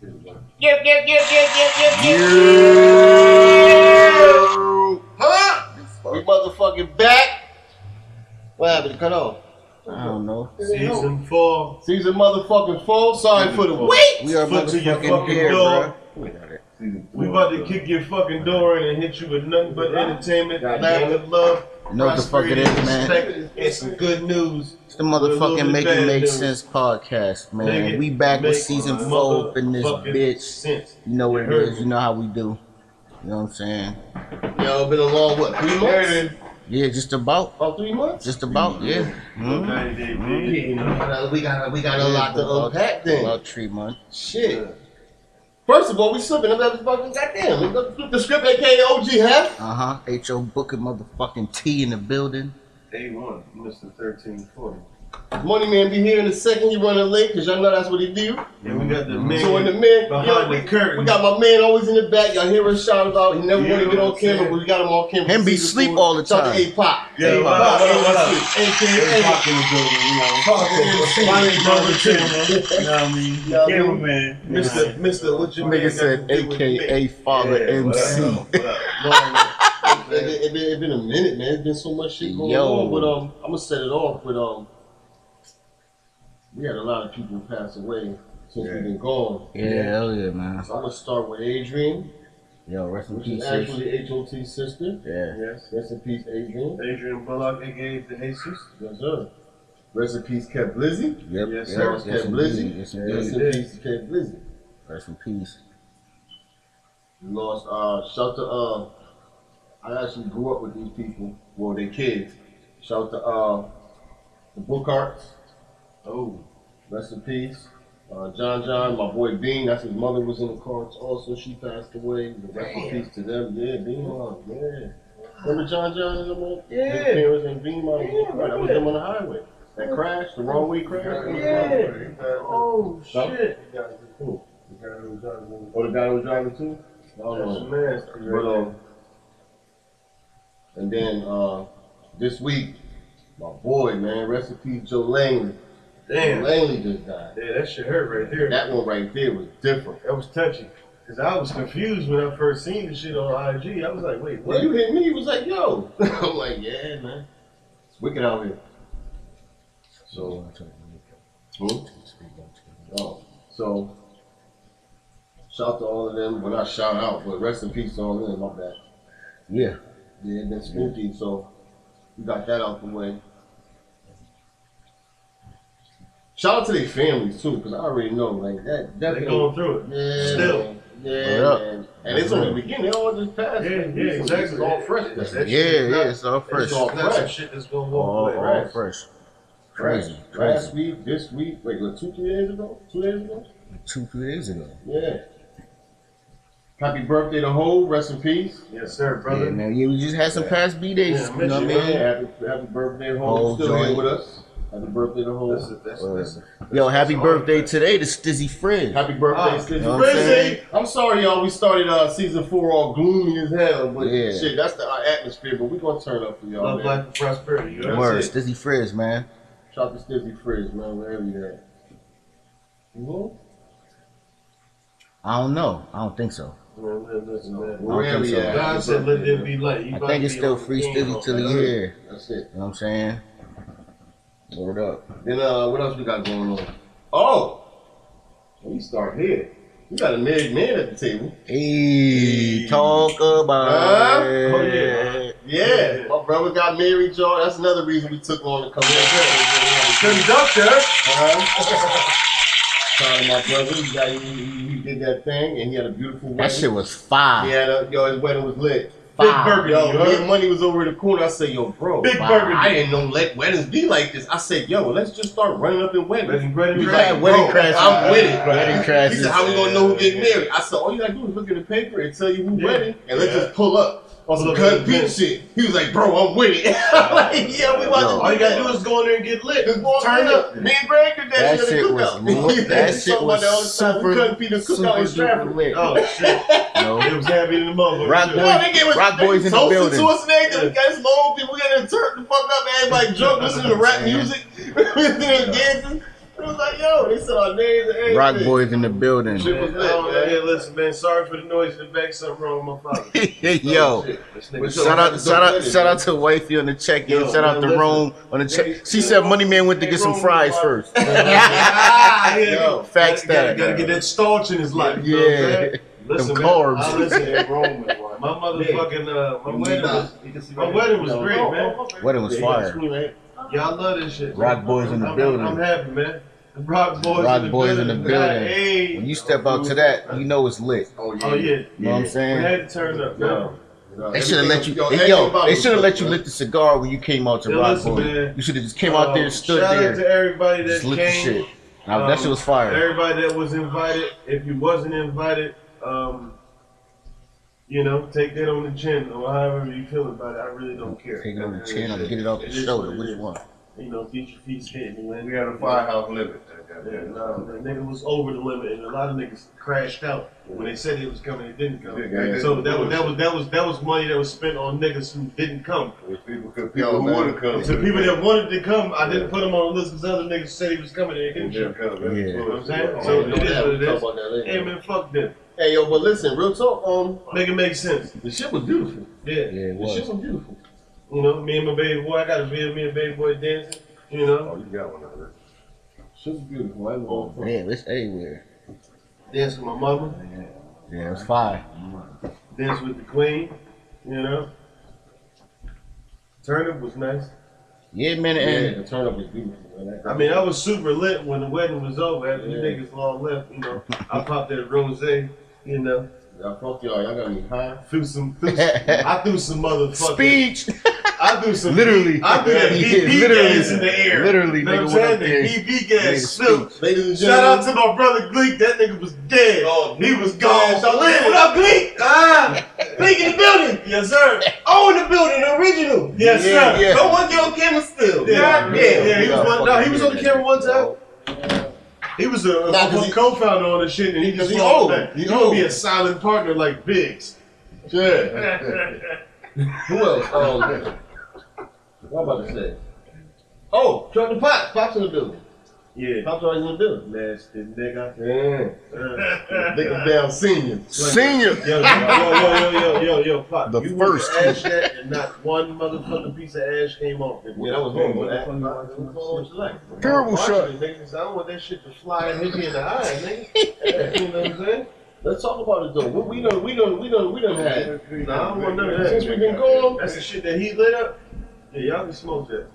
Yep, yep, yep, yep, yep, yep, yep. You. Huh? We motherfucking back. What happened? It Cut off. I don't know. Season four. Season motherfucking four. Sorry for the wait. We are Foot to your motherfucking fucking here, door. bro. We got it. We about to kick your fucking door in and hit you with nothing but entertainment, Goddamn. laughter, love, You know what the fuck it is, man. prosperity, respect, and some good news. It's the motherfucking Make It Make Dude. Sense podcast, Make man. it We back with make season four up in this motherfucking bitch. Sense. You know what it You heard is. me. You know how we do. You know what I'm saying? Yo, been a long what? Three months. Yeah, just about. About three months. Just about, yeah. Mhm. Ninety day period, Mm-hmm. you know. Uh, We got we got a lot to About- unpack then. About three months. Shit. First of all, we slipping. I'm having fucking goddamn. The, the, the script, aka OG, half. Uh huh. H.O. Booker motherfucking T in the building. Day one, Mr. Thirteen Forty. Money man be here in a second. He running late because y'all know that's what he do. Yeah, we got the So in the man mid, behind the curtain. we got my man always in the back. Y'all hear us shout out. He never want to get on camera, but we got him on camera. Him be Season sleep four. all the Shout out time. to A Pop. Yeah, A-Pop, what up, what up, what up? AKA. Rock in the building, you know. Fucking Finally, brother, too. You know shit. what I mean? Yeah, I mean, Cameraman. Mr. Mr. What you Nigga said AKA Father MC. It been- it been, it been a minute, man. It's been so much shit going Yo. on. But um, I'm gonna set it off with um, we had a lot of people pass away since we've been gone. Yeah, hell yeah, man. So I'm gonna start with Adrian, Yo, rest in which peace. is sis. actually HOT's sister. Yeah. Yes. Rest in peace, Adrian. Adrian Bullock, aka the Jesus. Yes, sir. Rest in peace, Cat Blizzy. Yep. Yes, yep. sir. Yes, Cat indeed. Blizzy. Yes, Rest indeed. in peace, Cat Blizzy. Rest in peace. We lost uh shout to uh I actually grew up with these people, well they kids. Shout to uh the Bookarts. Oh, rest in peace. Uh, John John, my boy Bean, that's his mother was in the carts also. She passed away. The rest in peace to them. Yeah, Bean Mom, yeah. Remember John John and them? all? His Yeah. parents and Bean Mom. Yeah, I that was remember them on the highway. That crash, the wrong way crash. Yeah. Oh shit. Who? Or the guy who was driving too? I don't know. That's nasty. But Right um, and then uh, this week, my boy, man, rest in peace, Joe Langley. there. Damn. Yeah, Langley just died. that shit hurt right there. That one right there was different. That was touching. Cause I was confused when I first seen the shit on IG. I was like, wait, When what? you hit me, you was like, "Yo," I'm like, "Yeah, man, it's wicked out here." So, hmm? oh, so shout to all of them. Well, not shout out, but rest in peace to all of them. My bad. Yeah. Yeah, it been spooky, so we got that out the way. Shout out to their families too, because I already know like that They definitely. going through it. Yeah, Still. man. yeah, Word up. man. and it's only the beginning. They all just passed. Yeah, man. yeah, This is- exactly. This is all fresh. That's man. it. Yeah, yeah, it's all That's fresh. all All, That's some shit that's gonna walk away, all right? fresh. Fresh. Crazy, crazy. Last week, this week, wait, what, two, three days ago? Two days ago? Two, three days ago. Yeah. Happy birthday to Ho. Rest in peace. Yes, sir, brother. Yeah, man. Yeah, we just had some Yeah. past B days. Yeah, you know what I man. mean? Happy, happy birthday to Ho. Ho, Still here joint. with us. Happy birthday to Ho. That's, that's, that's, Yo, happy all birthday good. today to Stizzy Fred. Happy birthday, Ah, Stizzy. you know what I'm saying? I'm sorry, y'all. We started uh, season four all gloomy as hell, but Yeah. shit, that's the, our atmosphere. But we gonna turn up for y'all, Love, man. life, and prosperity. You know what I'm Word, saying? Stizzy Frizz, man. Shout out to Stizzy Frizz, man, wherever you're at. Who? I don't know. I don't think so. Man, man, listen, man. Oh, Wherever think so. you're at. God said, let there be light. You I about think to it's be still on the free game on Stizzy till that. the year. That's it. You know what I'm saying? Word up. Then uh, what else we got going on? Oh, we start here. We got a married man at the table. Hey, talk about Huh? it. Oh, yeah. Yeah, my brother got married, y'all. That's another reason we took on to come here. Conductor. Uh-huh. Shout out to my brother. He, got, he, he- he did that thing, and he had a beautiful wedding. That shit was fire. He had a, yo, his wedding was lit. Big Fire. Burgundy. Yo, you me and heard? Money was over in the corner. I said, yo, bro, Big wow, Burgundy. I didn't know let weddings be like this. I said, yo, let's just start running up in Bread weddings. and bread and He's We bread. had wedding bro, crashes. I'm with it. Wedding He crashes. said, how we gonna know who getting Yeah. married? I said, all you gotta do is look at the paper and tell you who Yeah. wedding, and let's Yeah. just pull up on some Pull up cut and beat pin. shit. He was like, bro, I'm with it. I'm like, yeah, we Yo. about to All you gotta do is go in there and get lit. Just walk Turn in. up. Me and Greg did that, That shit at shit the was cookout. lit. Yeah, That we shit talked about that all the was time. We super, couldn't beat the cookout super in duper Stratford. lit. Oh shit! You know? It was happy in the motherfucker. Rock Shit. boy. Well, they gave us Rock they boys in the toasted building. To us and everything. We got this long people. We got to turn the fuck up. Everybody drunk, listening to rap music, listening to dancing. It was like, yo, they said our names and everything. Rock boys in the building. Shit Man, was I don't know. lit, Hey, listen, man. Sorry for the noise in the back. Something wrong with my father. Oh, Yo. Shout out, shout out, shout out to Wifey on the check in. Yo, Shout out to man, listen. Rome on the They- check. She said Money Man went to get some Rome fries was- first. Ah, yeah. Yo, facts gotta, that. Gotta, gotta get that starch in his life. you know what I'm Yeah. saying? Listen, Them man, carbs. I listen to Roman. My motherfucking uh, my wedding was my wedding was great, man. Wedding was fire. Y'all love this shit. Rock boys in the I'm, building. I'm happy, man. The Rock boys, Rock in, the boys in building. the building. Hey. When you step out to that, you know it's lit. Oh yeah. oh yeah, You know what I'm we saying? had to turn up. Yeah. man. They should have let you. Yo, Hey, yo, everybody they should have was let you lit, lit the cigar when you came out to Yo, Rock listen, Boy. man. You should have just came out there, Um, and stood shout there, out to everybody that just lit the came. shit. Now, that Um, shit was fire. Everybody that was invited, if you wasn't invited, um, you know, take that on the chin or however you feel about it. I really don't care. Take it on the chin, I'm get it off the is shoulder. what it Which is. one? You know, get your feet skating, man. We had a firehouse limit. Yeah, nah, um, that nigga was over the limit, and a lot of niggas crashed out when they said they was coming. It didn't come. Yeah, So that was that was that was that was money that was spent on niggas who didn't come. People could, people who would have come. So people that wanted to come, I didn't put them on the list because other niggas said he was coming and they didn't. didn't come. That's Yeah. what I'm Yeah. So, saying. So, it is what it is. Hey Hey, man. man, fuck them. Hey, yo, but listen, real talk. Um, Make it make sense. the shit was beautiful. Yeah. Yeah, it The shit was. was beautiful. You know, me and my baby boy, I got a video of me and baby boy dancing. You know, oh, you got one of those. Shit was beautiful. I ain't Oh, gonna- man, it's everywhere. dance with my mother, Yeah, it was fire. dance with the queen. You know, turnip was nice. Yeah, man, Yeah, and the turn up was beautiful. man. I mean, I was super lit when the wedding was over. After you Yeah. niggas all left, you know, I popped that rosé. You know, y'all fuck y'all. Y'all got me high. threw some, threw some I threw some motherfucking speech. I threw some. Literally. I threw that Yeah, BB literally. gas in the air. Literally, You know nigga what went I'm up there. saying? That BB made a gas slipped. Ladies and Shout out gentlemen, to my brother Gleek. That nigga was dead. Oh, he was gone. Yes, I live. what up, Gleek? Ah, Gleek in the building. Yes, sir. own the building, original. Yes, Yeah, sir. yeah. No one get on camera still. Yeah, yeah, God yeah, damn. he was one, no, he was on the camera one time. He was a, a Nah, 'cause he- co-founder on the shit, and he just he walked old. back. He You gonna be old. a silent partner like Biggs. Yeah. yeah, Who else? Um, what I'm about to say? Oh, Chuck the Pops. Pops in the building. Pops always in the building. nasty nigga. Yeah. Uh, Niggas down senior. Senior. Yo, yo, yo, yo, yo, yo, yo, fuck. The you first. went to ash that, and not one motherfucking piece of ash came off. Yeah, Yeah, that was Hey, normal. what the That- fuck you watching? Like, Terrible I'm watching shot. it, nigga, 'cause I don't want that shit to fly and hit me in the eye, nigga. you know what I'm saying? Let's talk about it though. What we done, we done, we done, we done had. Nah, I don't want none of that. Since we been gone, That's the shit that he lit up. Yeah, y'all can smoke that.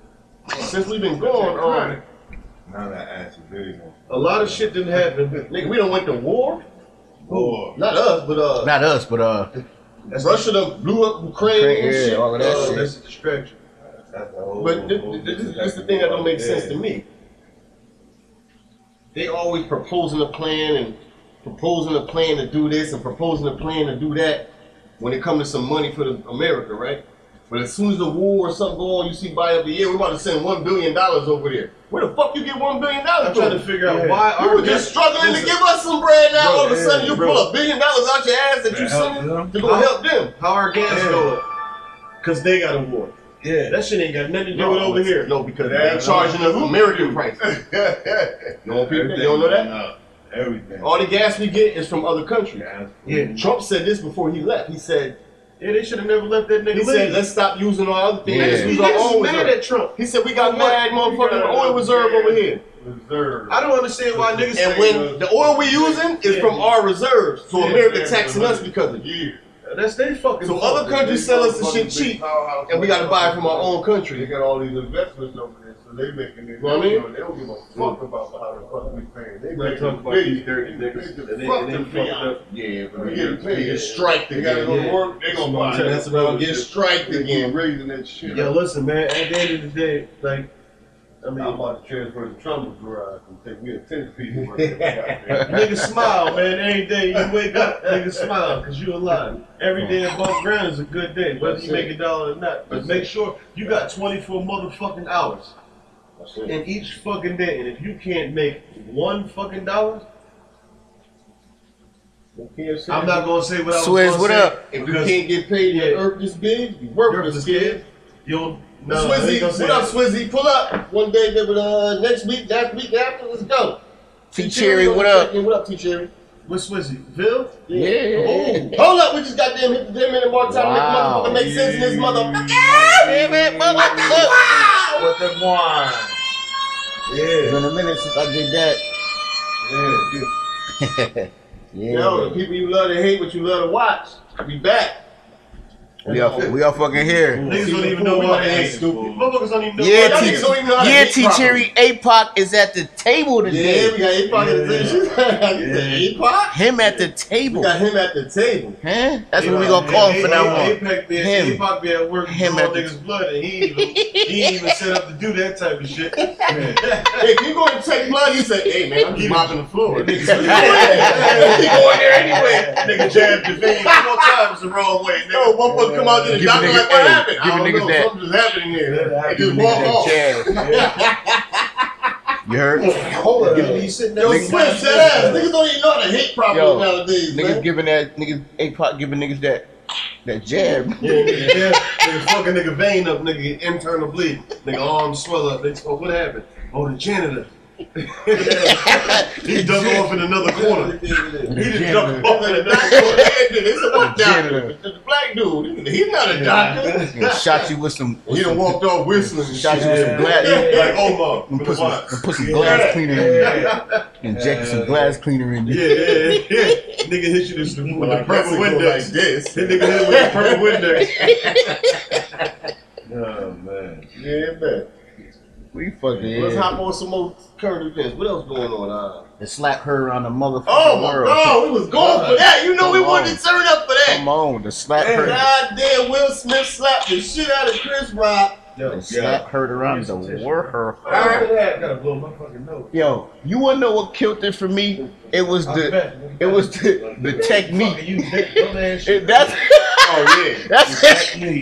since we been gone, um, Now that ass is video. um, A lot of shit didn't happen. nigga, we done went to war. Boy. Not us, but uh, Not us, but uh, Russia done blew up Ukraine and Yeah, shit. all of that Uh, shit. Oh, that's a distraction. uh, That's the whole. But this, this, this is the thing that don't make sense to me. They always proposing a plan and proposing a plan to do this and proposing a plan to do that when it comes to some money for the America, right? But as soon as the war or something go on, you see by every year we're about to send one billion dollars over there. Where the fuck you get one billion I'm dollars trying to from? figure out Yeah. why You are were just struggling to give us some bread now. Bro, All of a yeah, sudden you bro. pull a billion dollars out your ass that To you help sending them? to go help them. How our gas Yeah. go up? Cause they got a war. Yeah. That shit ain't got nothing to do with over here. No, because Yeah, they're charging us American price. You don't, people, you don't know that? Everything. All the gas we get is from other countries. Gas. Yeah. Trump said this before he left. He said, Yeah, they should have never left that nigga he leave. said, let's stop using our other things. Yeah. Let's use These our niggas own is mad reserve. at Trump. He said, we got mad motherfucking oil reserve over here. Reserve. I don't understand why niggas And say, uh, when the oil we using is from our reserves. So Yeah, America yeah, taxing yeah. us because of it. uh, that's they fucking. So other countries sell us the shit cheap and we gotta buy it from our own They country. got all these investments over there, so they making it. You know what I mean? They don't give a fuck about how the fuck we paying. They They making talk about big. these dirty They niggas, making and they- fuck and they them fucked big. up. Yeah, but We get we paid. get striked They gotta again. go Yeah. to work. They gonna buy. That's about get Get striked again again. raising that shit. Yo, listen, man. At the end of the day, like, I I'm mean, about to transfer to Trump garage and take me a ten feet. and work it out. niggas smile, man. Every day you wake up, niggas smile, cause you alive. Every day above ground is a good day, whether That's you make a dollar or not. But That's make it. sure you got 24 motherfucking hours That's it. in each fucking day, and if you can't make one fucking dollar, I'm not gonna say what I was Swizz, gonna what say, up? If you because- can't get paid in Yeah. earth this big, you work You're this scared. big. You'll no. I ain't Swizzy, gonna say pull up, that. Swizzy, pull up. One day, then, uh, next week, next week after, let's go. T. Cherry, what on the up? check-in. What up, T Cherry? What's Swizzy? Phil? Yeah. Ooh, hold up, we just got them hit the 10 minute mark time. Wow. Wow. Make motherfucker make sense in this motherfucker. Damn it, motherfucker. Oh, What the wine? It's Yeah. been a minute since I did that. Yeah. You know, the Yeah. people you love to hate, what you love to watch. We back. We all, we all fucking here. Niggas See, don't even fool, know we what not they being is. stupid. Motherfuckers don't even know Yeah, what Y'all T- they niggas is. don't even know how to Yeah, hate T. properly. Cherry APOC is at the table Yeah, we today. got Apoc in Yeah. the Apoc? Him at the We table. got him at the table. Huh? That's what we Yeah, gonna call yeah, him from now yeah, on. Apex be, Him. him. Apex be at work Him him all at the- niggas' blood, and he ain't even, he ain't even set up to do that type of shit. Hey, if you go and check blood, you say, hey, man, I'm just mopping the floor. Nigga, Niggas- he going there anyway. Nigga jabbed the vein four times the wrong way. Nigga. No, motherfucker come out to the Give a doctor nigga- like, what hey, happened? give a I don't nigga know, that. something just happened here. They just Give me walk that off. chair. You heard? Hold up. He sitting there Yo, smiling. Swiss, that ass. Niggas don't even know how to hate properly Yo, nowadays, Niggas man. giving that niggas APOC giving niggas that that jab. Yeah, nigga, yeah, nigga, fuck a nigga vein up, nigga, internal bleeding, nigga, arm swell up. They oh, what happened? Oh, the janitor. he dug off in another corner. He He just janitor. dug off in the another doctor, corner. it's a white Janitor. doctor. The black dude, he's not a doctor. And shot you with some. He done walked off whistling. and Shot shit. you with some glass. Like Omar. And with put the some, watch. and put some glass cleaner in you. Yeah, Injected some glass cleaner in you. yeah, yeah, yeah. Nigga hit you with the, with the Like, that's purple it go Windex. Like this. That nigga hit him with the purple Windex. Oh man. Yeah, man. We fucking Let's yeah. hop on some more current events. What else going on? Uh, And slap her around the motherfucking oh my world. god, we was going for that. You know we Come on. wanted to turn up for that. Come on, to slap And her, goddamn Will Smith slapped the shit out of Chris Rock. Yo, to slap her around the Tissue. world. I gotta blow my fucking nose. Yo, you wanna know what killed it for me? It was the, it was the, the technique. You big dumb ass It- that's Oh yeah. that's technique,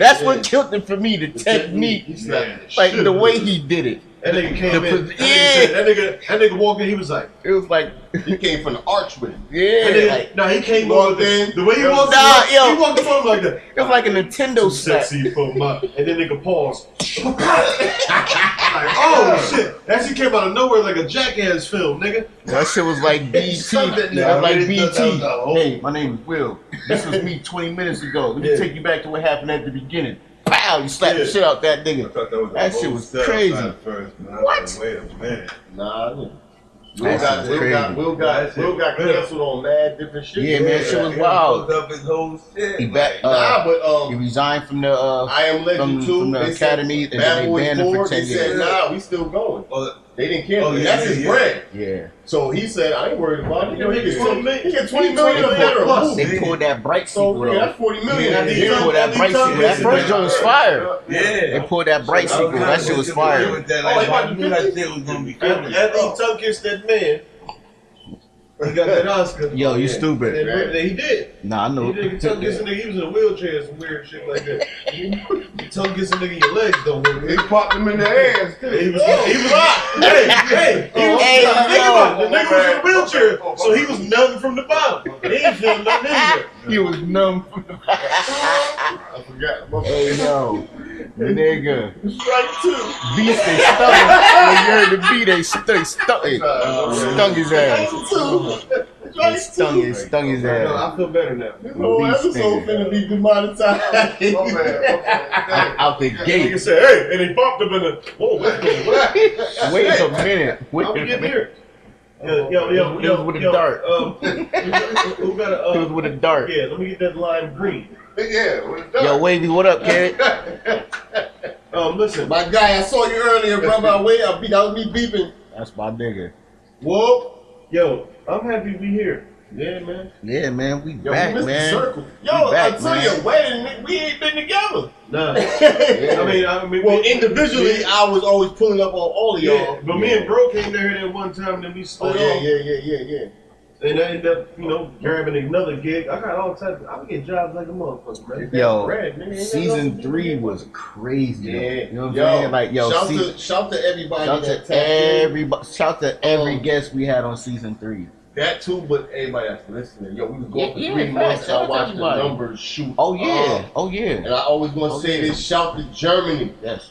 that's yeah. what killed it for me. The He technique, slapped the like shit the out way of he did it. That nigga came The in. pos- That nigga, said, that nigga, that nigga walked in. He was like, It was like, him. He came from the arch with him. that yeah, nigga, like, no, he came Walked over there. in. The way he walked Nah, in, yo. he walked in front of him like that. it was like a Nintendo slap. Sexy for my, and then nigga paused. like, oh shit! That shit came out of nowhere like a jackass film, nigga. That shit was like BT. Suck that That was nigga. like That was BT. the whole- Hey, my name is Will. This was me 20 minutes ago. Let me Yeah. take you back to what happened at the beginning. Pow! You slapped Yeah. the shit out that I nigga. thought that was a That shit whole was setup crazy. at First, man. I was like, Wait a minute. Nah, nigga. Will That got, shit's Will got, crazy. Will That got, shit Will got real. canceled on mad different shit. Yeah, man, shit was he wild. fucked up his whole shit. He back like, Nah, uh, but he um, resigned from the uh, I am Legend from, two. from the they academy said, and Bad then they Boys banned him four. for They 10 said, years. Nah, we still going. oh, They didn't cancel. Oh, it. yeah, That's his yeah. bread. Yeah. So he said, I ain't worried about it. You know, he Nigga, gets twenty million. He gets twenty He million twenty a year plus. plus. They pulled that bright So sequel yeah, though. that's forty million. Yeah, after they he pulled done- that after he bright done sequel. this, That he first done joint was that. fire. yeah. They pulled that bright sequel. That shit was fire. With that, Oh, he like, about I to knew that finish? shit was gonna be After, coming. after he tongue kissed that man, he got that Oscar. Yo, you Yeah. stupid. And he did. Nah, I know. He did. He tongue kissed a nigga. He was in a wheelchair and some weird shit like that. You tongue kiss a nigga, your legs don't work. He popped him in the ass too. He Oh, was, he was hey, hey, he was, Hey, think about it. The yo. nigga was in a wheelchair, so he was numb from the bottom. He ain't feeling nothing either. He was numb. I forgot. Hey yo, nigga. Strike two. Beast they stung him. When you heard the beat, they, st- they stung it. Uh, Stung his ass. Strike two. They Strike stung two. it, stung his No, ass. I feel better now. This whole Beast episode nigga. finna be demonetized. Oh, My bad, Out the Nigga gate. said, hey, and he bumped him in the, whoa, what's going on? Wait a minute. Wait How a we get minute. here? Yo, yo, yo, It yo, was with a yo, dart. Um, who, who got a, It was uh, with a dart. yeah, let me get that lime green. my bad. Yeah, what the Yo, wavy, what up, Carrot? Um, listen, My guy, I saw you earlier, brother. I wait, I beat. I was me beeping. That's my nigga. Whoa. yo, I'm happy we here. Yeah, man. Yeah, man, we Yo, back, we missed the man. circle. Yo, back, until man. your wedding, ni- we ain't been together. Nah, Yeah. I mean, I mean, Well, we- individually, I was always pulling up on all of yeah, y'all. but me and Bro came there that one time, then we Oh split yeah, off. yeah, yeah, yeah, yeah. And I end up, you know, grabbing another gig. I got all types. Of, I get jobs like a motherfucker, man. Yo, season three was crazy. though. You know what I'm saying? Like, yo, shout, season. to, shout to everybody. Shout that to tapped in. everybody! Shout to every Um, guest we had on season three. That too, but everybody that's listening, yo, we was going Yeah, for three yeah, months. facts. I Shout out watched to the everybody. numbers shoot. Oh yeah. up. Oh yeah. And I always gonna Oh, say yeah. this: shout to Germany, Yes.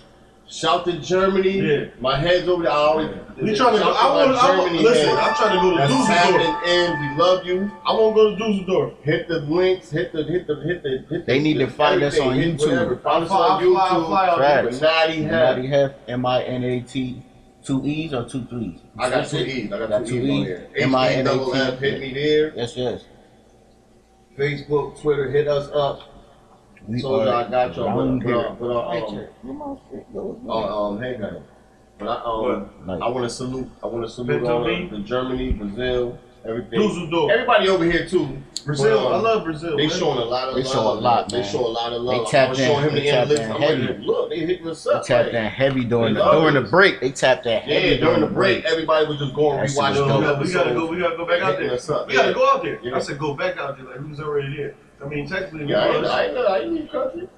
shout to Germany. Yeah. My head's over there. I always. We trying to. shout I my want. I want. Germany Listen, head. I'm trying to go to That's Dusseldorf. tapping in. We love you. I want to go to Dusseldorf. Hit the links. Hit the. Hit the. Hit the. Hit They the, need to find us on everything, hit YouTube. whatever. Find us Fly- on fly- fly YouTube. on Facts. Illuminati Natty hat. Hef, M I N A T, two E's or two threes? I got two E's. I got two E's on here. M I HD N A T. double F. Hit me there. Yes, yes. Facebook, Twitter. Hit us up. We Told y'all are uh, um, I got y'all, around but, uh, here. but, uh, um, uh, um, hang on. But I, um, Like, I want to salute. I want to salute all the, the Germany, Brazil, everything. Dusseldorf. Everybody over here too. Brazil. But, I um, love Brazil. They man. showing a lot of. They love. show a lot, They man. show a lot of love. They tapped I was showing in. him They the analytics. tapped in I'm like, heavy. look, they hitting us they up. tapped like, that heavy during the, They love during the us. break. They tapped that heavy Yeah, during the break, everybody was just going That shit rewatch was the dope. episode. we gotta go. We gotta go back out Hitting there. us up, We gotta yeah. go out there. Yeah. I said go back out there. Like we was already there. I mean, technically, we Yeah, I ain't, was. I ain't, I ain't leave the country.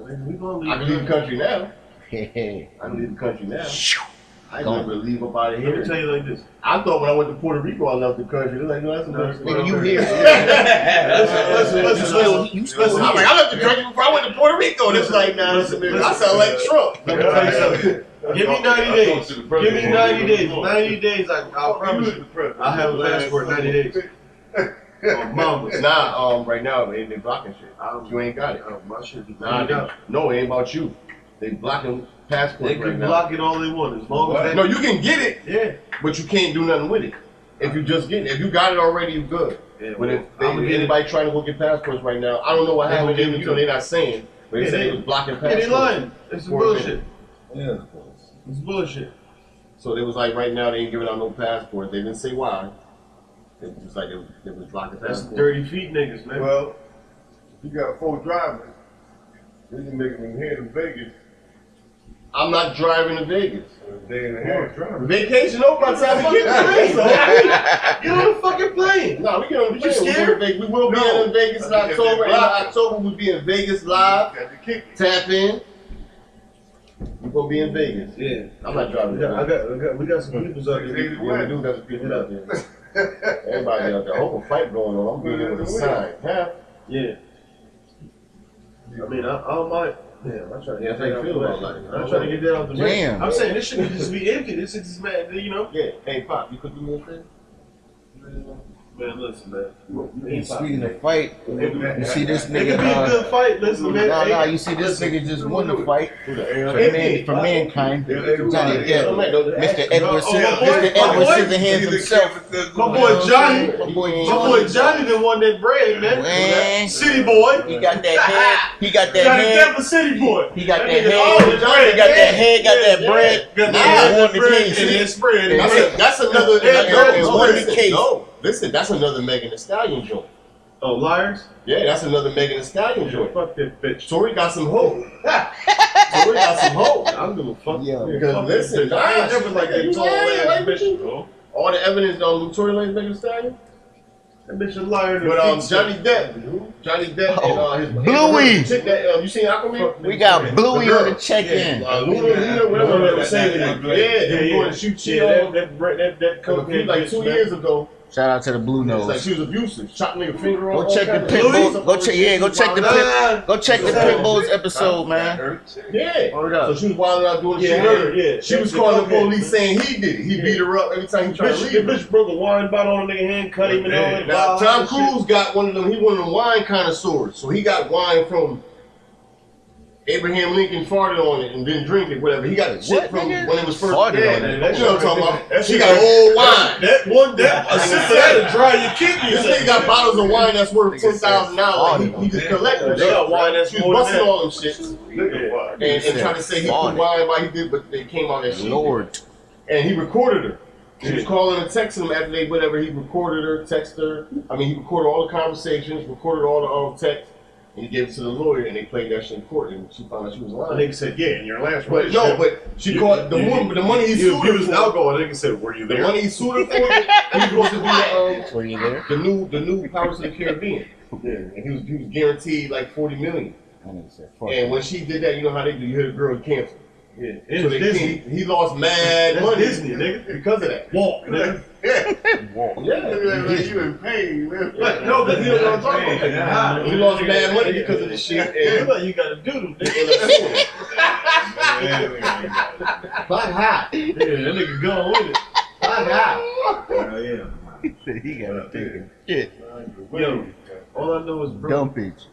we gonna leave. I can leave the country now. break. I can leave the country now. I ain't Gone. gonna leave up out of Let me tell here. you like this. I thought when I went to Puerto Rico, I left the country. They're like, no, that's another No, Nigga, you Well, here? Listen, listen, You listen, still- listen. you still I'm like, here? I left the country before I went to Puerto Rico. And it's like, nah, that's Listen, I sound like Trump. Let me tell you something. Give me 90 days. Give me 90 days. 90 days, I, I promise you. I have a passport 90 days. Oh, mama. Nah, um, right now, they, they blocking shit. You ain't got it. Oh, my shit is Nah, nah, they, no, it ain't about you. They blocking passports They right can now. block it all they want as long as No, that. you can get it, Yeah. but you can't do nothing with it. If you just get it, if you got it already, you good. Yeah, But if they, I'm gonna get it. anybody trying to go get passports right now, I don't know what They happened gonna to give you- them until they're not saying. But they Yeah, said they- it was blocking Yeah, passports. they lying. It's some For a minute. bullshit. It's bullshit. So they was like, right now they ain't giving out no passports. They didn't say why. It was like they, they was blocking That's passports. dirty feet niggas, man. Well, you got four drivers. This nigga been here to Vegas I'm not driving to Vegas. for a day and a half. Driving. Vacation over by the time we get to Vegas. Get on the fucking plane. No, we get on the You plane. We'll go to scared? Vegas. We will be No. in Vegas in I think if they October. In block it. October, we'll be in Vegas live. Got the kick. Tap in. We're going to be in Vegas. Yeah. I'm not driving. Yeah, I got, I got, we got some people out there. Niggas Yeah, we do got some people out there. Everybody out there. Whole fight going on. I'm being there with a sign. Huh? Yeah. I mean, I, I don't mind. Damn, I'm trying to Yeah, get that's how that you out feel the way. about life. I'm trying to get that out the way. Damn. I'm saying this shit could just be empty. This shit just mad, you know? Yeah. Hey, Pop, you could do me a favor? Man, listen, man. And Speaking of fight, you see this It nigga. could be a Uh, good fight. Listen, man. nah, Hey, nah, you see this listen. nigga just won the fight Who for, the hell? man, for mankind. Johnny Depp, Mr. Oh, Edward, Sil- my boy, Mr. Edward my boy. Scissorhands himself. My boy Johnny. My boy My boy Johnny the one that bread, man. Man. City boy. He got that head. He got that Johnny head. Depp a city boy. He got that nigga head. always bread, He got that man. head, got that bread. Nah, Got that one head, to bread, case. and then spread. it. That's, a, that's another. Yeah, that's yeah, another- yeah. no, One listen, case. no, listen, that's another Megan Thee Stallion joint. Oh, liars? Yeah, that's another Megan Thee Stallion joint. Fuck that bitch. Tori got some hope. Tori got some hope. I'm gonna fuck Yeah. you. Because Fuck listen, this bitch. I ain't nah, never like that you tall lying, ass like bitch, you- bro. All the evidence on Tory Lane's Megan Thee Stallion. That bitch a liar. But um, Johnny Depp, Johnny Depp, and uh, his Bluey. his chick that, um, you seen Aquaman? We got Bluey on the check-in. Uh, Luna, Luna, whatever her name was saying. Yeah, they were going to shoot yeah, that Chino. that bre- that that Because cocaine like bitch, two man. years ago, Shout out to the Blue it's like Nose. she was abusive. Chopped nigga finger off. Go check the pit Bluey? bull. Go check. Yeah, go check the pit. Go check the pit bulls episode, man. Yeah. Hold So up. she was wilding out doing Yeah, shit. with her. yeah, yeah. She was That's calling the okay, police man. saying he did it. He Yeah. beat her up every time he tried to Bitch, leave. your her. bitch broke a wine bottle on a nigga hand, cut him and all that. Now, wild Tom shit. Cruise got one of them. He one of the wine connoisseurs, so he got wine from Abraham Lincoln farted on it and didn't drink it, whatever. He got the shit What, from nigga? when it was first. Farted yeah, on it. That shit I'm talking about. That she shit got right- old wine. That one, that a sister that'll dry your kidneys. This nigga got bottles of wine that's worth ten thousand dollars. He, he just collected. They got wine that's She was more than busting that. all them shit Yeah. and, and trying to say he was Farted. wine why he did, but they came on that shit. Lord, and he recorded her. She was Yeah. calling and texting him after they whatever. He recorded her, texted her. I mean, he recorded all the conversations, recorded all the all the texts, and he gave it to the lawyer, and they played that shit in court, and she found out she was The lying. nigga said, "Yeah, in your last But relationship." no, but she you- called the you- woman, the money he you sued her abused for. alcohol. The nigga said, "Were you The there?" money he sued her for. He was supposed to be the, um, were you there? the new the new Pirates of the Caribbean, and he was he was guaranteed like forty million. That nigga said, fuck. And when she did that, you know how they do. You hear the girl cancel. Yeah, So it's they Disney. can't- He lost mad That's money Disney, nigga. because of that. Walk. nigga. Look at that, like you in pain, man. Yeah. No, but he don't know what I'm talking about. Yeah. He lost mad money because of this shit. Yeah, And look, you got a doodle, nigga. Man, man, man. Fun high. Yeah, that nigga going with it. Fun high. Hell yeah. he got a thinking. Shit, Yo, all I know is bro. dumpage.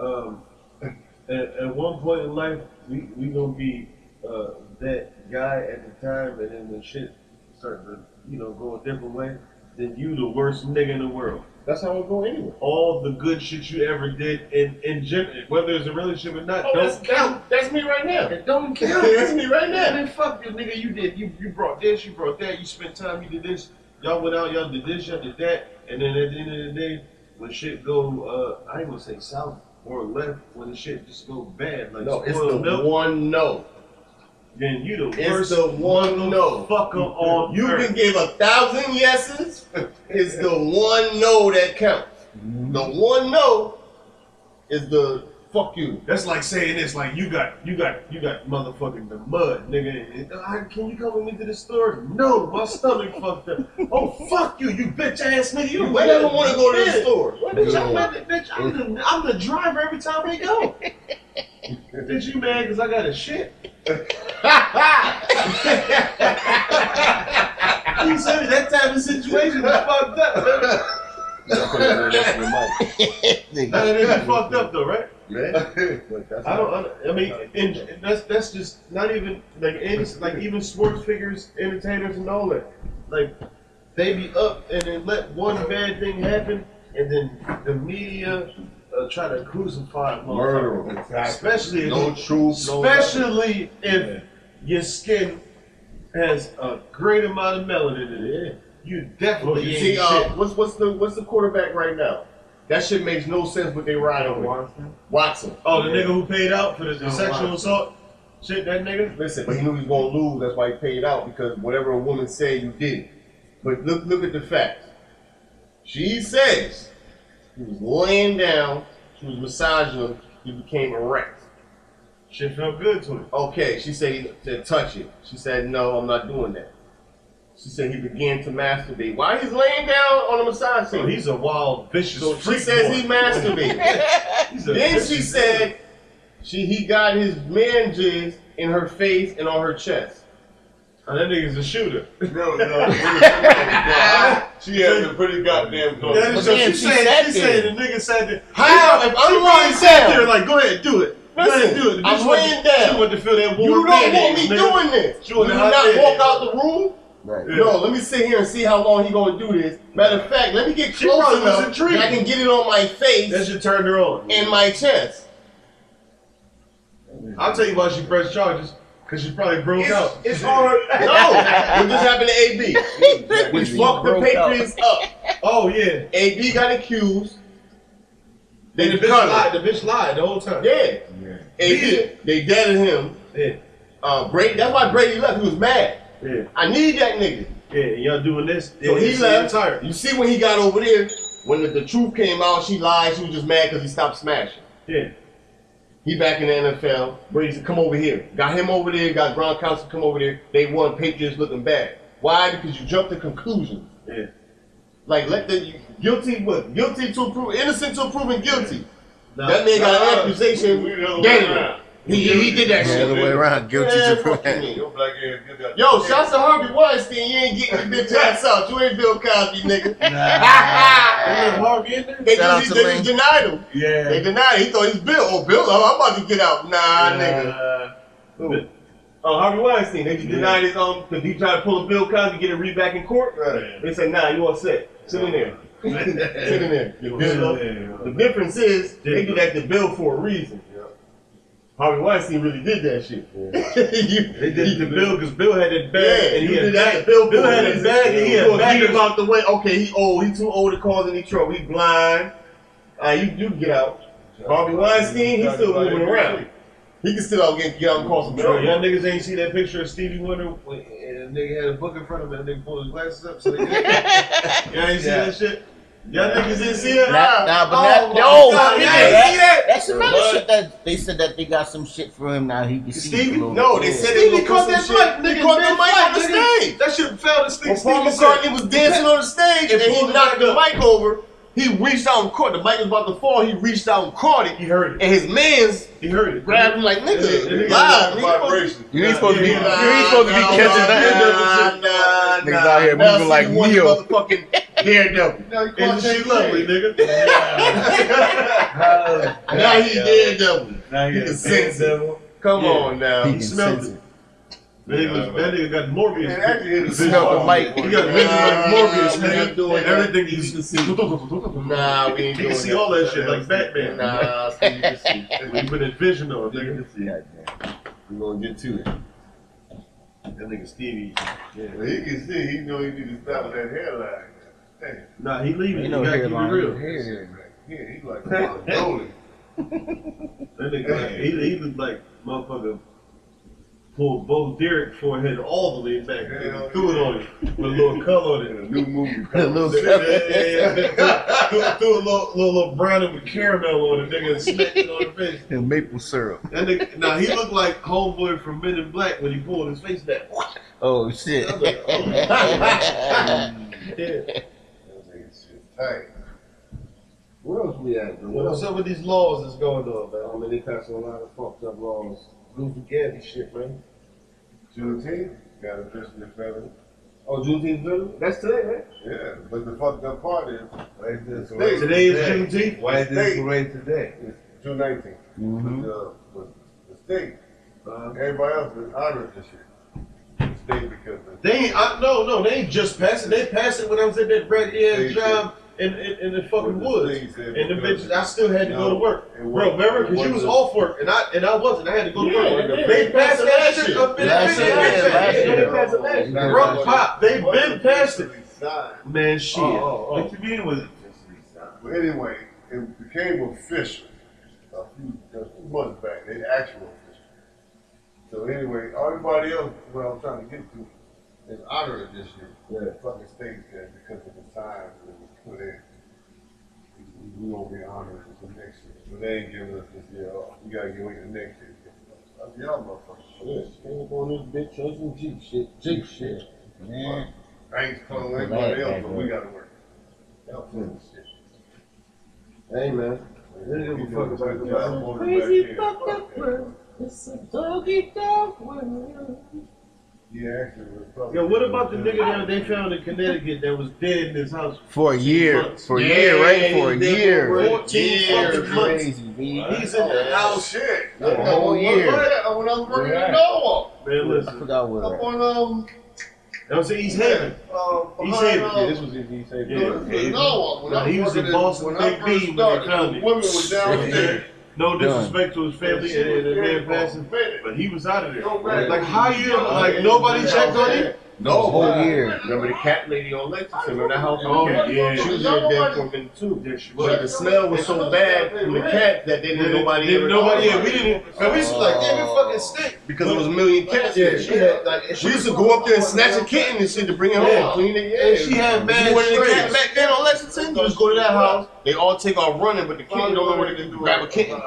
um, at, at one point in life, we we gonna be uh, that guy at the time, and then when shit start to you know go a different way, then you the worst nigga in the world. That's how it go anyway. All the good shit you ever did, in in gen- whether it's a relationship or not, don't count. That's me right now. It don't That's me right Yeah, now. then fuck you, nigga. You did. You you brought this. You brought that. You spent time. You did this. Y'all went out. Y'all did this. Y'all did that. And then at the end of the day, when shit go, uh, I ain't gonna say south or left. When the shit just go bad, like No, it's the spoiled milk, one no. then you the It's worst the one no. fucker on You earth. can give a thousand yeses. It's the one no that counts. The one no is the fuck you. That's like saying this, like you got, you got, you got motherfucking the mud, nigga. And, "Ah, can you come with me to the store? No, my stomach fucked up. Oh fuck you, you bitch ass nigga. You You never want to go to Yeah. the store. Well, bitch, I'm not the bitch. I'm the, I'm the driver every time they go. Bitch, you mad because I got a shit? you said that type of situation is fucked up. None of this is fucked up though, right? I don't. I, I mean, and that's that's just not even like any, like even sports figures, entertainers, and all that. Like they be up and then let one bad thing happen, and then the media uh, try to crucify a motherfucker. Murderer. Especially if No truth. no Especially if your skin has a great amount of melanin in it. You definitely You ain't see, uh, shit. what's what's the what's the quarterback right now? That shit makes no sense. What they riding with Watson. Oh, the nigga who paid out for the, the Oh, sexual wow. assault? Shit, that nigga? Listen, but he knew he was gonna lose. That's why he paid out because whatever a woman said, you did. But look, look at the facts. She says he was laying down. She was massaging him. He became erect. Shit felt good to him. Okay, she said he said touch it. She said no, I'm not doing that. She said he began to masturbate. Why he's laying down on a massage So table? he's a wild, vicious So she freak says boy. he masturbated. He's a then vicious- she said she he got his man jizz in her face and on her chest. Oh, that nigga's a shooter. No, no. She had a pretty That goddamn car. is But what then she she said. sat there. She said the nigga said that. How? If I'm lying sat there down, like, go ahead, do it. go ahead, Listen, do it. The I'm bitch wanted- laying down. She wanted to feel that warm you don't want band-aids, me nigga. doing this. She You was do in the hot not bed. walk out the room. Right. No, let me sit here and see how long he gonna do this. Matter of fact, let me get She probably close was enough intrigued. that I can get it on my That face should turn her on. and my chest. I'll tell you why she pressed charges. Cause she probably broke It's, out. it's on her. No, it just happened to AB, which fucked the Patriots up. Oh yeah. AB got accused. They And the bitch cut him. lied. The bitch lied the whole time. Yeah. AB, they deaded him. Yeah. Uh, Brady, that's why Brady left. He was mad. Yeah. I need that nigga. Yeah. and Y'all doing this? So Yeah, he it's- left. it's Tired. You see when he got over there, when the, the truth came out, she lied. She was just mad because he stopped smashing. Yeah. He back in the NFL. Brady said, come over here. Got him over there. Got Gronkowski to come over there. They won. Patriots looking bad. Why? Because you jumped to conclusions. Yeah. Like let the guilty what? Guilty to prove innocent to proven guilty. Nah. That man got Nah, an accusation. we- we the other way Damn. around. He, he did that The other shit. way around, guilty Man, to fuck prove. you, nigga. Your black ass good goddamn- Yo, shouts to Harvey Weinstein. You ain't getting your bitch ass out. You ain't Bill Cosby, nigga. Ain't that Harvey in there? they Shout just out they to Link. just denied him. Yeah. They denied. It. He thought he's Bill. Oh, Bill, oh, I'm about to get out. Nah, nigga. Who? Oh, Harvey Weinstein. They just Yeah. denied his um because he tried to pull a Bill Cosby, get it re back in court. Right. They said, Nah, you all set. Sit in there. Sit in there. You good, though? The Yeah. difference is they do that to Bill for a reason. Harvey Weinstein really did that shit. You- They did it to Bill because Bill had that Yeah, bag and he you had did that back. to Bill. Bill for a had his reason. bag and he You had gonna get him back. out the way. Okay, he old. He too old to cause any trouble. He blind. Uh, you you can get out. Harvey Weinstein, he's still moving around. He can still out get, get out and cause some Bro, trouble. y'all niggas ain't see that picture of Stevie Wonder when- and a nigga had a book in front of him and a nigga pulled his glasses up. So they y'all ain't see Yeah. that shit. Y'all niggas didn't see it? Nah, nah, but that- Oh, my no, God, we y'all didn't ain't see see that. That's another What? shit that they said that they got some shit for him now. He can see. a Stevie? little No, bit. they said Stevie they caught that caught that mic. Nigga, caught that man, mic on the nigga. stage. That shit fell to When Steve. Paul Stevie said- McCartney was dancing on the stage and, he And pulled it knocked the back mic over, he reached out and caught it. The mic was about to fall. He reached out and caught it, He heard it. and his man's He heard it. grabbed him like, Yeah, yeah, "Nigga, yeah. live, nigga." Vibration. You ain't supposed to be. You Yeah. ain't supposed to be catching nothing. Nah, nah, Niggas out here nah. Now moving see like you want Neo. Motherfucking daredevil. Now you caught Isn't that she lovely, shit. nigga? Now he daredevil. Now he can is sense it. Daredevil. Come Yeah. on now. He smelled it. That nigga, was, that nigga got Morbius. Man, that shit is- Smelled the mic. He got vision like Morbius, Nah, we man. ain't doing that. Everything you can see. Nah, we ain't You doing can see all that shit like Batman. Nah, see, you can see. When you put that vision on, nigga. We're gonna get to it. That nigga Stevie. He can see. He know he need to stop with that hairline. Hey, Nah, he leaving. You You know, gotta keep it hairline. real. yeah, he like rolling. That nigga, like, he, he was like, motherfucker, pulled Bo Derek forehead all the way back Hell and threw it yeah. on it with a little color on A it. new movie. A little Yeah, yeah, yeah. threw, threw a little, little, little brownie with caramel on it, nigga, and smacked it on the face. And maple syrup. That nigga, now he looked like homeboy from Men in Black when he pulled his face back. Oh shit. I was like, oh. yeah. Tight. Where else we at? Bro? What What's else? up with these laws that's going on, man? I mean, they passing a lot of fucked up laws, goofy, gaffy shit, man. Juneteenth got a Christmas fellow. Oh, Juneteenth veteran? That's today, right? Yeah, but the fucked up part is Why is this Hey, way Today is today? Juneteenth. Why is this way today? it's June 19th. But, uh, but the state, Uh-huh. everybody else is honored this year. The state because the They ain't, I, no, no, they ain't just passing. They passing when I was at that raggedy They ass job in, in, in the fucking With the woods. things that- And the bitches, I still had to go to work. It Bro, wasn't- remember? it Because you was wasn't- off work, and I and I wasn't. I had to go to Yeah, work. yeah, they they passed passed that that shit shit. up in the Last big year, ass yeah, last shit. year. They passed it last year. Bro, pop, they've been past it. Signed. Man, shit. Oh, What you mean with it? But anyway, it became official a few, a few months back. They actual official. So anyway, everybody else, what I'm trying to get to, is honored this year. Yeah. The fucking state said because of the time that was put in. We- We won't be honored until next year. So they ain't giving us this year off. We gotta get away to next year. That's y'all Yeah, motherfuckers. ain't on this bitch, that's some Jeep shit, Jeep shit. Man. I ain't calling anybody else, but we gotta work. Y'all full of shit. Hey, man. They didn't give a fuck about the Y'all Bible. voted Crazy back fucked in. up world. It's a doggy dog world. Yeah, actually, it was probably. Yo, what about the nigga that they found in Connecticut that was dead in his house? For a year. For a year, right? For a year. 14 fucking months. Crazy, B. He's in the Oh house. shit! A whole year. When I was working in Norwalk, Man, I listen. forgot what. up it was. on um, That was in East Haven. uh, East behind Haven. um, Yeah, this was in East Haven. Yeah. in Norwalk. When Nah, I was he was working in Boston when Big I first B when they started, found the him. women was downstairs. No Done. disrespect to his family She and, was and the very man passing, offended. but he was out of there. Go back. Like how you like nobody checked on him? A whole year. Remember the cat lady on Lexington, remember that house? Oh, cat? yeah. She was in there for a minute too. Yeah, she But was. the smell was so bad from the cat that they didn't, nobody Didn't ever nobody. Yeah, we didn't. And we was like, damn, it fucking stink. Oh. Because it was a million cats Yeah, there. she had, like, we used to go up there and snatch a kitten and shit to bring it Yeah. home, clean it. Yeah. And she had You mad wanted to cat strays. back then on Lexington, you just go to that house, they all take off running, but the kitten don't know where to do. Grab a kitten.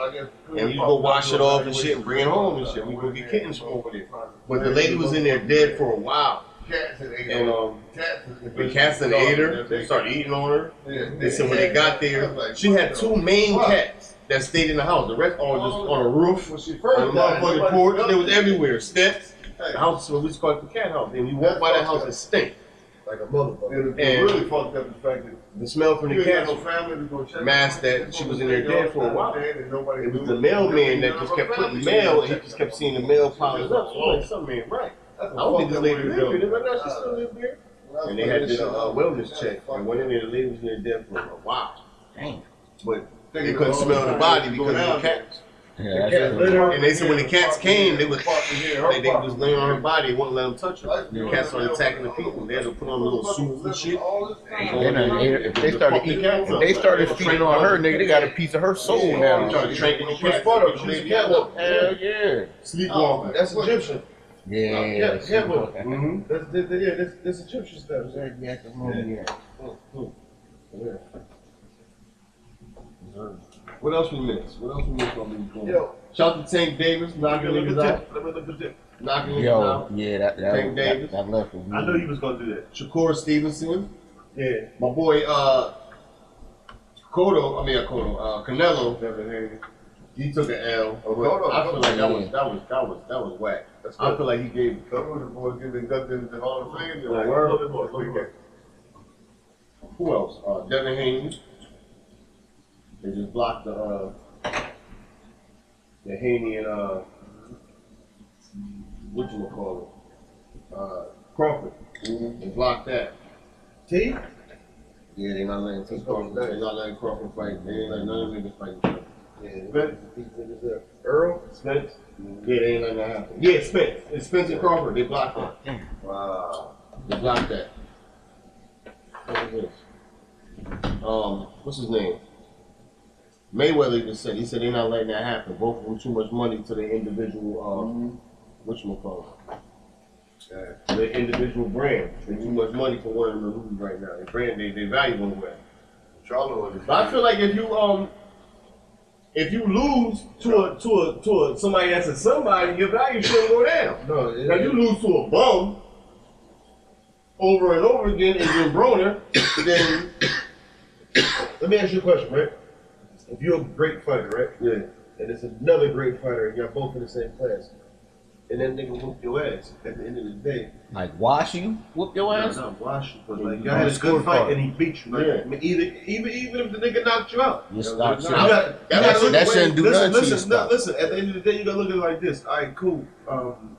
And you go wash it off and shit and bring it home and shit. We go get kittens from over there. But the lady was in there dead for a while. Cats and ate And her. um Cats and- the cats that ate her, they started eating on her. Yeah, They said when they got there, she had two main cats that stayed in the house. The rest all just on the roof, When she first on the motherfucking died, nobody porch. felt They was it. everywhere. Steps. Hey, The house was we used to call it the cat house. And you walk by that house and stink. Like a motherfucker. It was and- really fucked up the fact that The smell from the You ain't cats. got no family to go check masked on. that she was in there dead for a while. And nobody It was knew. the mailman You that ain't just got no kept putting family mail to and he check just on. kept seeing the mail piling up. So I'm like, something ain't right. That's I a don't think this fucked lady up way to lived go. here. Did I know she still lived here? And they had this uh, wellness check. And went in there, the lady was in there dead for a while. Damn. But They they couldn't smell the body because of the cats. Yeah, cat that's litter. it. And they said when the cats came, they would They, they, they was laying on her body, they wouldn't let them touch her. The cats started attacking the people. They had to put on little suits and shit. They done ate her. If they started eating, if they started feeding on her, nigga, they got a piece of her soul Yeah, now. they tried to drink in the Chris cats. Porter, she was a Sleepwalk. Hell yeah. Sleepwalking. That's Egyptian. Yeah. Yeah, yeah, but- Mhm. That's, that's, yeah, that's, that's Egyptian stuff. Yeah, yeah, come on, yeah. What else we miss? What else we miss on these going? Yo. Shout out to Tank Davis, knocking Let me look niggas at out. that. Let me look at that. Knocking niggas Yo, out. yeah, that Tank that, that, Davis. that left with me. I knew he was gonna do that. Shakur Stevenson. Yeah. My boy, uh, Cotto, I mean, uh, Cotto, uh, Canelo, Devin Haney. he took an L. but Oh, Cotto, I feel like that yeah. was, that was, that was, that was whack. That's I good. feel like he gave Some of the boys getting inducted into the Hall of Fame. Well, tonight. word. Love it, boy. Love it, boy. Who else? Uh, Devin Haney. They just blocked the uh, the Haney and uh, what you call it? Uh, Crawford. They blocked that. T. Yeah, they not letting T. Crawford. They not letting Crawford fight. They ain't letting none of them niggas fight. each other. Spence. Earl. Spence. Yeah, they ain't letting that happen. Yeah, Spence. It's Spence and Crawford. They blocked that. Wow. They blocked that. What is this? Um, what's his name? Mayweather even said he said they're not letting that happen. Both of them too much money to their individual um which call Yeah. their individual brand. They too much money for one of them to lose right now. Their brand they they value one way. Charlo is. But I feel like if you um if you lose to a to a to a somebody that's a somebody, your value shouldn't go down. No, it, Now you lose to a bum over and over again and you're a broner, then Let me ask you a question, right? If you're a great fighter, right? Yeah. And it's another great fighter, and y'all both in the same class, and that nigga whooped your ass at the end of the day. Mm-hmm. Like wash you, whoop your ass. not wash you, but like Yeah, y'all had a good scorecard. fight and he beat you. Like, Yeah. I mean, either even even if the nigga knocked you out, You stop. you gotta, you gotta That, look that at- shouldn't do listen, nothing to you. listen, no, Stop. listen. At the end of the day, you gotta look at it like this. All right, cool. Um,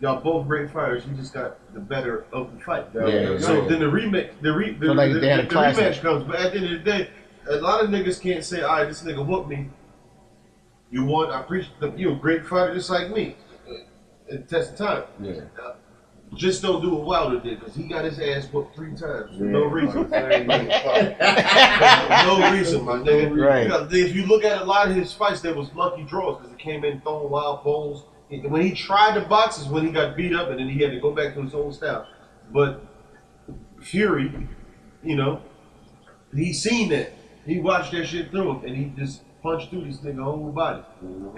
y'all both great fighters. You just got the better of the fight. Yeah, yeah, so yeah. then the rematch, the, re, the, So, like, the, they had a the class rematch comes. But at the end of the day, a lot of niggas can't say, "All right, this nigga whooped me." You won. I appreciate the, you. A great fighter, just like me. Uh, Test the time. Yeah. Just don't do what Wilder did, because he got his ass whooped three times for no reason. no reason, my nigga. Right. You know, if you look at a lot of his fights, there was lucky draws because it came in throwing wild balls. He- When he tried to box, is when he got beat up, and then he had to go back to his old style. But Fury, you know, he seen that. He watched that shit through him, and he just punched through this nigga whole body.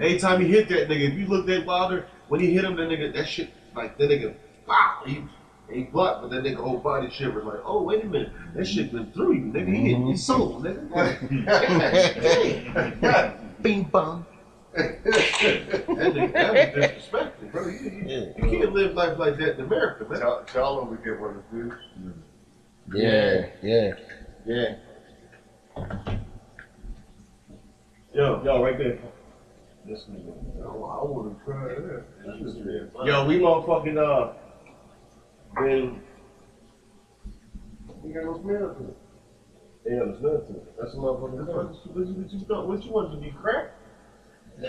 Anytime he hit that nigga, if you looked at Wilder, when he hit him, that nigga, that shit, like, that nigga, wow, he, he blocked, but that nigga whole body shivered, like, oh, wait a minute, that shit been through you, nigga, he hit Mm-hmm. your soul, nigga. Bing bong. That nigga, that was disrespectful. Bro, you, you, Yeah. You can't live life like that in America, man. Char- Charlo would get one of the dudes. Yeah, yeah. yeah. Yo, Yo, right there. Oh, I would have tried that. That's just real. Yo, we motherfucking uh been You got no smell to it. yeah, there's nothing. That's a what motherfucking thing. you, what you, what you thought? What you wanted to be crack? Yo,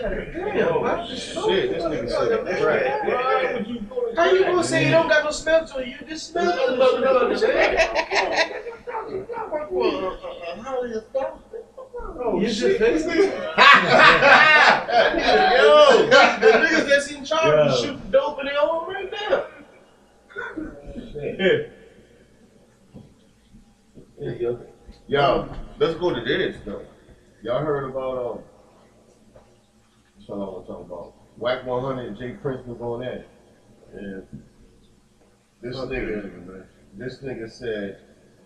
shit, this nigga said crack. How you gonna say you don't got no smell to it? You just smell it. No, no, uh, Use your face. Yo, the niggas that's in charge is shooting dope in their home right now. Yo, let's go to this though. Y'all heard about um that's what I want to talk about. Whack 100 and Jake Prince was on that. And this nigga, this nigga said,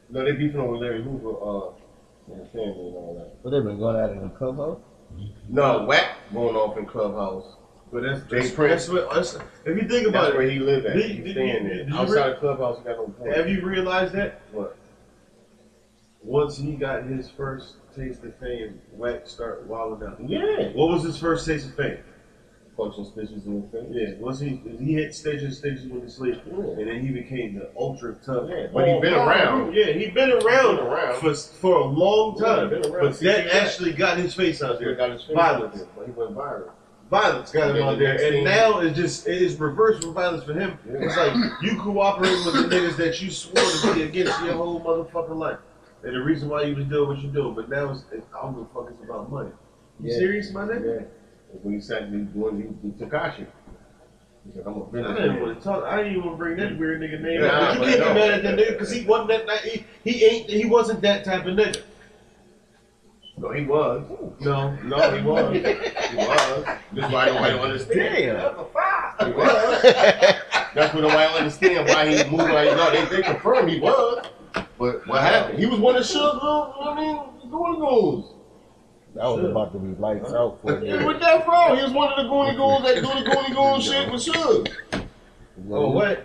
no, they beefing over Larry Hoover, uh, and his family and all that. What they been going at in the clubhouse? No, whack going off in clubhouse. But that's Jay Prince. That's what, that's, if you think That's about it, where he live at. Did- He's did- staying did- there. did you Outside of clubhouse, he got no point. have you realized that? What? once he got his first taste of fame, Wack started wilding out. Yeah. What was his first taste of fame? Punching stitches in the face. Yeah, once he he hit stages, stages with his sleep, Yeah. and then he became the ultra tough. Yeah, but he been around. Yeah, he been around, Been around. for for a long Yeah, time. been around. but See, that he got- actually got his face out He there. got his face Violence. out there, But he went viral. Violence got him Yeah, out the there, next and thing- now it's just it is reversed with violence for him. It's like you cooperating with the niggas that you swore to be against your whole motherfucking life, and the reason why you was doing what you doing. But now it's, it's I don't give a fuck. It's about money. You Yeah. serious, my nigga? Yeah. And When he sat and he was doing, he was doing Takashi. He's like, I'm a I didn't villain. want to talk. I didn't even want to bring that weird nigga name. Nah, up. but but you can't no. be mad at that nigga because he wasn't that. He, he ain't. He wasn't that type of nigga. No, he was. No, No, he was. he was. This is why nobody don't understand. Damn. He was. That's what nobody understand why he moved like that. They, they confirm he was. But what happened? He was one of Suge's little, I mean, Goon Goons. That was about to be lights out for He was me. with that from. He was one of the Goonie Goons that do the Goonie Goon shit with Suge. Oh, what? Oh,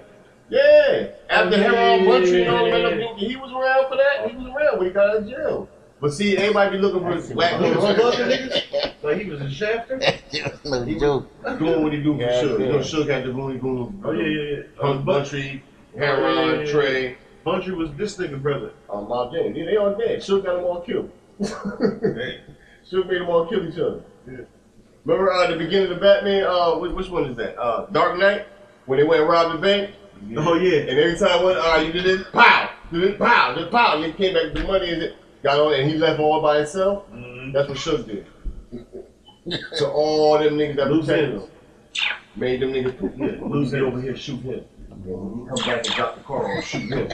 Yeah. After Harold Yeah. Buntry and all them, other people, he was around for that. He was around when he got out of jail. But see, everybody be looking for his black goons. Like he was a shafter? No joke. doing what he do for Yeah, Suge. You yeah. know, Suge had the Goonie Goons. Oh, yeah, yeah, yeah. Uh, Hunt Bun- Buntry, Yeah, yeah, Harold, yeah. Trey, Buncher was this nigga brother. uh, Mob Jay. They, they all dead. Suge got them all killed. uh, Suge made them all kill each other. Remember uh, the beginning of the Batman? Uh, which, which one is that? Uh, Dark Knight? When they went and robbed the bank? Oh yeah. And every time one, uh, you did this, pow, did this, pow, did pow, and he came back with the money and it got on, and he left all by uh, himself. That's what Shook did. so all them niggas that Loose protected ends. him made them niggas poop. Yeah, Loose Lose it ends. over here, shoot him. And when he come back and drop the car on, shoot him.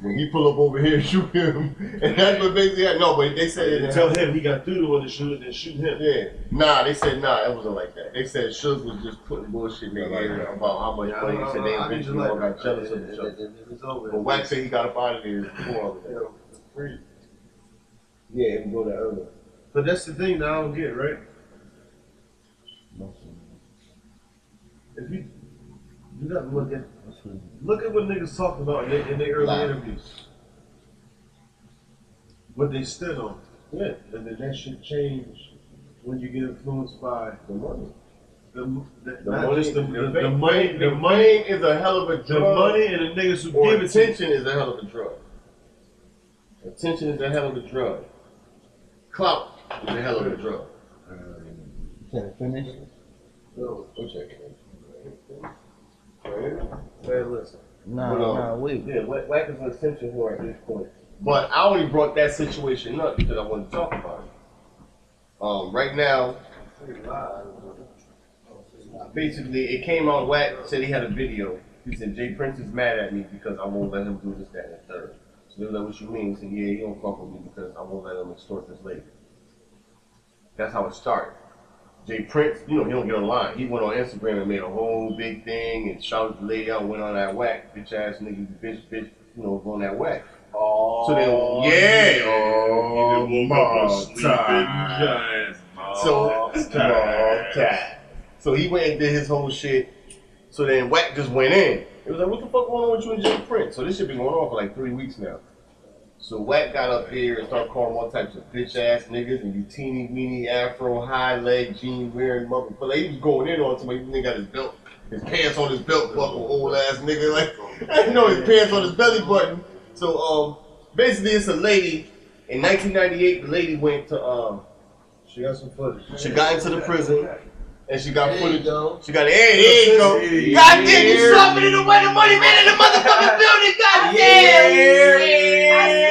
When he pull up over here, shoot him. And that's what basically happened. No, but they said it. And tell him he got through the one to shoot it and shoot him. Yeah, nah, they said nah, it wasn't like that. They said Shook was just putting bullshit in their ear about how much money. They said they I mean, just eventually like- all got jealous of each other. It's over. But Wax said he got up out of there before all of that. Yeah, it was go to earlier. But that's the thing that I don't get, right? If you you gotta look at look at what niggas talk about in their, in their early Lie. interviews. What they stood on. Yeah. And then that should change when you get influenced by The money. the, m- the, The not money, just the, the the, the fame- money the The money money is a hell of a the drug. money and the niggas who or give it to you. attention is a hell of a drug. Attention is a hell of a drug. Clout is a hell of a drug. Can it finish? Well, listen. Nah, Hold on. nah, wait. Yeah, whack, whack is an attention whore at this point. But I only brought that situation up because I wanted to talk about it. Um, right now, basically, it came out. Whack said he had a video. He said Jay Prince is mad at me because I won't let him do this, that, and the third. So they was like, "What you mean?" He said, "Yeah, he don't fuck with me because I won't let him extort this lady." That's how it started. Jay Prince, you know, he don't get online. He went on Instagram and made a whole big thing and shouted the lady out, went on that whack, bitch ass nigga, bitch, bitch, you know, on that whack. Oh, so they, yeah, oh, mom time. So, mom time. So he went and did his whole shit. So then whack just went in. It was like, what the fuck going on with you and Jay Prince? So this shit been going on for like three weeks now. So Wack got up there and started calling all types of bitch ass niggas and you teeny weeny afro high leg jean wearing motherfucker. Like, he was going in on somebody. He nigga got his belt, his pants on his belt buckle, old ass nigga. Like I didn't know his pants on his belly button. So um, basically it's a lady. In 1998, the lady went to um, She got some footage. she got into the prison and she got There you footage. go. She got hey, there you go. God damn, you shoving it away the money man in the motherfucking building. God damn.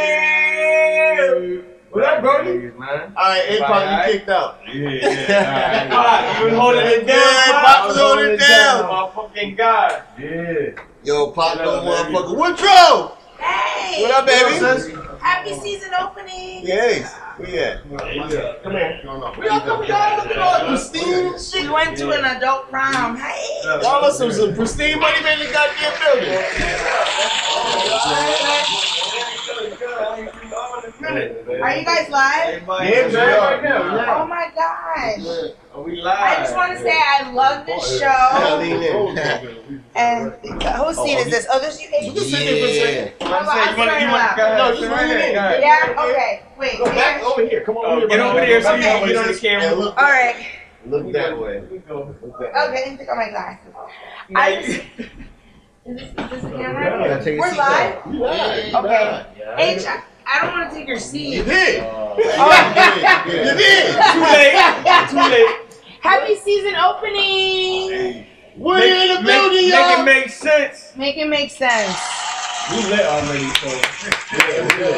What up, Brody? man. All right, it Bye, probably aight? kicked out. Yeah, yeah. Alright, you was holding it down. Pop was holding it down. My fucking God. Yeah. Yo, Pop, Hello, no baby. motherfucker. Woodrow! Hey! What up, baby? Happy season opening! Yes, we at? Come here. We all come, y'all are looking all pristine and We shit. went to an adult prom. Hey! Y'all are some, some pristine money man in the goddamn building. Are you guys live? Yeah, man, right Oh now. my gosh! Are we I just want to say I love Oh, this show. lean in. And whose seat is this? Oh, this you You can can sit there for a second. I'm, I'm swearing loud. No, just lean in. Yeah? Okay. Wait. Go back wait. over here. Come on over here. Get over here so you can get on the And camera. look, Alright. look that way. Okay, let me pick on my glasses. I just. Is this, is this the camera? Gotta take a We're seat live? You lied. Okay. H, I, I don't want to take your seat. You did. Oh. You did. Too late. Too late. Happy season opening! We're in the Make- building, make it y'all. make sense. Make it make sense. We let our ladies go.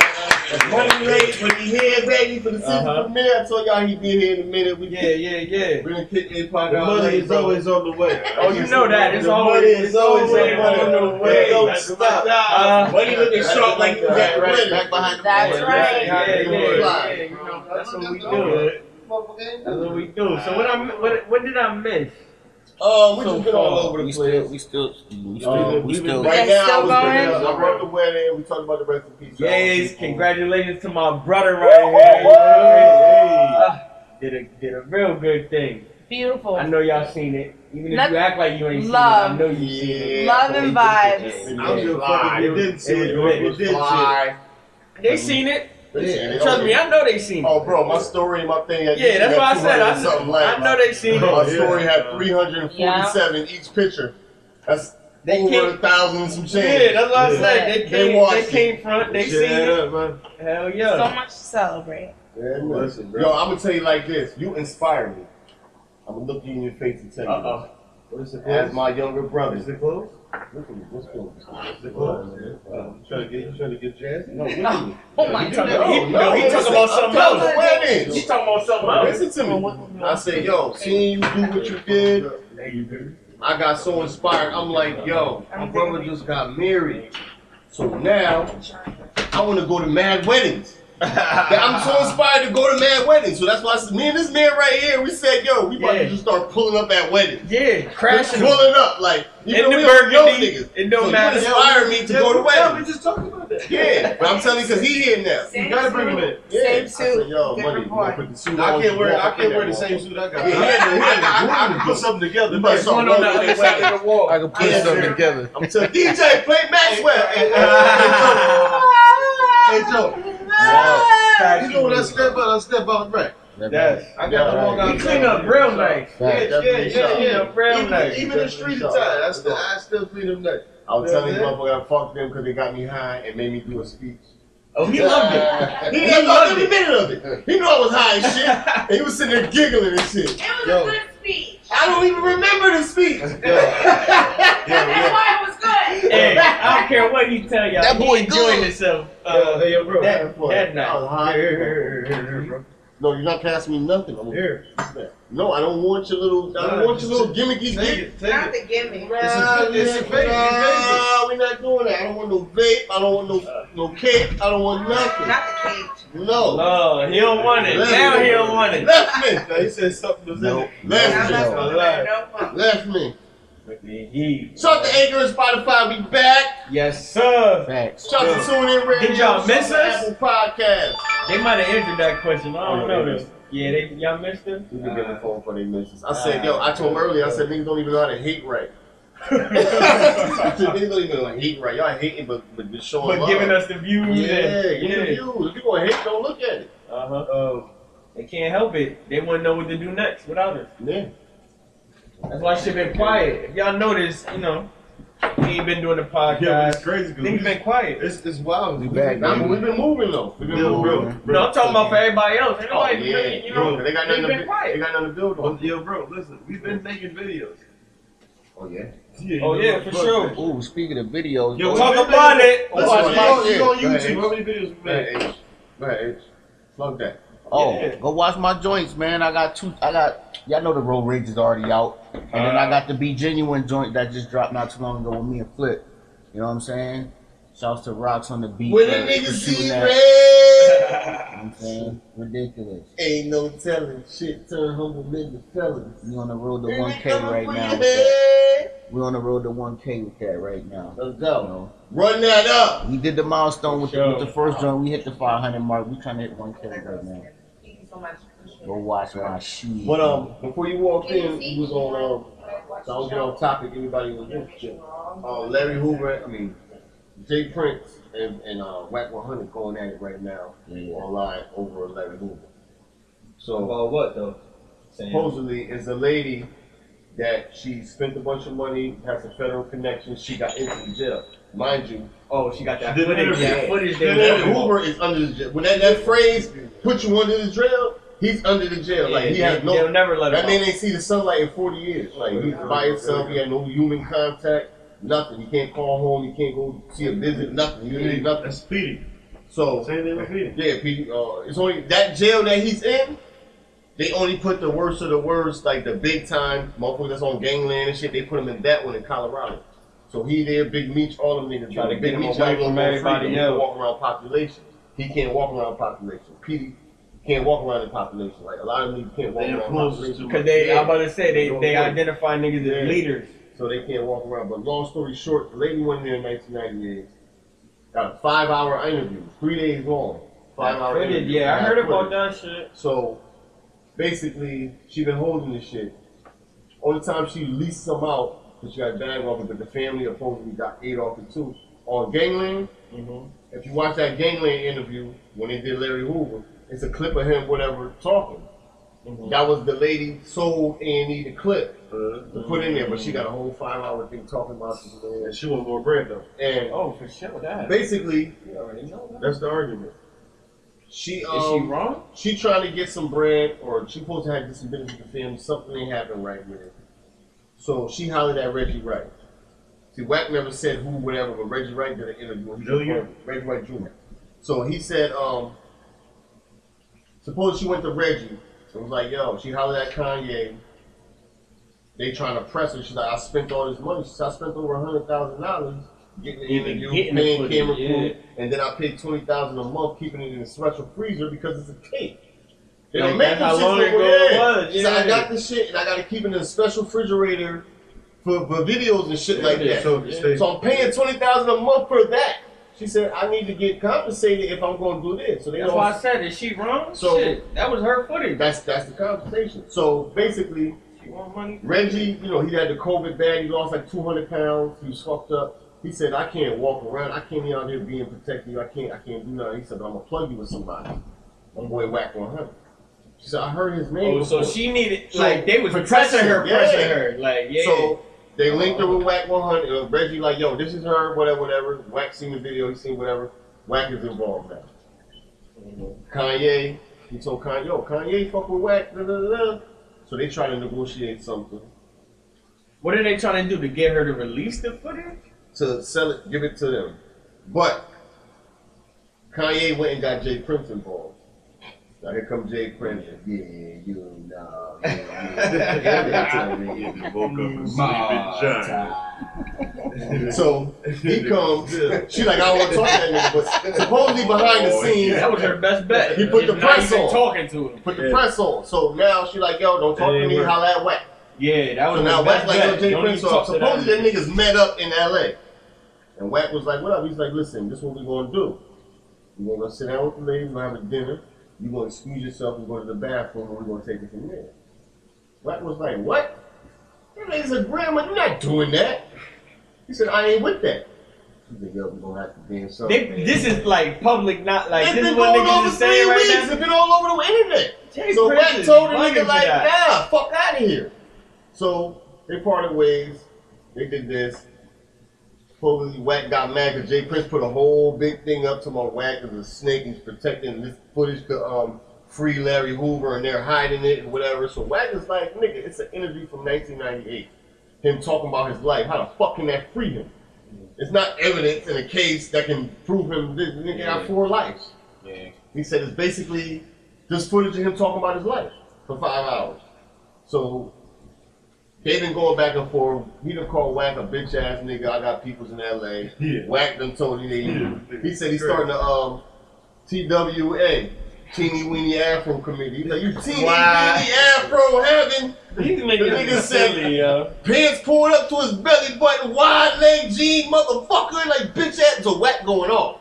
Money late, but he here, baby, for the season Uh-huh. premiere. I told y'all he'd be here in a minute. We Yeah, yeah, yeah. We're gonna kick A The Pac out. money later, is bro. always on the way. Oh, you know that. It's The always, money is always always on the way. Don't stop. Uh, Money looking sharp like he was at the wedding. That's Yeah, right. yeah, yeah, yeah, yeah, you know. That's what we do. That's what we do. So what I what what did I miss? Uh, we Oh, So just been all far. over the We place. still, we still, we still, we still. That's Right now, still I was going? bringing up- I brought the wedding. We talked about the rest in peace. Yes, congrats. congratulations to my brother right here. Ah, Did a did a real good thing. Beautiful. I know y'all seen it. Even if Let- you act like you ain't Love. seen it, I know you seen it. Love and vibes. I don't give a Fly. fuck if you It didn't see it. was lit. It did shit. They seen it. Yeah. Trust me, I know they seen Oh, it. bro, my story and my thing. At Yeah, that's YouTube why I had said 200 I, something I likes. know they seen it. My story had 347 each picture. That's They over came, a thousand and some yeah, change. that's what I said. They They came, they, watched came front. They Shut seen it. up, man. Hell So yeah. much to celebrate. Listen, bro. Yo, I'm gonna tell you like this. You inspire me. I'm gonna look you in your face and tell you. Uh-oh. What is it As close? my younger brother. Is it close? Look at me. What's going on? Is it close? Oh, you trying to get you trying to get jazzy? No, look at me. Oh my He god. talking- he- No, no, he no, talking listen, about I'm something telling else. the wedding. She talking about something else. Listen to me. I said, yo, seeing you do what you did, I got so inspired. I'm like, yo, my brother just got married. So now I want to go to mad weddings. I'm so inspired to go to mad weddings. So that's why I said, me and this man right here, we said, yo, we about Yeah. to just start pulling up at weddings. Yeah, Just crashing them. pulling up. Like, you in know, the we don't know niggas. burgundy. It don't so matter. You inspired me to go to Yeah, we weddings. just talking about that. Yeah, but I'm telling you, because he here now. Same You gotta bring him suit. in. Yeah. Same I suit. said, yo, Different money, you boy. gonna put the suit I on, can't wear walk I up in can't that wear the motherfucker. same suit I got. Yeah, he had to- he had to groom I can put something together. You better man. start One on the rolling other that side way. of the wall. I can put Yeah, something sure. together. I'm telling DJ, play Maxwell. Hey, Ah! Joe. Hey, Joe. You know when I step out, I step out right. Yes. I got the wrong guy. We clean up real nice. Yeah, yeah, yeah, yeah. Clean up real even nice. even in street attire, I still I still clean them nice. I was telling you, motherfucker, I fucked them because they got me high and made me do a speech. Oh, he loved it. He didn't know every minute of it. He knew I was high as shit. And he was sitting there giggling and shit. It was Yo. a good speech. I don't even remember the speech. That's why it was good. Hey, I don't care what he tell y'all. That boy he enjoying good. himself. Uh, Uh, hey, yo, bro. that, that I night. was high. No, you're not passing me nothing. I'm Here. No, I don't want your little, I don't want your little gimmicky Take gig. it, take Not it. the gimmick. It's a, it's a baby. Nah, we're not doing that. I don't want no vape. I don't want no no cake. I don't want nothing. Not the cage. No. Oh, he don't want it. Listen. Now he don't want it. Left me. He said something was in Nope. it. Not Left me. that no. one. No one. Left me. He- Shout to Anchor and Spotify. We back. Yes, sir. Facts. Shout to Tune In Radio. Did y'all Shout miss to us? Apple Podcast. They might have answered that question. I Oh, don't they know missed this. Yeah, they y'all missed it. We can give a phone for they misses. I said, yo, I told them earlier. I said niggas don't even know how to hate right. I said, niggas don't even know how to hate right. Y'all hating, but but just showing But love. giving us the views. and- Oh, yeah, yeah. views. If you gonna hate, don't look at it. Uh huh. they can't help it. They wouldn't know what to do next without us. Yeah. That's why shit been quiet. If y'all notice, you know, we ain't been doing the Yeah, but it's podcast. crazy because Things been quiet. it's, it's wild. We back, Nah, but baby. we've been moving though. We've been Yo, moving. bro, No, I'm talking about for everybody else. Ain't Oh, nobody, yeah. really, you know, Bro, they got they nothing been to, quiet. They got nothing to build on. Yo, bro, listen, we've been making videos. Oh yeah. Yeah, Oh, you know, yeah, for fuck sure. that. Ooh, speaking of videos, Yo, though, what- Talk about it. Let's Listen, you go, watch you go on it. YouTube, how many videos we Go ahead, made? H. Go ahead, H. Plug that. oh, yeah. go watch my joints, man. I got two. I got y'all know the road rage is already out, and then I got the Be Genuine joint that just dropped not too long ago with me and Flip. You know what I'm saying? Shouts to Rocks on the beat. When uh, a nigga for see shooting that. red, You know what I'm saying ridiculous. ain't no telling. Shit turn humble nigga fellas. We on the road to Here we 1K coming right for now. your with that. head. We on the road to 1K with that right now. Let's You go. know, Run that up. we did the milestone with, the, Sure. with the first joint. We hit the 500 mark. We trying to hit 1K right now. Thank you so much. Go watch my shit. But um, before you walked in, you was on um. So I don't get on topic. Anybody was interested. Uh, Larry Hoover. I mean, Jay Prince and and uh, Wack 100 going at it right now Yeah. online over Larry Hoover. So. About what though? supposedly is a lady that she spent a bunch of money, has a federal connection, she got into the jail. Mind you, Oh, she got that She did an footage. That interview. footage and they then Hoover is under the jail. When that, that phrase put you under the jail, he's under the jail. Like he yeah, has no They'll never let that him man out. ain't see the sunlight in forty years. Like he's by himself, he had no human contact, nothing. He can't call home, he can't go see a visit, nothing. You need nothing. That's Petey. So Same thing with Petey. yeah, P, uh, it's only that jail that he's in. They only put the worst of the worst, like the big time motherfuckers that's on gangland and shit. They put him in that one in Colorado. So he there, Big Meech, all them niggas. Trying to there. get Big him Meech away ain't from gonna everybody freedom. He can else. Walk around population. He can't walk around population. Petey can't walk around the population. Like a lot of niggas can't walk They around the influence us population. too Cause they, I'm Yeah. about to say they, Don't they worry. identify niggas Yeah. as leaders. so they can't walk around. But long story short, the lady went there in 1998. Got a five-hour interview, three days long. Five-hour They did, interview. yeah, I Got heard about acquitted. that shit. So basically, she been holding this shit. Only time she leased some out because she got bad off it, but the family supposedly got eight off it too. On Gangland, Mm-hmm. if you watch that Gangland interview when they did Larry Hoover, it's a clip of him whatever talking. Mm-hmm. That was the lady sold A and E the clip to put in there, but she Mm-hmm. got a whole five hour thing talking about this man. And she want more bread though. And Oh, for sure, that. basically, You already know that. That's the argument. she um, Is she wrong? She trying to get some bread, or she supposed to have get some business with the family. Something ain't happened right with it. So she hollered at Reggie Wright. See, Wack never said who, whatever, but Reggie Wright did an interview. He Junior? confirmed it. Reggie Wright Jr. So he said, um, suppose she went to Reggie. It was like, yo, she hollered at Kanye. They trying to press her. She's like, I spent all this money. She said, I spent over a hundred thousand dollars getting the Even interview, getting the paying footage, camera yeah. crew, and then I paid twenty thousand a month keeping it in a special freezer because it's a cake. They Like, don't make that's them how shits long over ago there. it was, She said, I yeah. got this shit and I gotta keep it in a special refrigerator for, for videos and shit like that. So, it stays- So I'm paying twenty thousand a month for that. She said, I need to get compensated if I'm gonna do this. So they That's don't- why I said, is she wrong? So- Shit, that was her footage. that's that's the compensation. So basically, She want money. Reggie, you know, he had the COVID bad. He lost like 200 pounds. He was fucked up. He said, I can't walk around. I can't be out here being protected. I can't. I can't do nothing. He said, I'm gonna plug you with somebody. My boy Whack 100. She said, I heard his name. Oh, so before." she needed So, like they was protection, pressing her, yeah. pressing her, like yeah. So they linked her with Whack 100. Uh, Reggie like, yo, this is her, whatever, whatever. Whack seen the video, he seen whatever. Whack is involved now. Kanye, he told Kanye, yo, Kanye fuck with Whack, da da da da. So they try to negotiate something what are they trying to do to get her to release the footage? to sell it, give it to them. But Kanye went and got Jay Prince involved. Now here comes Jay Prince. Yeah, you know. yeah, yeah. You woke up Mm. and sleep in giant. So he comes. She like, I don't want to talk to that nigga, but supposedly behind the scenes, That was her best bet. He put the She's not press even on. Talking to him. put the press on. So now she like, yo, don't talk to me. Holla at Wack. Yeah, that was So her now Wack best like, yo, bet. Jay Don't Prince. even talk So to supposedly that that niggas met up in L.A. And Wack was like, what up? He's like, listen, this is what we gonna do. We're gonna sit down with the lady. We're gonna have a dinner. You gonna excuse yourself and go to the bathroom, and we're gonna take it from there. Wack was like, what? That nigga's a grandma. You're not doing that. He said, I ain't with that. He said, yo, we gonna have to dance something. They- this is like public, not like It's this is been what going on niggas for is three saying weeks. right It's been all over the internet. now. Jay so Prince Wack is told the bugging nigga for like, that. nah, fuck out of here. So they parted ways. They did this. Supposedly Wack got mad because Jay Prince put a whole big thing up to my Wack as a snake and he's protecting this footage to um free Larry Hoover and they're hiding it and whatever. So Wack is like, nigga, it's an interview from 1998. Him talking about his life. How the fuck can that free him? It's not evidence in a case that can prove him. This nigga got four lives. He said it's basically just footage of him talking about his life for five hours. So they've been going back and forth. He done called Whack a bitch ass nigga. I got peoples in LA. Yeah. Whack done told you they Yeah. He said he's starting to um TWA. Teeny Weeny Afro committee. He's like, you teeny Wow. weeny Afro heaven. These The niggas nigga is said- silly, yo. Pants pulled up to his belly button, wide leg jean, motherfucker, like bitch ass. So Whack going off.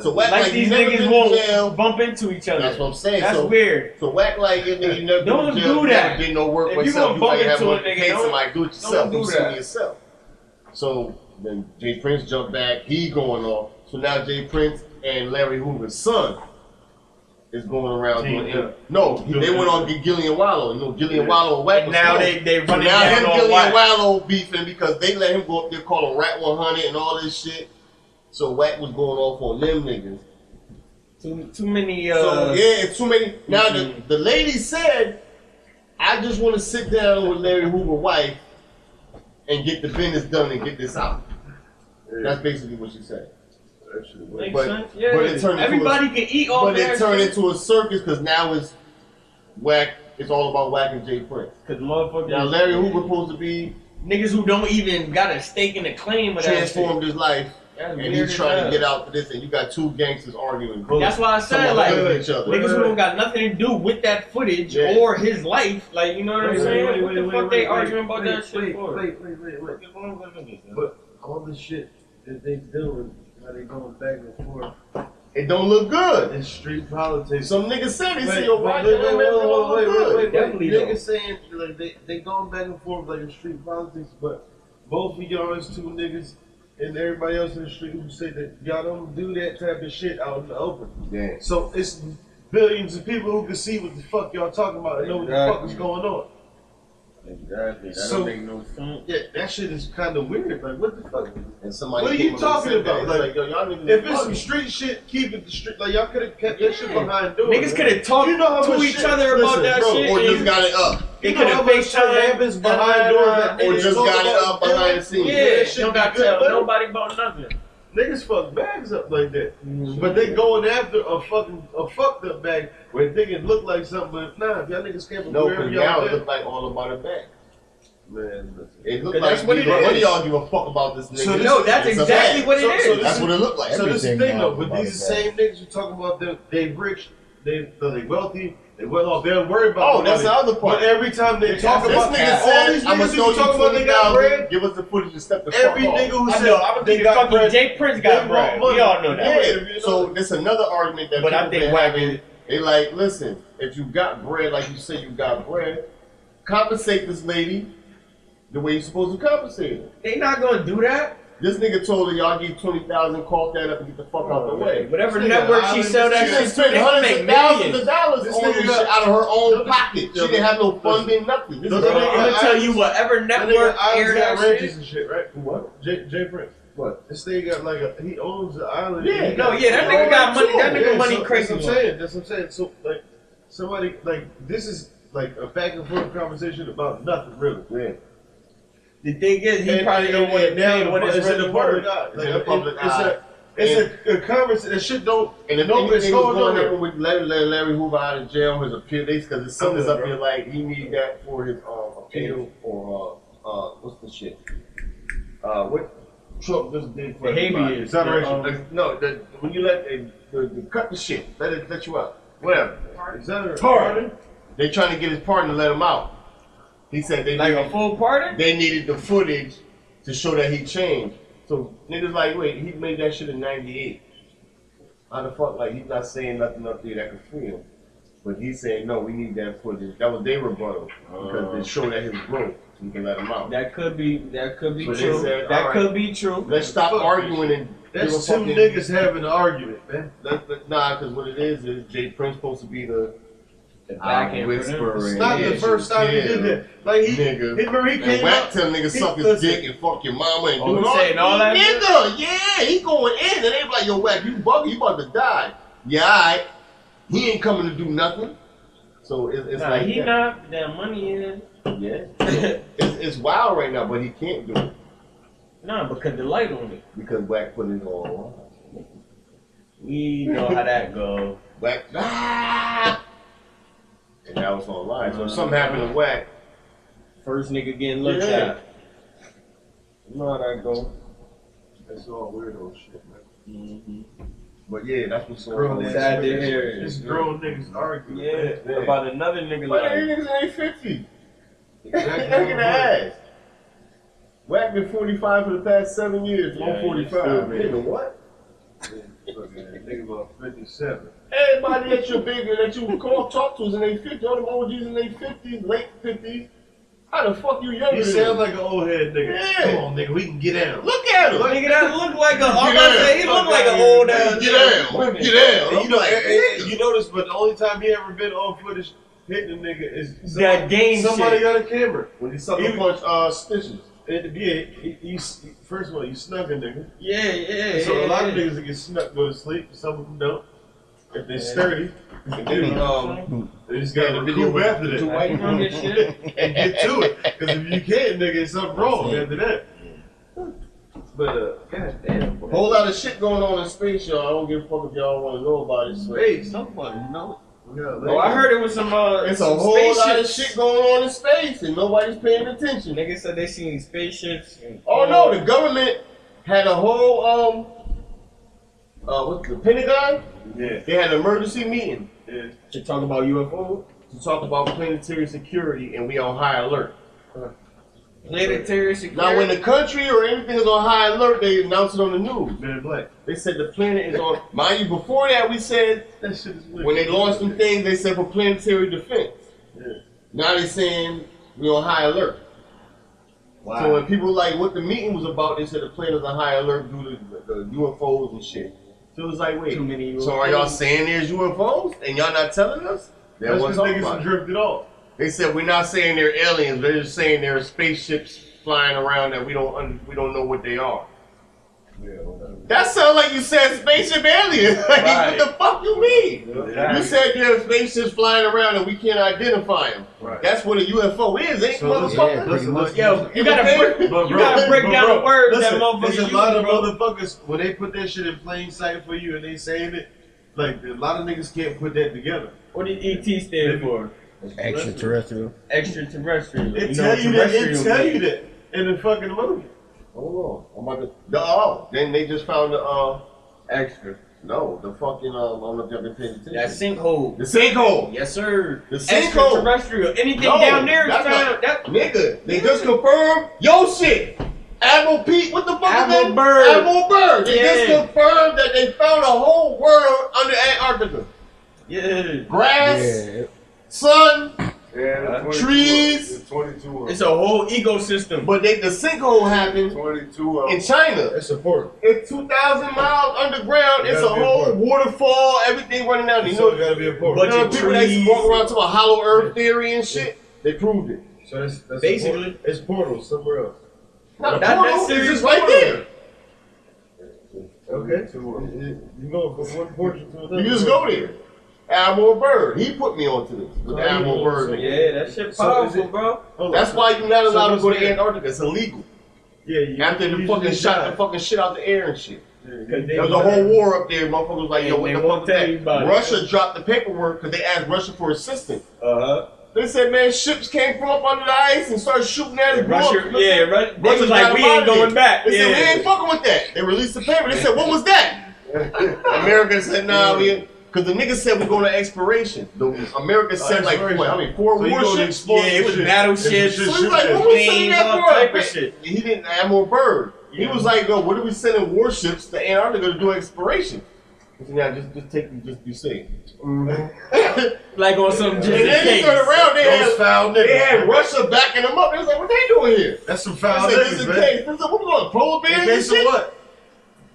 So Whack like, Like he these never been niggas in won't jail. bump into each other. That's what I'm saying. That's so, weird. So whack like it, nigga. You never been Don't to jail, do you that. Never did no work If for you yourself. gonna You bump might have into one it, nigga, case don't- somebody do it yourself. do You see that. me yourself. So then Jay Prince jumped back. He going off. So now Jay Prince and Larry Hoover's son is going around Team doing up. inter- No, he- they went on to Gillian Wallow. You know, Gillian Yeah. Wallow and Wack And was now cool. they they So running now him down on Gillian Wack. Wallow beefing because they let him go up there call him Rat 100 and all this shit. So Wack was going off on them niggas. Too too many. Uh, So yeah, it's too many. Now Mhm. the, the lady said, "I just want to sit down with Larry Hoover wife and get the business done and get this out." That's basically what she said. makes but- sense. Yeah, but it turned into everybody can eat off But their it turned shit. into a circus because now it's whack. It's all about whack and Jay Prince. Cause motherfuckers, Now Larry Hoover supposed to be niggas who don't even got a stake in the claim of that shit. transformed his life That's and weird he's as trying to hell. get out for this, and you got two gangsters arguing. That's why I said like Someone killing each other. niggas who don't got nothing to do with that footage Yeah. or his life. Like you know what I'm Wait, saying? wait, what the wait, fuck wait, they wait, arguing about wait, that shit wait, for? Wait, wait, wait, wait. All the shit that they doing, how they going back and forth, It don't look good. and street politics. Some niggas said they Wait, see your wait, rock. wait, wait, wait, wait, wait, wait, wait. Definitely Niggas don't. saying like they they going back and forth like in street politics, but both of y'all is two niggas and everybody else in the street who say that y'all don't do that type of shit out in the open. Yeah. So it's billions of people who can see what the fuck y'all talking about and know what the fuck is going on. Exactly. That So- don't make no sense. Yeah, that shit is kind of weird. Like, what the fuck? And somebody What are you came up and talking said that. about? It's Like, like, yo, y'all niggas If it's bugging. some street shit, keep it the street. Like, y'all could have kept that shit behind doors. Niggas could have talked You know how to much each shit- other listen, about that bro, shit. or and just got it up. they You know could how have much shit happens behind doors that- uh, Or and just it's all got it about up behind the scenes. Yeah, Yeah, that shit don't got be good, tell buddy. nobody about nothing. Mm-hmm. Niggas fuck bags up like that. But they going after a fucking a fucked up bag where they can look like something, but nah, if y'all niggas can't No, wherever because now y'all it at, looked like all about it back. man, listen. It looked And like that's what it neither is. one of y'all give a fuck about this nigga. So this- No, that's It's a exactly fact. what it So- is. so That's this- what it looked like. So this is the Everything thing though, now but about these that. same niggas who talking about them, they rich, they no, they wealthy, they well off, they don't worry about. Oh, that's the money. other part. But every time they This talk about nigga all said, these "I'ma niggas throw who talk you about they twenty got thousand. bread, Give us the footage and step the fuck every off." nigga who I said know. I they think got fucking bread, Jake Prince they got want bread. money. We all know that. Yeah. So that's another argument that But I people think been why- having. They like, listen, if you got bread, like you say you got bread, compensate this lady the way you're supposed to compensate her. They not gonna do that. This nigga told her y'all give twenty thousand, cough that up and get the fuck out the way. Whatever This nigga network she island- sell that She done shit, spent to hundreds make of thousands of millions. dollars This on nigga this got- shit out of her own pocket. She didn't have no funding, nothing. This This is Bro, nigga I'm gonna got tell islands. you whatever that network nigga aired islands that got shit. ranches and shit, right? What? Jay Jay Prince. What? This nigga got like a he owns the island. Yeah. He No, yeah, that he nigga owns got it money- that too. nigga money so, crazy That's what I'm saying. That's what I'm saying. So like somebody like this is like a back and forth conversation about nothing really. Yeah. The thing is, he probably don't want to now pay what it's it's in really the public worth. eye. It's in the it- public it's eye. A, it's a, a conversation. That shit don't. And if No, anything it's was going going nowhere. on with Larry, Larry, Larry Hoover out of jail, his appeal, because there's something's good, up bro. there like he need that for his um, appeal or uh, uh, what's the shit? Uh, what Trump just did for The um, everybody. habeas, exoneration. the, Like, no, the, when you let they, the, the, cut the shit, let it let you out. Whatever. Is that a Pardon? They trying to get his partner to let him out. He said they Like a needed, full pardon? they needed the footage to show that he changed. So niggas like, wait, he made that shit in '98. How the fuck, like he's not saying nothing up there that can free him, but he's saying no, we need that footage. That was their rebuttal because they show that his growth. so We can let him out. That could be. That could be But they true. said, uh, that alright. could be true. Let's stop Fuck arguing and That's two give a fucking- niggas having an argument, man. Let, let, nah, because what it is is Jay Prince supposed to be the The back I'm end for them. whispering. It's not the Yeah, first time he did yeah, that. Like he, he Nigga. remember he And came whack out. tell nigga he- suck his listen. dick and fuck your mama and Oh, do he saying all that Nigga, yeah, he going in and everybody, yo, whack, you bugging, you about to die. Yeah, alright. He ain't coming to do nothing. So it's, it's Nah, like he that. not that money in. Yeah, it's, it's wild right now, but he can't do it nah, because the light on it. because whack put it on. We know how that go. Whack, ah! and now it's online. So if something happened to whack, First nigga getting looked Yeah. at. You know how that go. It's all weirdo shit, man. But yeah, that's what's going Grown on. ass Sad to niggas. hear it. It's grown niggas arguing. Yeah, Yeah. about another nigga But like. these niggas ain't 50. Exactly. Look at the ass. Whack been 45 for the past seven years. Yeah, you still 145. big. Nigga, what? Look, man, nigga about fifty-seven. Everybody that you bigger that you call talk to is in their 50s. All them OGs in their 50s, late 50s. How the fuck you younger? He than sound them? like an old head nigga. Yeah. Come on, nigga, we can get down. Look at him. Nigga, that look like a. I'm Get about to say, he down. look like an old ass. Get down. nigga. Get And down. you know, I'm and- like, and you notice, but the only time he ever been on footage hitting a nigga is somebody, That game somebody shit. got a camera. When you suck You- a punch, uh, stitches. It, Eh, yeah, you, you, first of all, you snuck a nigga. Yeah, yeah. So a lot of yeah. niggas that get snuck go to sleep. Some of them don't. If they're sturdy, And then, um, they just Yeah, gotta the recoup video- after the that white- Like, on this shit. and get to it. Because if you can't, nigga, it's something wrong after that. But uh, goddamn, a boy. whole lot of shit going on in space, y'all. I don't give a fuck if y'all want to know about it. So. Hey, Someone know. Oh, I heard it was some. Uh, It's a some whole lot of spaceships. shit going on in space, and nobody's paying attention. Niggas said they seen spaceships. And Oh no, the Oh, government had a whole um uh what's the Pentagon? Yeah. They had an emergency meeting Yeah. to talk about UFO, to talk about planetary security, and we on high alert. Planetary security. Now, when the country or anything is on high alert, they announce it on the news. Men in black. They said the planet is on. Mind you, before that, we said That shit is weird. when they launched them things, they said for planetary defense. Yeah. Now they saying we on high alert. So when people like what the meeting was about, they said the planet was on high alert due to the, the UFOs and shit. So it was like, wait, Too many so are y'all saying there's UFOs and y'all not telling us? They That's wasn't because talking niggas about have it. drifted off. They said we're not saying they're aliens. They're just saying they're spaceships flying around that we don't un- we don't know what they are. That sounds like you said spaceship aliens. Like, Right. What the fuck you mean? You Right. said there are spaceships flying around and we can't identify them. Right. That's what a UFO is, ain't So, motherfucker? Listen, listen, Yo, you gotta break, you But bro, gotta break but down bro, the words listen, that motherfuckers There's use, a lot of bro. motherfuckers when they put that shit in plain sight for you and they saying it, like a lot of niggas can't put that together. What did ET stand for? Extraterrestrial. Extraterrestrial. It know, tell you that. It terrestrial, tell man. you that in the fucking movie. Hold on. I'm about to. No, oh, then they just found the uh Extra. no the fucking um I don't know if y'all been paying attention. That sinkhole. the sinkhole. Yes, sir. The sinkhole. Extraterrestrial. Anything No, down there is that's not- found. That, Nigga, they just confirmed yo shit. Admiral Pete, what the fuck is Admiral that? Byrd. Admiral Bird. They just Yeah. confirmed that they found a whole world under Antarctica. yeah. Grass, sun, Yeah, it's 22 Trees. It's 22 of It's them. a whole ecosystem. but they the sinkhole happened 22 of in them. China. That's important. It's 2,000 miles underground. You It's a gotta be whole important. waterfall, everything running down. You So know, it gotta be important. But Bunch you know of people that trees. walk around to a hollow earth theory and shit, they proved it. so that's, that's Basically- important. it's portals somewhere else. Not a Not portal, it's necessarily just right portal. there. Okay. Two of them. You go from one portal to another. You just go there. Admiral Bird, he put me onto this with Oh, the Admiral yeah. Bird. nigga. Yeah, that shit So is powerful, it- bro. Hold on. That's why you're not allowed to So go to what's that? Antarctica. It's illegal. Yeah. You, After you the fucking usually shot die. the fucking shit out the air and shit. Yeah, There was a whole war up there. Motherfuckers was like, yo, And what they the won't fuck tell you is about that? it. Russia dropped the paperwork because they asked Russia for assistance. Uh huh. They said, man, ships came from up under the ice and started shooting at us. blew up Russia, yeah, Russia. They was Russia's like, not we about ain't it. going back. They said, we ain't Yeah. fucking with that. They released the paper. They said, what was that? America said, nah, we Because the niggas said we're going to exploration. The, America said, like, Exploration. what, I mean, four So you go to warships? explore Yeah, it was shit. battleships. If you So shoot he's like, shit. what we sending Planes, that all for? type of shit. He didn't Admiral Bird. He Yeah. was like, yo, what are we sending warships to Antarctica to do exploration? He said, nah, just, just take them, just be safe. Mm-hmm. Like on some just and in then he case. turned around, they Those had, foul they niggas. had Russia backing them up. They was like, what they doing here? That's some They foul said, just niggas, in man. case. They said, what we going, polar In bears and case of shit? what?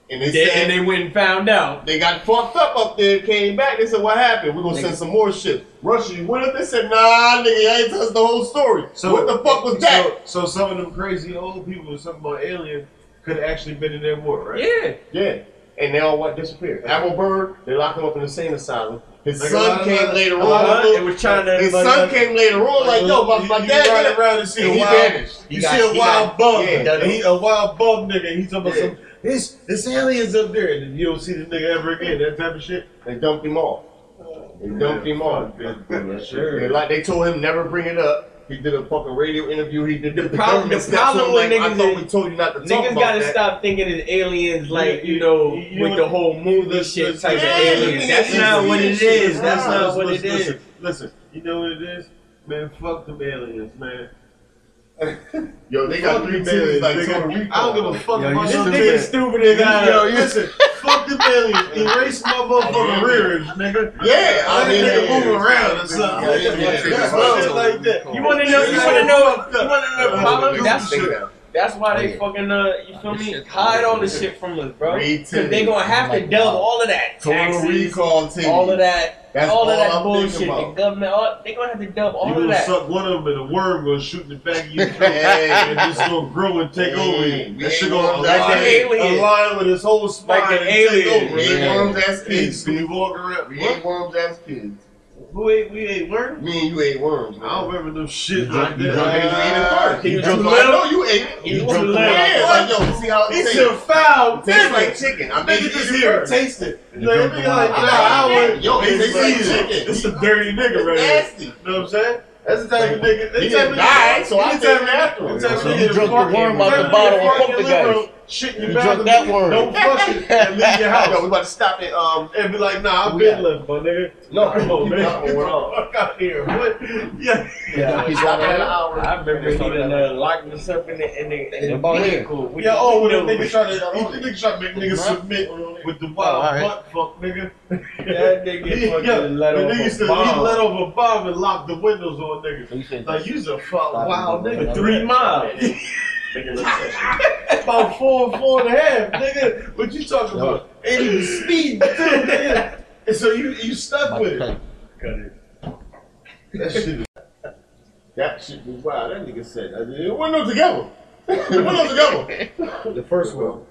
And they They- said, and they went and found out. They got fucked up up there, came back. They said, What happened? We're gonna send some more shit. Russia, you went up there, said, Nah, nigga, you ain't tell us the whole story. So what the fuck was that? So, so some of them crazy old people or something about alien could have actually been in that war, right? Yeah. yeah. And they all what disappeared. Admiral Bird, they locked him up in the same asylum. His Like a lot son of- came later Uh-huh. It on. was trying to. His son came later on, like, yo, my, my you, you dad did ride it." around and see and a he wild, vanished. you He got- see a he wild got- bug, yeah. and he a wild bug nigga. He's talking about Yeah. some this this aliens up there, and then you don't see the nigga ever again. That type of shit. They dumped him off. They dumped him off. They, like, they told him never bring it up. He did a fucking radio interview. He did the, problem- government the steps on, problem with like, I niggas thought is- we told you not to talk Niggas about gotta that. stop thinking it's aliens, like you know, You- you with know the what- whole movie shit type of Yeah, aliens. nigga, That's it's not what aliens. it is. That's not Listen, what it listen, is. Listen, listen, you know what it is, man. Fuck them aliens, man. Yo, they got Fuck them three millions aliens, like nigga. Puerto Rico. I don't give a fuck Yo, about you them stupid. aliens. stupid as I Yo, am. listen, fuck the aliens. Erase my motherfucking rears, nigga. Yeah, I Let mean, the nigga yeah. move around or something. Yeah, yeah, yeah. Shit like that. You wanna know? You wanna know? You wanna know? the problem? That's That's the that's why they fucking uh, you feel me? Hide all this shit from us, bro. Me Because too. they gonna have to Like, delve all of that Total taxes, recall team. all of that, That's all of all that I'm thinking bullshit. The about. government, all, they gonna have to delve all you of gonna that. suck one of them and a worm gonna shoot in the back of your throat Yeah. and it's gonna grow and take Yeah. over you. We That shit ain't gonna gonna die. align, Alien. align with his whole spine Like and an take alien. over. We ain't nigga. worms ass He's kids. gonna be walking around. We What? ain't worms ass kids. Who ain't, we ain't worm? Me and you ate worms. I don't Man. remember no shit drunk- like you I mean, that. you ate it first. He You was drunk- little. I know you ate it. He was drunk- little. Yeah, like, yo, see how it It's tastes. your foul It tastes like business. chicken. I Nigga mean, just here, taste it. Like, nigga like, nah, I would. Yo, it tastes like chicken. This a dirty nigga right here. Nasty. You know what I'm saying? That's the type of nigga. He That's the didn't type of die, nigga. so I that's the type figured of- after him. that's the type of So nigga he that drunk the fucking- worm out the that's bottle and fucking fucked the liberal. guy. shit in You your drunk mouth, that word. don't flush it, and leave your house. Yo, we about to stop it. Um, and be like, nah, I've We been left, my nigga. No, come on, Oh, man. that one Get the wrong. fuck out here. What? Yeah. Yeah. He's on stop it at an that. hour. I remember he done uh, locked us up in the in the, in the About here. vehicle. We yeah, oh, when didn't them know. niggas try to, these niggas try to make niggas submit with the wild Oh, all right. butt fuck, nigga. that nigga fucking let the off niggas a said he bomb. let over bomb and locked the windows on niggas. So you said Like, you's a fuck wild nigga. Three miles. About four and four and a half, nigga. What you talking about? And he was speeding too, nigga. And so you you stuck with it. okay. That shit is. That shit was wild. That nigga said uh, it went no together. Put those together. The first one.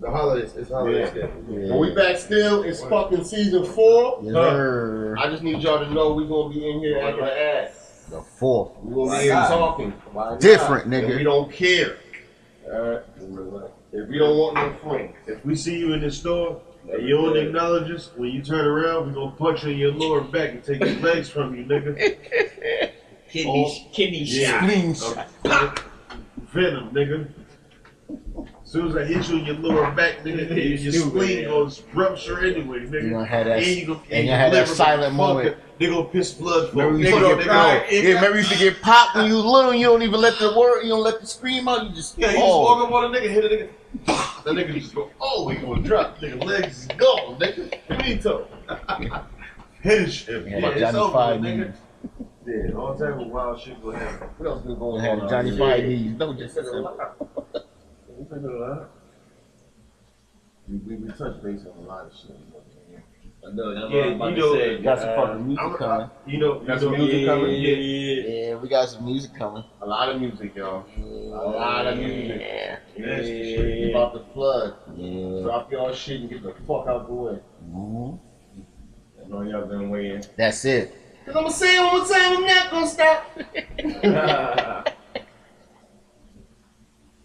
The holidays. It's holidays. Yeah. Yeah. When we back still, it's fucking season four. Yes, sir. I just need y'all to know we gonna be in here at the ass. The fourth. We gonna be here talking. Why not? Different, And we nigga. don't care. Alright? If we don't want no friends. If we see you in the store and you don't acknowledge us, when you turn around, we gonna punch you in your lower back and take your legs from you, nigga. Kidney, kidney shot. Venom, nigga. As soon as I hit you in your lower back, nigga, You your stupid, spleen yeah. gonna rupture anyway, You nigga. gonna have that. and you gonna, and you your had that liver gonna silent fuck moment. it. They gonna piss blood for Remember you. you, used to get, Nigga, yeah, remember you used to get popped when you was little and you don't even let the word, you don't let the scream out, you just Yeah, you just fall. walk up on a nigga, hit a nigga. That nigga just go, oh, we gonna drop. Nigga, legs is gone, nigga. Finito. hit his shit. Yeah, Yeah, it's Johnny over, Five nigga. knees. Yeah, all type of wild shit gonna happen. What else been You going had on? the out Johnny here? Five knees. No, just We, we, we touched base on a lot of shit. I know, that's what Yeah, I'm you about know, to say. got some uh, fucking music I'm- coming. You know, Got you some know, music Yeah, coming? yeah, yeah. Yeah, we got some music coming. A lot of music, y'all. A lot of music. Nasty Shit About the flood. Yeah. Drop y'all shit and get the fuck out the way. Mhm. I know y'all been waiting. That's it. Cause I'ma say it one more time, I'm not gonna stop.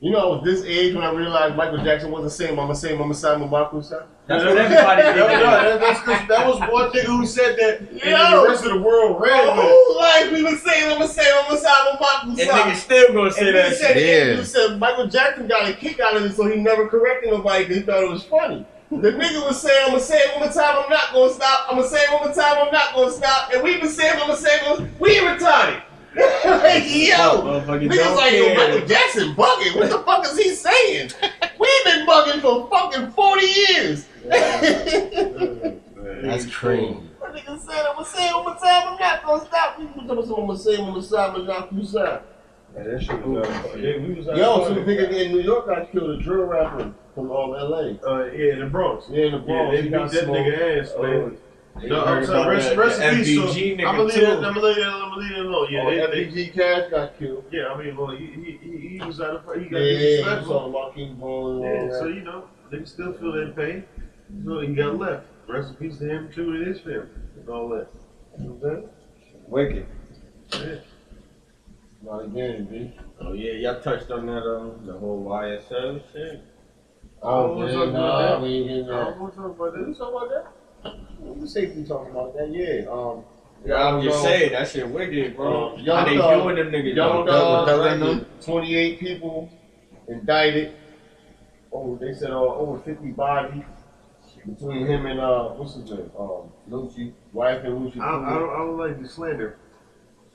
You know, I was this age when I realized Michael Jackson wasn't saying Mama say Mama say Mama Kusa. That's what everybody No, did. no, that, that's 'cause that was one nigga who said that, and then Yo. the rest of the world ran with it. Oh, life we was saying Mama say Mama say Mama And niggas still gonna say And he that shit. said, Yeah. he said Michael Jackson got a kick out of it, so he never corrected nobody because he thought it was funny. The nigga was saying, I'm gonna say it one more time, I'm not gonna stop. I'm gonna say it one more time, I'm not gonna stop. And we been saying, I'm gonna say it, one- we retarded. like, yo, Motherfuckers niggas Oh, don't like, yo, Michael care. Jackson bugging. What the fuck is he saying? We've been bugging for fucking 40 years. That's crazy. That nigga said, I'm gonna say it one more time, I'm not gonna stop. We was- I'm gonna say it one more time, I'm not gonna stop. Yo, so the nigga in New York got killed, a drill rapper from um, LA. Uh, yeah, the Bronx. Yeah, in the Yeah, Bronx. they he beat got that smoked. Oh, nigga ass, man. No, heard I'm sorry. about Rest, that. rest The in peace. FBG I'm nigga gonna leave it. too. I'm gonna leave it. I'm gonna leave it alone. Yeah, Oh, they, they, FBG Cash got killed. Yeah, I mean, well, he he, he, he was out of he Yeah, got he yeah, was on Joaquin Bone. yeah, so you know, they still feel that pain. So he got left. Rest in peace to him too and his family and all that. You know what I'm Wicked. saying? Not again, B. Oh yeah, y'all touched on that um the whole YSL shit. Oh, what's man, up with nah, that? we ain't getting Yeah. I that. don't want to talk about Did we this. talk about that? We safely talking about that, yeah. Um, Yeah, I'm just Young saying that shit wicked, bro. Young How they Thug. doing them niggas? Young though? Thug, Thug, like, Thug, 28 people indicted. Oh, they said uh, over 50 bodies between him and, uh, what's his name? Um, Lucci, wife and Lucci. I, I, don't, I don't like the slander.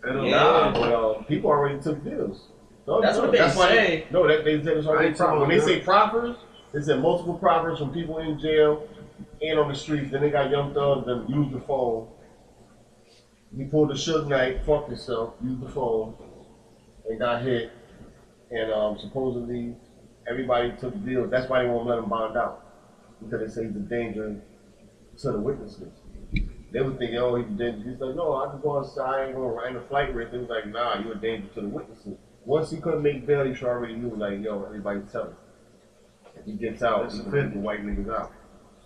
I don't Yeah. Nah, but um, people already took deals. That's what they say. no, that they said it's I already ain't talking proper. When they about say proffers, they said multiple proffers from people in jail and on the streets. Then they got young thugs that used the phone. He pulled a Suge Knight, fucked himself, used the phone, and got hit. And um, supposedly everybody took deals. That's why they won't let him bond out because they say he's a danger to the witnesses. They was thinking, oh, he's dangerous. He's like, no, I can go outside, I ain't gonna ride a flight risk. They was like, nah, you're a danger to the witnesses. Once he couldn't make bail, he already knew, like, yo, everybody's telling. If he gets out, That's he can offensive. the white niggas out.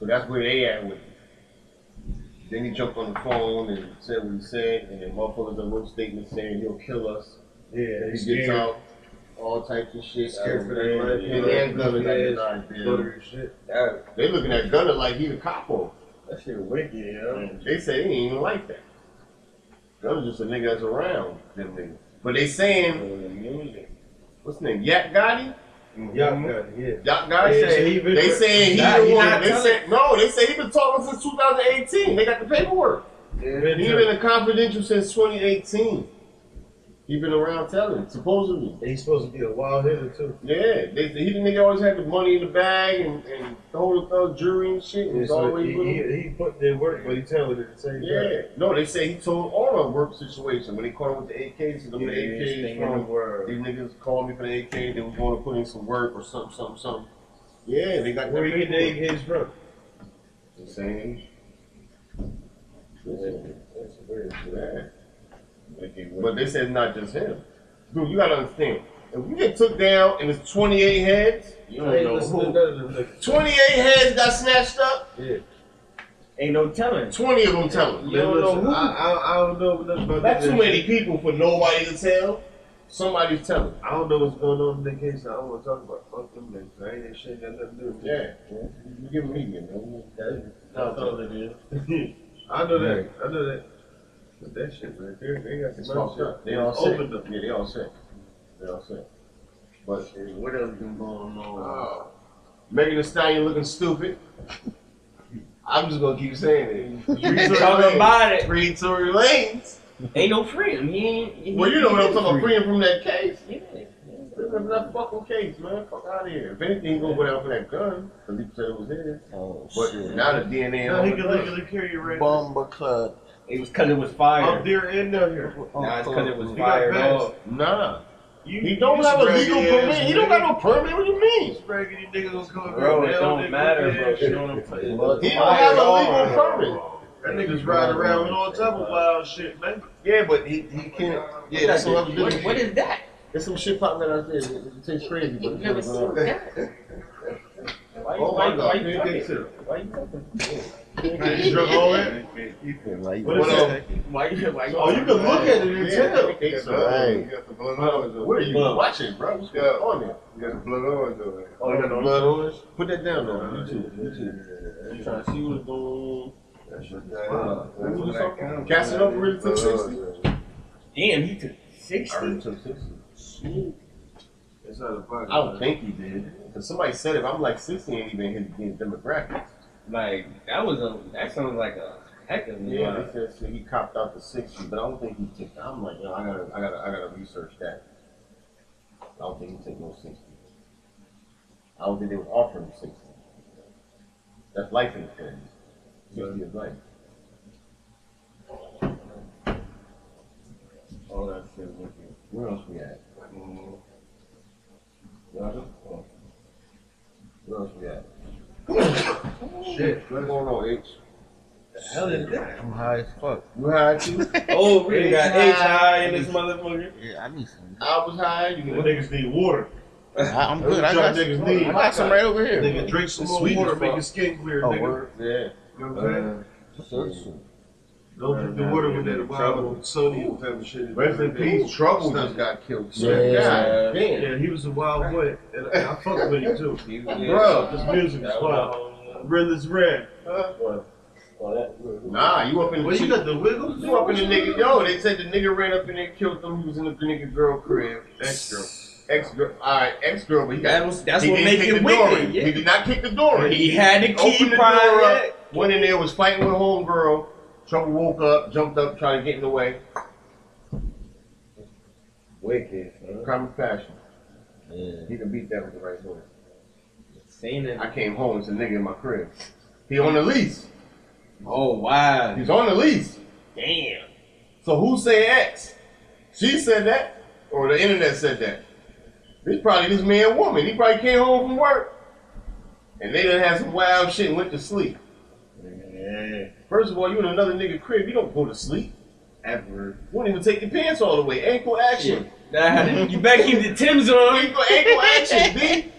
So that's where they at with it. Then he jumped on the phone and said what he said, and then motherfuckers that wrote statements saying he'll kill us. Yeah, If he gets out, all types of shit. Scared for their their life. And then Gunner got denied bail. shit. That, They looking at Gunner like he the capo. that shit wicked, yo. They say they ain't even like that. That was just a nigga that's around them niggas. But they saying Doing the music. what's his name? Yak Gotti? yeah. Y'all Mm-hmm. guys Yeah, say he been- they saying he Nah, the he one- not They telling- said no. They say he been talking since 2018. They got the paperwork. He been a confidential since 2018. He been around telling supposedly. He's supposed to be a wild hitter too. Yeah, they, he the nigga always had the money in the bag and, and the whole thug jury and shit. And Yeah, was so always he, with him. he, he put in work, but he talented at the same Yeah, no, they say he told all of work situation when they caught him with the AKs. Them time. the AKs from word. These niggas called me for the AK. They was going to put in some work or something, something, something. Yeah, they got Where that he paperwork. get the AKs from? The same. Yeah. But they said not just him. Dude, you gotta understand. If you get took down and it's 28 heads, You I ain't listen to none of them. 28 heads got snatched up, Ain't no telling. 20 of them telling. You don't know Listen, who. I, I, I don't know nothing about Not this too many people for nobody to tell. Somebody's telling. I don't know what's going on in their case. I don't want to talk about fuck them niggas. I ain't that shit got nothing to do with me. Yeah. You give me, man. That's all it is. I know that. I know that. But that shit right there, they got It's some other fucked up. shit. They all sick. opened them. Yeah, they all sick. They all sick. But eh, what else been going on? Oh. Megan Thee Stallion looking stupid. I'm just gonna keep saying it. Free Talking Tory Lanez. about it. Free Tory Lanez. Ain't no freedom. He ain't. he- Well, you know what I'm talking about. Freeing from that case. Yeah. This is not fucking case, man. Fuck out of here. If anything, he gonna go down for that gun. Cause he said it was his. Oh, But shit. now the DNA. Now on he the can gun. legally carry it right there. Bumba Club. It was because it was fire. Up there and down here. Nah, it's because it was He got fired passed. up. Nah, You, he don't have a legal permit. He don't got no permit. What do you mean? no raggedy niggas was coming Bro, down, it nigga. don't matter, bro. You Yeah. know what I'm saying? He don't have a legal permit. That niggas riding around with all type of wild shit, man. Yeah, but he, he can't. Yeah, that's what I'm What, doing. what is that? There's some shit popping out there. It, it tastes crazy, but You've it's never never seen gone. that. Why, Oh why, my why God. you talking? Why you Man, you drunk all that? What is Well, that? Why you why you Oh, you can look at it and tell. Yeah, it's all right. Right. You got the blood orange over What are there. you Well, watching, bro? What's yeah. going on there? You got the blood orange over there. Oh, you got the blood orange? Put that down there. You too. You too. I'm trying to see what's going on. That's what Wow. that is. Who's That's what that talking? counts. Casanova really took Blood 60. orange, yeah. Damn, he took I already 60. took 60. It's not a bug. I don't think he did. Because somebody said it. I'm like, 60 ain't even his his demographic. Like, that was a, that sounds like a heck of a Yeah, they said so he copped out to 60, but I don't think he took. I'm like, yo, I gotta, I gotta, I gotta research that. I don't think he took no 60. I don't think they were offering 60. That's life insurance. 60 is life. All that shit with you. Where else we at? Roger? Oh. Where else we at? Shit, what's going on, H? hell is that? I'm high as fuck. You high too? Oh, we got Hey, H high in this motherfucker. Yeah, I need some. I was high. You The know, niggas need water. I, I'm good. I got, Drunk some, niggas need. I got some right over here. Nigga, drink some more sweet water, as make fuck. your skin clear, Oh, nigga. word. yeah. You know what I'm saying? Uh, Don't drink the water with that wild sodium type of shit. Rest in peace. Trouble just got killed. Yeah. God damn. Yeah, he was a wild boy, and I, I fucked with him too. Bro. His music was wild. Real is red. Nah, you up in the Well, you got the wiggles. you up in the nigga. Yo, they said the nigga ran up in there and killed them. He was in the nigga girl crib. Ex girl. Ex girl. All right, ex girl. But he got. That was, that's he what didn't makes kick it the door wicked. in. Yeah. He did not kick the door in. He had the key opened the door prior. up. Went in there, was fighting with homegirl. Trouble woke up, jumped up, tried to get in the way. Wicked. Crime of passion. Yeah. He can beat that with the right hand. Seen it. I came home, it's a nigga in my crib. He on the lease. Oh, wow. He's on the lease. Damn. So who said X? She said that, or the internet said that. It's probably this man woman. He probably came home from work, and they done had some wild shit and went to sleep. First of all, you in another nigga crib, you don't go to sleep. Ever. You don't even take your pants all the way. Ankle action. That had, you better keep the Tim's on. Ankle, ankle action, B.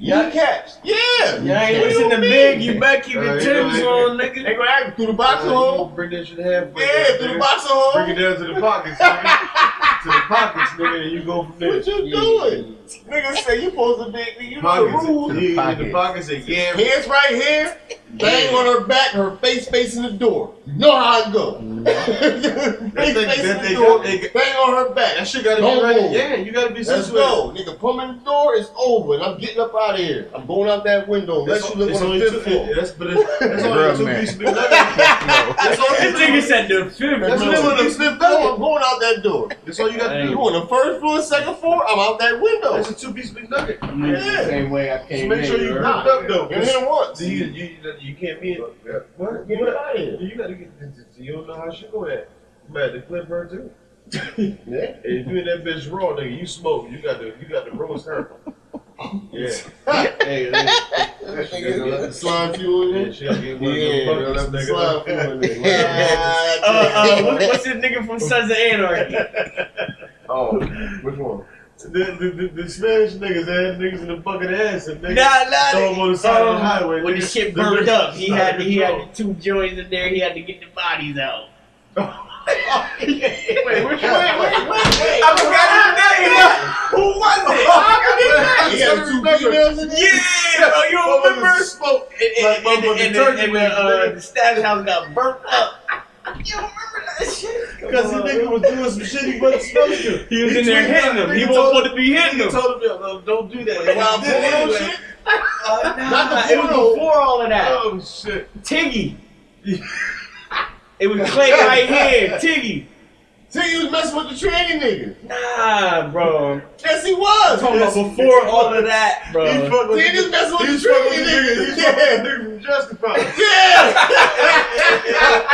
Yeah, caps. Yeah. You ain't listen to Big. You better keep the Tim's on, nigga. Ankle action through the boxing hole. Bring that shit halfway. Yeah, through the nigga. boxing Bring it hole. down to the pockets, nigga. to the pockets, nigga, and you go from there. What you doing? Nigga say you supposed to be, you know the Pockets, rules. you in the pockets, and yeah, Hands right here, bang on her back, her face facing the door. You know how it go. woman now. Mm-hmm. They, they, they, they, got- they, bang on her back. That shit gotta Don't be right. move. Yeah, you gotta be Let's situated. go. Nigga, pull me in the door, it's over. And I'm getting up out of here. I'm going out that window. Let It's you on- live it's on only the two- fifth floor. it- That's but it's, that's only Bruh, two man. pieces of That's all This nigga said the fifth. That's bro. live on the It's fifth No, I'm floor. going out that door. That's all you got to Hey. You do. on the first floor, second floor? I'm out that window. That's a two piece McNugget. I'm in the same way I Just came make in, sure you bro. not up though. Been here once. So you, you, you can't be in. What? Get You, it out of here. you gotta get. You don't know how she go at. You might have to clip her too. Yeah. And if you in that bitch raw, nigga, you smoke. You got to. You got to roast her. Yeah. Hey, hey, Slime fuel in Yeah, it. she gotta get one Yeah, of them let the buckets, slime nigga. fuel in it. uh, uh, what, what's this nigga from Sons of Anarchy? Oh, which one? The, the, the, the Spanish niggas had niggas in the bucket of ass and niggas. Nah, nah. Throw him on the side of the um, highway, When the nigga. shit The burned nigga up, he had he had started the two joints in there. He had to get the bodies out. Wait, which one? I forgot his name. Who was it? He had two females in it? Yeah, bro, you don't remember? Smoke. And, and, and, and, and, and, the, uh, the stash house got burnt up. Because the nigga was doing some shit he wasn't supposed to. He was in there hitting him. He wasn't supposed to be hitting He him. told him, no, don't do that. Wild He did it porno anyway. shit? Uh, nah, Not the it was porno. before all of that. Oh, shit. Uh, Tiggy. It was Clay right here, Tiggy. See, you was messing with the tranny nigga. Nah, bro. Yes, he was. Talking about before all of that, He bro. fucked with See, he was the messing nigga. with He's the fucking tranny with the nigga. He's fucking with the nigga nigga. Yeah. from Justified. Yeah.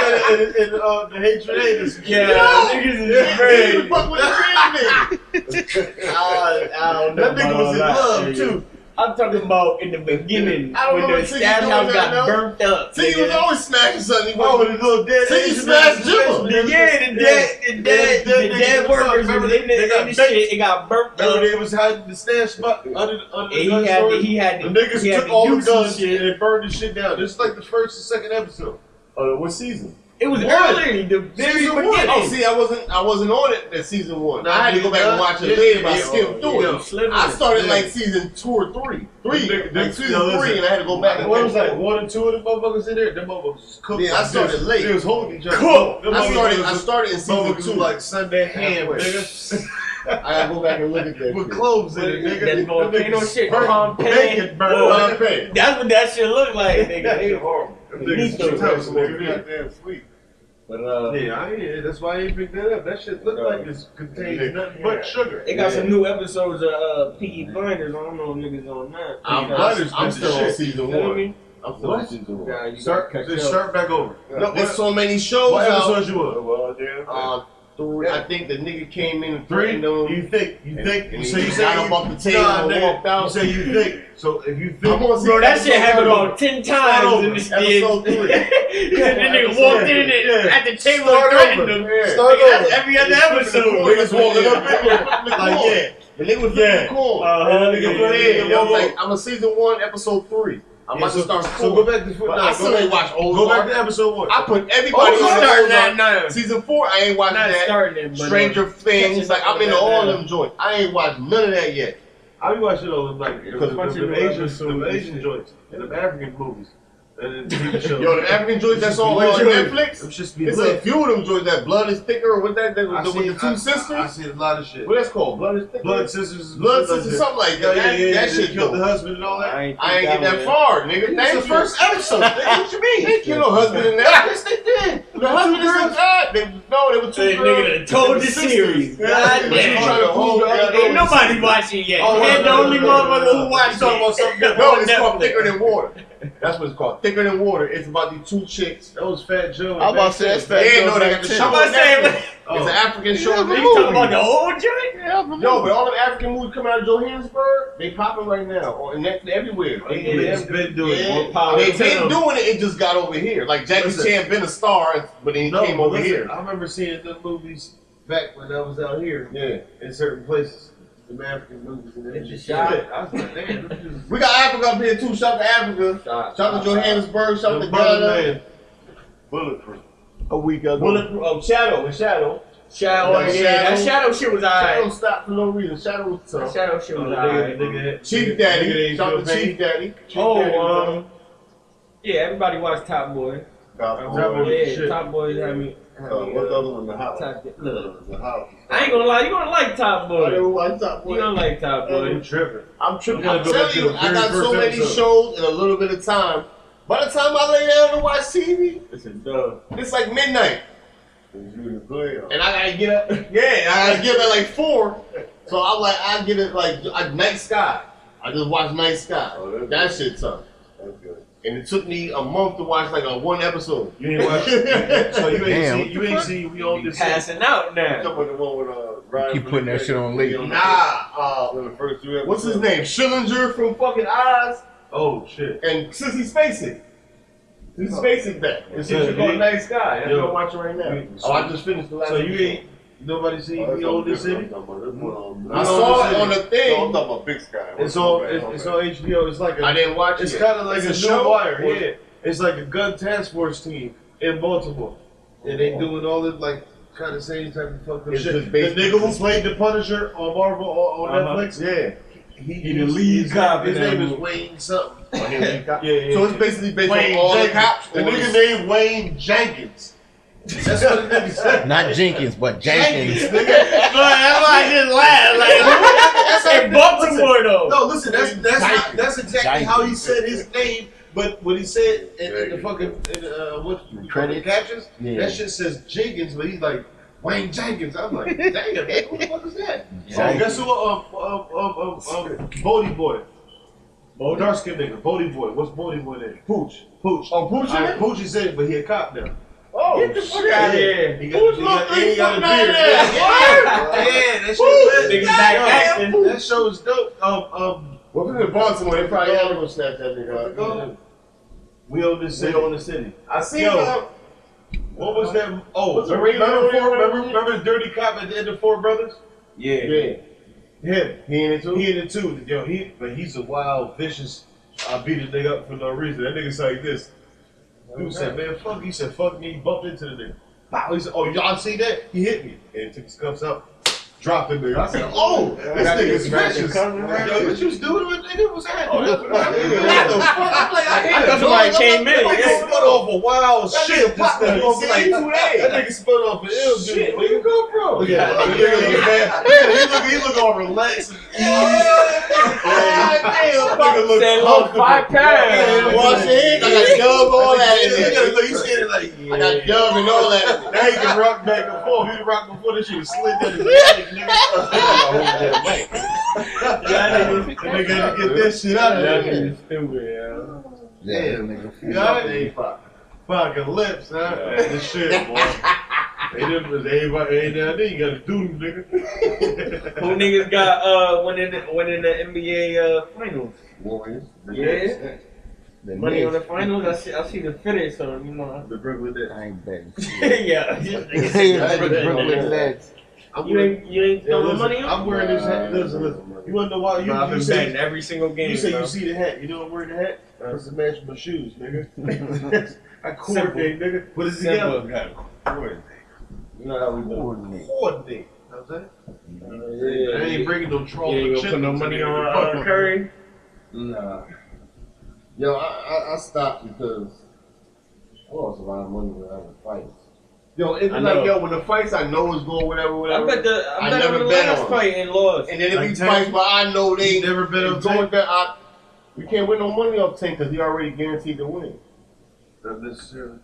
And, and, and, uh, the hatred haters. Yeah, niggas is He was crazy. fucking with the tranny nigga. I, I don't know. That nigga was in about all love, that. too. I'm talking about in the beginning I don't when know the what Tiggy's stash doing house now, got no. burnt up. See, he was nigga. always smacking something. He Oh, wasn't- with his little dead See, he Asian smashed niggas. Jimbo. The- yeah, the dead, the dead, Yeah, the the dead dead niggas workers was- was in the, they got in the shit. It got burnt up. Remember they was hiding the stash spot under the under And he the gun had store? to- he had to- the niggas he had took to all use the guns some shit. and they burned the shit down. This is like the first and second episode. Uh, what season? It was What? early, the very Season beginning. one. Oh, see, I wasn't, I wasn't on it that season one. I had to go back and watch it later, but I skimmed oh, through it. I started like season two or three, three, Nigga, like nigga, season now listen. three, and I had to go back and What was watch like one or two of the motherfuckers in there? The motherfuckers was cooked. Yeah, I like started this. late. They was holding each other. Cooked. Them I started, motherfuckers I was- started in season motherfuckers two. was like Sunday ham, Halfway. nigga. I gotta go back and look at that. With shit. cloves in That it, nigga. Them volcano niggas shit, burnt. Pompeii. Bacon burnt. Whoa. Like, Well, okay. That's what that shit looked like, nigga. They- horrible. Them Me niggas too. was toast, nigga. Goddamn sweet. But uh, Yeah, I ain't, that's why I ain't picked that up. That shit look like it's contains nothing but sugar. They got some new episodes of uh, Peaky Blinders. I don't know if niggas on that. I'm, You know, I'm, I'm Blinders still did the on shit. season you know what I one. mean? I'm still on What? season one. Yeah, you Start, gotta catch just up. start back over. No, what, there's so many shows what out. episodes you on? Well, yeah. Uh, three. I think the nigga came in and Three? threatened them. You think? You And- think? and so he you got say him you, off the table nah, and nigga, walked out. You say you think. So if you think, I'm on season Bro, that shit episode happened one. about ten times in this Episode bitch. three. That nigga Episode walked three. in and Yeah. at the table Start and threatened over. him. Yeah. Like, Start that's over. every other Niggas episode. was walking up in there, flipping the like corn. yeah, The nigga was Yeah. Uh, flipping the corn. Uh-huh, And the yeah, nigga was yeah, like, yeah. I'm like, I'm on season one, episode three. I'm Yeah, about to so- start So go four. back to foot. But Nah, I go still ain't back. watched Go back Ozark. to episode one. I put everybody Oh, on you starting that Ozark. now. Season four, I ain't watching Not that. starting it, but Stranger Things, catching like up I'm with into that all now. them joints. I ain't watched none of that yet. I be watching those like the, Because the, bunch of the, new Asian, episodes the and Asian joints and the African movies and then TV shows. Yo, the African joints that's on Them uh, shits be Netflix. Them shits be It's a lit. few of them joints that blood is thicker or what that, that I with the, seen- with the two I- I- I sisters. seen a lot of shit. What that's called? Blood is thicker. Blood sisters. Blood sisters, something like Yeah, that. yeah, That, yeah. that they shit killed dope. the husband and all that. ain't, I ain't get think that far, nigga. That's the first episode. nigga. what you mean? They killed no husband in that. Yes, they did. The husband is still alive. They, no, they were two Hey, girls. nigga, told the sisters. series. Yeah, God they was damn. trying to hold the other Ain't one. nobody watching yet. Oh, Oh, no, Head the no, no, only no, no, motherfucker no, no. who watched Talking about something. No, it's called Thicker Than Water. That's what it's called. Thicker Than Water. It's about these two chicks. That was Fat Joe. I'm about to say that's fat. Yeah, Joe no, they back got the ten. show. on I'm about to say, Netflix. It's an Oh. African show. Yeah, They but- talking about the old joint? Yeah, I'm a Yo, movie. but all the African movies coming out of Johannesburg, they popping right now on Netflix everywhere. They, They- they- It's been doing Yeah. more power. they to been them. doing it. It just got over here. Like Jackie Oh, Listen. Chan been a star, but then he No, came over listen, here. I remember seeing the movies back when I was out here Yeah. in certain places. The African movies and everything. It's a shot. Yeah, I was like, damn, this is We got Africa up here too. Shout out to Africa. Shout Shout out to Johannesburg. Shout out the to brother Ghana. man. Bulletproof. a week ago. Bulletproof. Oh, Shadow. And Shadow. Shadow, Yeah, yeah, that Shadow. shadow shit was Shadow alright. stopped for no reason. Shadow was That tough. shadow shit Oh, was the alright. nigga- nigga- Chief nigga- nigga Daddy. ain't Shout out feel to pain. Chief Daddy. Oh, um, Chief Daddy was Oh, um, yeah, everybody watched Top Boy. Oh, Cowboy. Cowboy. yeah, shit. Top Boy. I mean, Uh, what's the other one? The house. Top- look. The house. I ain't gonna lie, you gonna like Top I Boy. never watched Top You Boy. gonna like Top Boy. tripping. I'm tripping. I'm gonna I'm go telling back to you, the I very got so first many episode. shows in a little bit of time. By the time I lay down to watch TV, It's a dog. it's like midnight, You the player. and I gotta get up. Yeah, I gotta get up at like four. So I'm like, I get it like I, night sky. I just watch night sky. Oh, that's That shit's up. That's good. And it took me a month to watch like a one episode. You ain't watch. so you ain't Damn, see. You ain't see. We You own this. passing out What's now. up with the one with uh? Ryan Keep putting that shit on late. Nah, uh, One of the first three episodes. what's his name? Schillinger from fucking Oz Oh shit. and Sissy Spacek. Sissy Spacek back. It's Yeah, just called you- Night Sky. That's yo, what I'm watching right now. you- Oh, I just finished the last. So you episode. ain't nobody see. Oh, that's We own something this city. different I'm talking about. This one on- I You know saw what it I'm on the No, I'm thing. talking about Big Sky. It's on. My bad, It's, my it's bad. on HBO. It's like a. I didn't watch It's it. kind of like It's a, a new show? wire. Or- Yeah. It's like a gun task force team in Baltimore, and they doing all this like kind of same type of fucked up It's shit. just The based- nigga who played the Punisher on Marvel on, on Uh-huh. Netflix. Yeah. He the lead cop in His that name is movie. Wayne something. Yeah, Yeah, yeah. So it's basically based Wayne on all the Jenkins. cops. The nigga named Wayne Jenkins. That's what the nigga said. Not Jenkins, but Jenkins. Jenkins, nigga. That's why I just laughed. Like, In Baltimore though. No, listen, that's that's not, Jenkins. that's exactly how he said his name, but when he said in, in the fucking in, uh, what you credit captions, that shit says Jenkins, but he's like Wayne Jenkins. I'm like, damn, man, who the fuck is that? Oh, guess who? Um, um, um, um, um Bodie Boy. Oh, dark skinned nigga, Bodie Boy. What's Bodie Boy name? Pooch. Pooch. Oh, Pooch in Uh, it? Pooch is in it, but he a cop now. Oh, Get the fuck out of here. He got, Pooch he look got, and he three got foot a nine beard. ass. What? Yeah, that shit lit. Pooch, Niggas back goddamn acting. Pooch. That show is dope. Um, um, Well, if it's in Baltimore, they probably all gonna snatch that nigga up. we own this city. on the city. I see Yo. that. What was that? Oh, What's the remember, remember, radio? four, remember, remember the Dirty Cop at the end of Four Brothers? Yeah. Yeah. Him. He in it too? He in it too. Yo, he, but he's a wild, vicious. I beat a nigga up for no reason. That nigga's like this. Dude said, man, fuck. He said, fuck me. He bumped into the nigga. Pow. He said, oh, y'all see that? He hit me. And took his cuffs out. Dropped the nigga. I said, oh, this nigga's vicious. Yo, what you was doing with nigga? What's happening? What the fuck? I'm like, I I hit thought a somebody dog. came in. Like, Yeah. split off a wild That shit. nigga popped This up. nigga See, like, he too late. That nigga split off an ill dude. Shit, where you come from? Look at him. Look at him. Look at him. He look- He look all relaxed. and easy. That nigga look Said low comfortable. five Yeah, pounds. Wash it. I got dub all that in Look at him. there. Look, He standing like, I got dub and all that. in there. now he can rock back and forth. He rock before this shit slid down his leg, nigga. Y'all The nigga had to get that shit out of there. niggas stupid, yo. Yeah, You all right? Fucking lips, huh? That's the shit, boy. They didn't, they ain't, about- they ain't down there. You gotta do them, nigga. Who niggas got uh when in when in the NBA uh finals? Warriors. Yeah. Money on the finals. I see I see the finish on you know. The Brooklyn Nets. I ain't betting. yeah. Brooklyn Nets. I'm You wearing, ain't you ain't yeah, throwing listen, money on. I'm wearing this hat. Listen, listen. You wanna know why? Bro, I've You, you been say betting every single game. You say bro. you see the hat. You know I'm wearing the hat. That's the match my shoes, nigga. I coordinate, nigga. But it's Simple. together. Got coordinate. You know how we do. Coordinate. You know what I'm saying? Yeah. I ain't bringing no You troll. ain't gonna put no money on uh, Curry. Nah. Yo, I, I, I stopped because I lost a lot of money when I was fighting. Yo, it's I like, know. yo, when the fights, I know it's going whatever, I whatever. bet the I I bet never on the bet last on it. fight and lost. and then I'm if he telling fights, but I know they He's never been it's up going there. that I, we can't win no money off 10 because he already guaranteed to win. Not necessarily.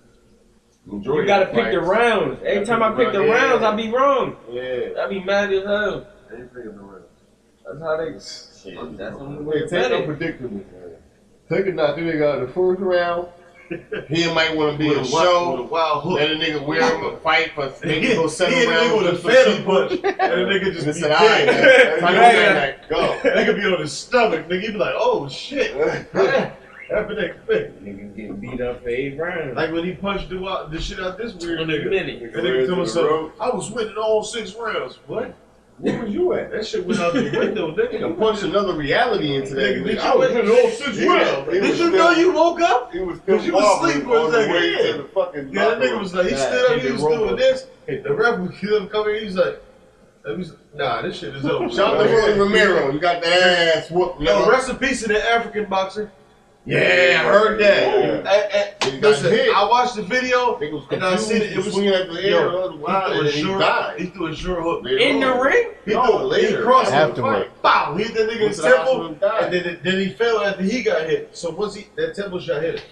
You gotta pick the rounds. Every time I pick the Yeah. rounds, I be wrong. Yeah. I be mad as hell. I ain't picking no round. That's how they. That's the only way Wait, to take bet it. unpredictable. Take it not, this nigga out of the first round. He might want to be With a a show. wild, with a wild hook. Let a nigga wear him a fight for He make him hit go a seven rounds. nigga with a some feather cheap punch, and shit. the nigga just Just be said, all right, dead. man. Time to go Yeah. back, go. They could be on his stomach, nigga. He'd be like, oh shit. After that, quick. Niggas get beat up for eight rounds. Like when he punched the, wa- the shit out this weird in a nigga. minute. And nigga told himself, I was winning all six rounds. What? Where was you at? That shit went out the window, Nigga nigga. punched another reality into that Nigga, nigga. did I you was win all six Yeah, rounds? he Did was you still- know you woke up? He was Cause you was wobbling asleep for a on the second, way yeah. to the fucking Yeah, that locker nigga room. was like, he Yeah, stood he up, he did was roll doing up. this. Hey, the ref would kill him coming in. He's like, that was- nah, this shit is over. Shout out to Willie Romero. You got that ass whoop. Yo, No, rest in peace to the African boxer. Yeah, I heard that. He got Listen, hit. I watched the video Nigga was and I confused. seen it. It was swinging at the air. Yo, wide, he threw and a he sure, died. he threw a sure hook. In the ring? He No, threw it later. He crossed Afterward. the fight. Bow, hit that nigga in the Went to the hospital temple, and died. and then it- then he fell after he got hit. So once he that temple shot hit him,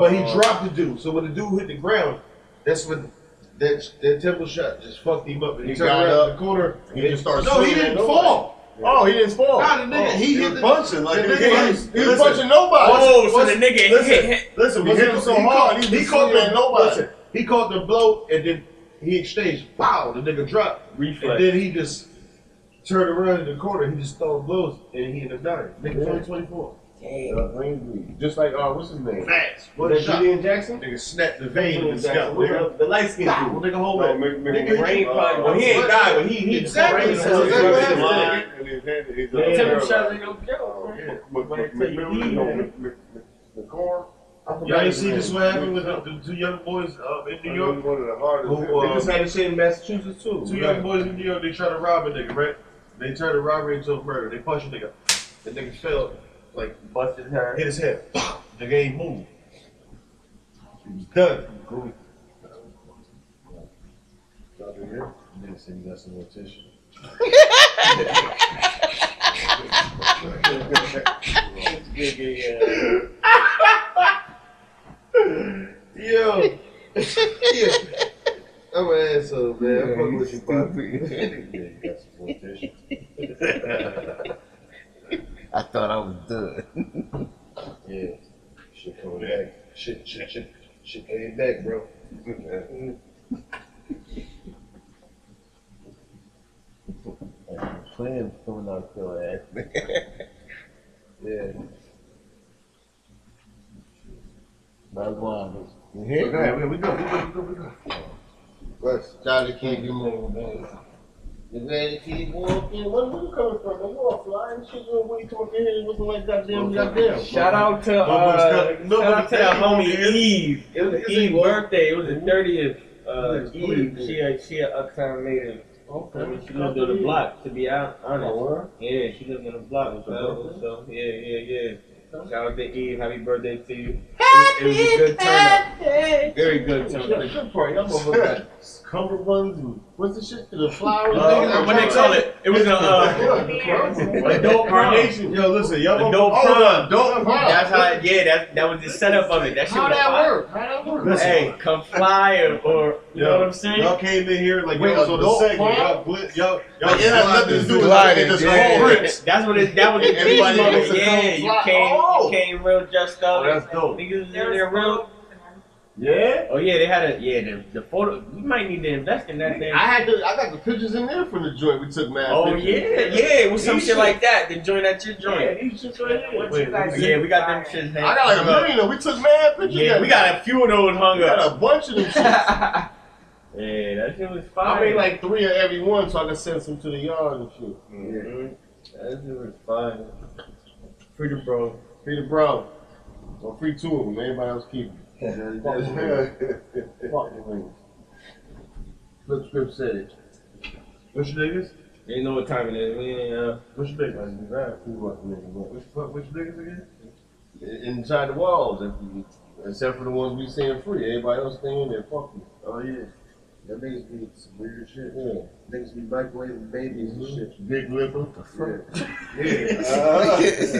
but he dropped the dude. So when the dude hit the ground, that's when that that temple shot just fucked him up. And he, He turned got around up. the corner. He and- just started No, he swinging at didn't nobody. fall. Oh, he didn't fall. Nah, the nigga, Oh, he hit was the- punching like the he was nigga- punching- he was listen. punching nobody. Oh, so What's- the nigga hit- listen, hit- hit. Listen, He hit him so hard, Caught, he he, was caught swinging the at nobody. Listen, he caught the blow, and then he exchanged. Pow! The nigga dropped. Reflex. And then he just turned around in the corner. He just throw blows, Oh, and he ended up dying. Nigga, Yeah. only twenty four. Uh, Lindsay. Just like, uh, what's his name? Fast. What What a shot. Julian Jackson? Nigga snapped the vein in his scalp. Nigga, The light skin Pow, nigga, dude. hold No, it. maybe- maybe Nigga, Rain he- probably, well, he uh, ain't died, but he, he Exactly. Rain That's probably- exactly what happened. uh, Temple Exactly. shot ain't gonna kill him. McCorm. Y'all didn't see this what happened with the, the two young boys uh, in New York? One of the Oh, hardest. Who, uh, They just had- had this shit in Massachusetts too. Two young boys in New York, they try to rob a nigga, right? They turn the robbery into a murder. They punch a nigga. The nigga fell, like, Busted her. hit his head. Nigga ain't moved. He was done. Nigga said he got some more tissue. Yo. yeah. I'm an asshole, man. I'm fucking with you, Bobby. I thought I was done. Yeah. Shit coming back. Shit, shit, shit. Shit came back, bro. Playing coming out of your ass. Yeah. That's why. Go ahead, we we go, we go, we go, we go. Let's try to keep you moving, man. You ready to keep walking? Where where you coming from? man? You all flying shit? You way toward the head? Looking like goddamn, goddamn. Shout out to Nobody's got- uh, shout out to that nobody's homie got- Eve. It was Niggas Eve's ain't work. birthday. It was the thirtieth. Uh, Niggas Eve, please. she a she a uptown native. I mean, she lived on the block. To be hon- honest, yeah, she lived on the block. So, so yeah, yeah, yeah. Shout out to Eve. Happy birthday to you. It was, it was a good turnout. Very good turnout. Good party. I'm over that. Cumberlands and what's the shit? The flowers. Uh, what they call it? It was a uh, adult carnation. Yo, listen, y'all Adult gonna- prom. Hold on, adult prom. That's how. It, yeah, that that was the setup of it. That shit How was that fire. work? How that work? Listen, Hey, come fly or, or you know what I'm saying? Y'all came in here like Wait, y'all was on the adult segment. prom? Y'all blitz. Y'all, y'all Like, it has nothing to do with Gliding, it. It's just yeah. all rips. That's what it. That was the theme Everybody of wants it. to Yeah, come you fly. came, Oh. you came real dressed up. Oh, that's dope. Niggas, they're real. Yeah? Oh yeah, they had a yeah. The, the photo. We might need to invest in that thing. I had the, I got the pictures in there from the joint we took, man. Oh yeah, yeah, with some shit like that. The joint at your joint. Wait, Yeah, we got them shits. hanging. I got like a million of. We took mad pictures. Yeah, we got a few of those hung we up. got a bunch of them. shits. yeah, that shit was fire. I made like three of every one, so I can send some to the yard and shit. that shit was fire. Freedom, bro. Free the Brown. Or free two of them. Everybody else keep them. Fuck the Ravens. Fuck the Ravens. Flip Script said it. What's your niggas? They know what time it is. We ain't, uh, What's your niggas? Who was the nigga, but- What's your what's your niggas again? Inside the walls, if you- except for the ones we saying free. Everybody else staying in there. Fuck them. Oh, yeah. That niggas be some weird shit. Yeah. Niggas be microwaving babies and shit. Big lipper. The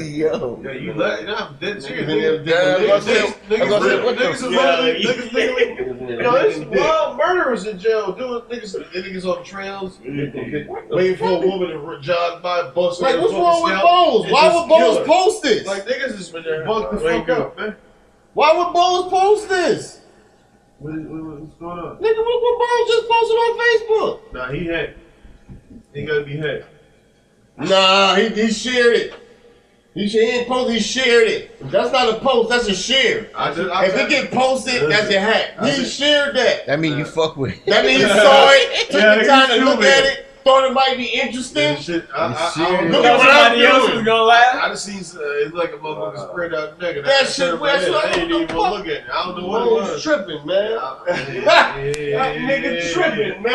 Yo. Yeah, you let nah, that serious. Niggas- Niggas, Yeah, I was gonna say- niggas, I was gonna say, niggas, what the- niggas is literally, niggas literally. Yo, there's wild murderers in jail doing niggas, niggas on trails, waiting for a woman to jog by, bust her Like, what's fucking wrong with scalp. Bones? It Why just would Bones killer. post this? Like niggas is been there. Fuck the Wake fuck up, man. Why would Bones post this? What, what, what's going on? Nigga, look what Bones just posted on Nah, he had. He gotta be had. Facebook. Nah, he, he shared it. He, sh- he ain't post, he shared it. That's not a post, that's a share. I just, I If it get posted, that's a hack. He shared that. That mean you fuck with. That means he saw it, took Yeah, the he's time to look stupid. at it, thought it might be interesting. That shit, I, I, I, Shit. don't Look know. at what I'm Somebody else doing. was gonna I, laugh. I just seen uh, it looked like a motherfucker spread out nigga. That I shit turned my was- head. I what didn't the even fuck? look at it. I don't know what it Bones was. tripping, man. Yeah, That yeah, nigga yeah, tripping, yeah. man. Hey,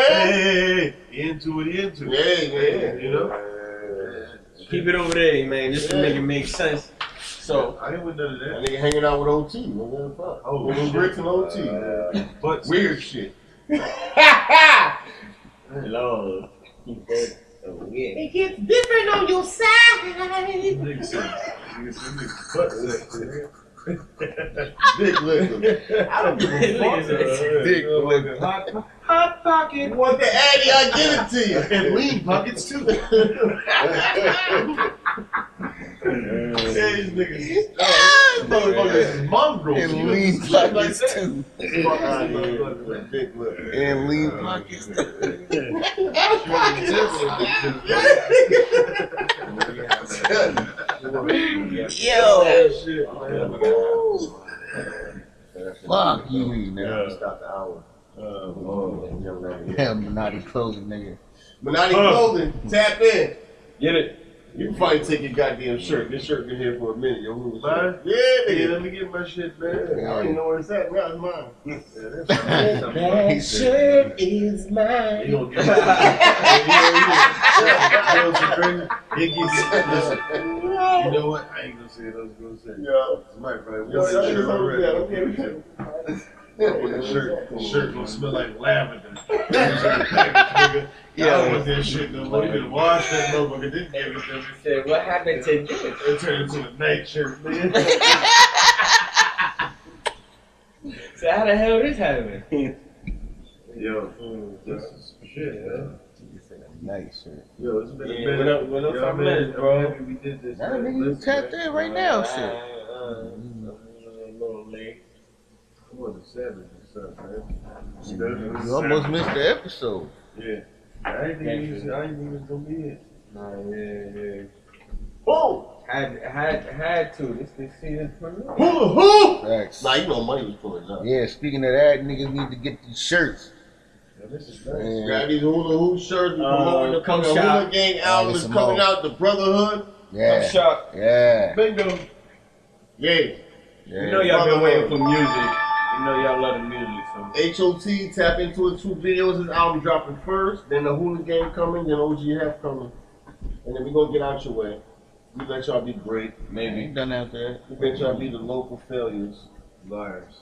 hey, hey. into it, into it. Yeah, man. You know? Keep it over there, man, just to make it make sense. So I didn't with none of that that. nigga hanging out with OT. What the fuck? Oh, With them shit. bricks and OT. But Weird shit. Lord. Oh, yeah. It gets different on your Oh, side. niggas said, niggas said, niggas butt sex. Big liquor. I don't give a fuck. Dick Hot, hot pocket. What the Addy, I give it to you. And lean buckets too. Yeah, these niggas. Oh, these motherfuckers is mongrels. You And know, lean shit like pockets that. too. Fuck outta here. Big liquor. And lean pockets. Yo, Fuck you, nigga. Stop the hour. Oh, Damn, Minati clothing, nigga. Menati Huh. clothing, tap in. Get it. You can probably take your goddamn shirt. This shirt been here for a minute. Yo, who was Mine? Yeah, Yeah, nigga. let me get my shit back. I don't even know where it's at. Now it's mine. That shirt is You mine. gonna get Yeah, you know what's crazy? It gets- listen, You know what? I ain't gonna say it. I was gonna say. it. Somebody probably wore that shirt already. With the shirt, the shirt gonna smell like lavender. yeah, I don't want that shit no more. You could wash that motherfucker. Didn't give it to me. Shit, what happened to you? It turned into a night shirt, man. So how the hell this happened? Yo, mm, this is shit, man. Nice shit. Yo, it's been Yeah, a minute. what up- what up, Yo, I'm man, happy- I'm bro? happy We did this. That man. nigga Listen, tapped man, in right now, shit. shit. I wasn't seven or something, man. You almost missed the episode. Yeah. I didn't think he was, I didn't think he was gonna be it. Nah, yeah, yeah. Boom. Had, had, had to. This, this season premiere. Who? Who? Facts. Nah, you know money was pulling up. Yeah, speaking of that, niggas need to get these shirts. Yo, this is nice. Man. Grab these hula hoop shirts. We Uh, promoting the come coming hula shop. gang get album is some coming more. out. The Brotherhood. I'm Yeah, shocked. yeah, Bingo. Yeah. You yeah. know y'all been waiting for music. You know y'all love the music, so H.O.T. Tap into it. Two videos. His album dropping first. Then the hula gang coming. Then OGF coming. And then we gonna get out your way. We let y'all be great. You maybe. done after that. We let y'all be the local failures. Liars.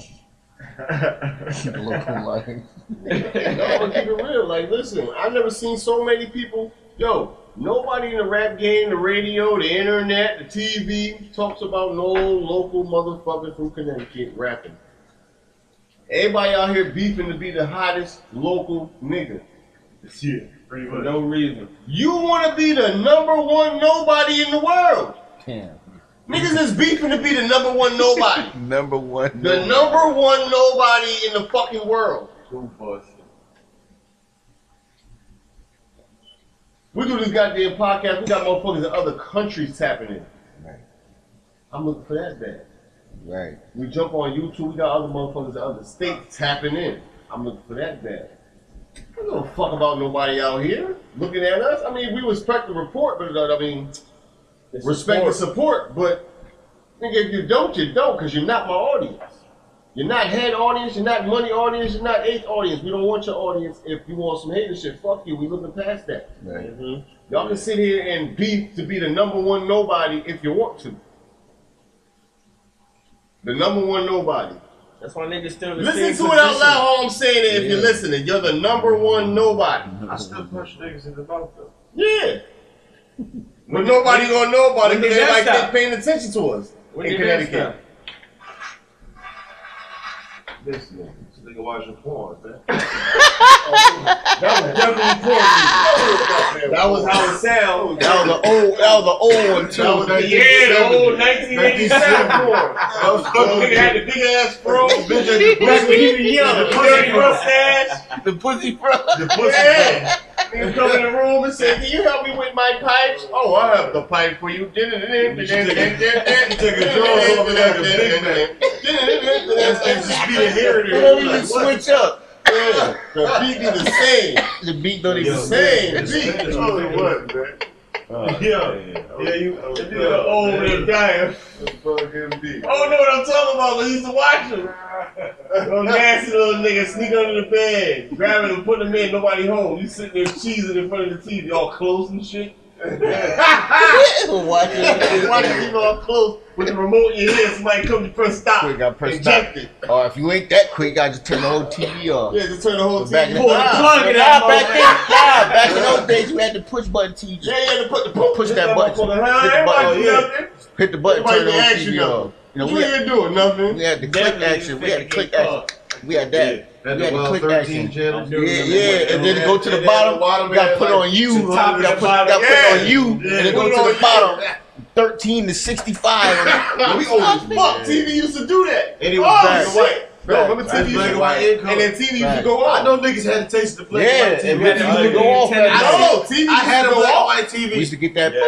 Local life. no, I'm keep it real. Like, listen, I've never seen so many people. Yo, nobody in the rap game, the radio, the internet, the TV talks about no local motherfucker from Connecticut rapping. Everybody out here beefing to be the hottest local nigga. Yeah, pretty For much. no reason. You want to be the number one nobody in the world. Damn. Niggas is beefing to be the number one nobody. Number one. the number one nobody in the fucking world. Go bust. We do this goddamn podcast. We got motherfuckers in other countries tapping in. Right. I'm looking for that bag. Right. We jump on YouTube. We got other motherfuckers in other states tapping in. I'm looking for that bag. I don't give a fuck about nobody out here looking at us. I mean, we respect the report, but uh, I mean, This respect is the support. But nigga, if you don't, you don't, because you're not my audience. You're not head audience. You're not money audience. You're not eighth audience. We don't want your audience. If you want some hater shit, fuck you. We looking past that. Right. Y'all can sit here and beef to be the number one nobody if you want to. The number one nobody. That's why niggas still in the Listen to same it out position. loud. All I'm saying it if you're listening, you're the number one nobody. I still punch niggas in the mouth though. Yeah. But nobody gonna know about it when did because that everybody stop? kept paying attention to us When in did that Connecticut. This nigga, this nigga watching porn, man. That was definitely porn. music. That was how it sounded. That was the old. That was the old one too. That was stop? Yeah, the old 1987 1987. porn. That was fucking Nigga had the big ass fro. That's when he was young. The pussy mustache. The pussy bro. The pussy. Nigga come in the room and say, "Can you help me with my pipes?" Oh, I have the pipe for you. Took You took a jaws off and like a big man. That's that's just be the They heritage. don't even Like, what? switch up. Yeah, the beat be the same. The beat don't even Yo. switch. Same It's beat. been- it's Oh, been- what? Yeah, yeah, you. That was you good. the old man dying. Oh, know what I'm talking about. 'cause I used to watch him. Those nasty little niggas sneak under the bed, grabbing them, putting them in, nobody home. You sitting there cheesing in front of the TV, all close and shit. Watch it. Why do you know I'm close with the remote in your hand? Somebody come to press stop. Quick, I press Eject it. Or if you ain't that quick, I just turn the whole TV off. Yeah, just turn the whole But back thing. in TV the Pull the plug in Nah, that back motherfucker. then, nah, back in those days, you had to push button till you just Yeah, yeah, to put the push, Push that button. motherfucker. Huh? Hit the button. Everybody Yeah. hit the button, turn do nothing. Nobody the whole can ask you TV nothing. off. You know, You we had, ain't doing nothing. we had the click action. We had the click action. We had that. We had the click action. channels. Yeah, yeah, and then it go to the bottom. You gotta put on you. You the top gotta and put, you the gotta bottom. put on you, and Yeah, then put go it to on the you. bottom. Thirteen to sixty-five. Nah, we old as fuck. TV used to do that. And it oh, was black. it's white. No, remember Black, TV used black, to white and then TV used to Black. go I on. know niggas had to taste the black Yeah, and white and TV. we used to go off. I at night. know TV I had used a to go black and off. white TV. We used to get that. We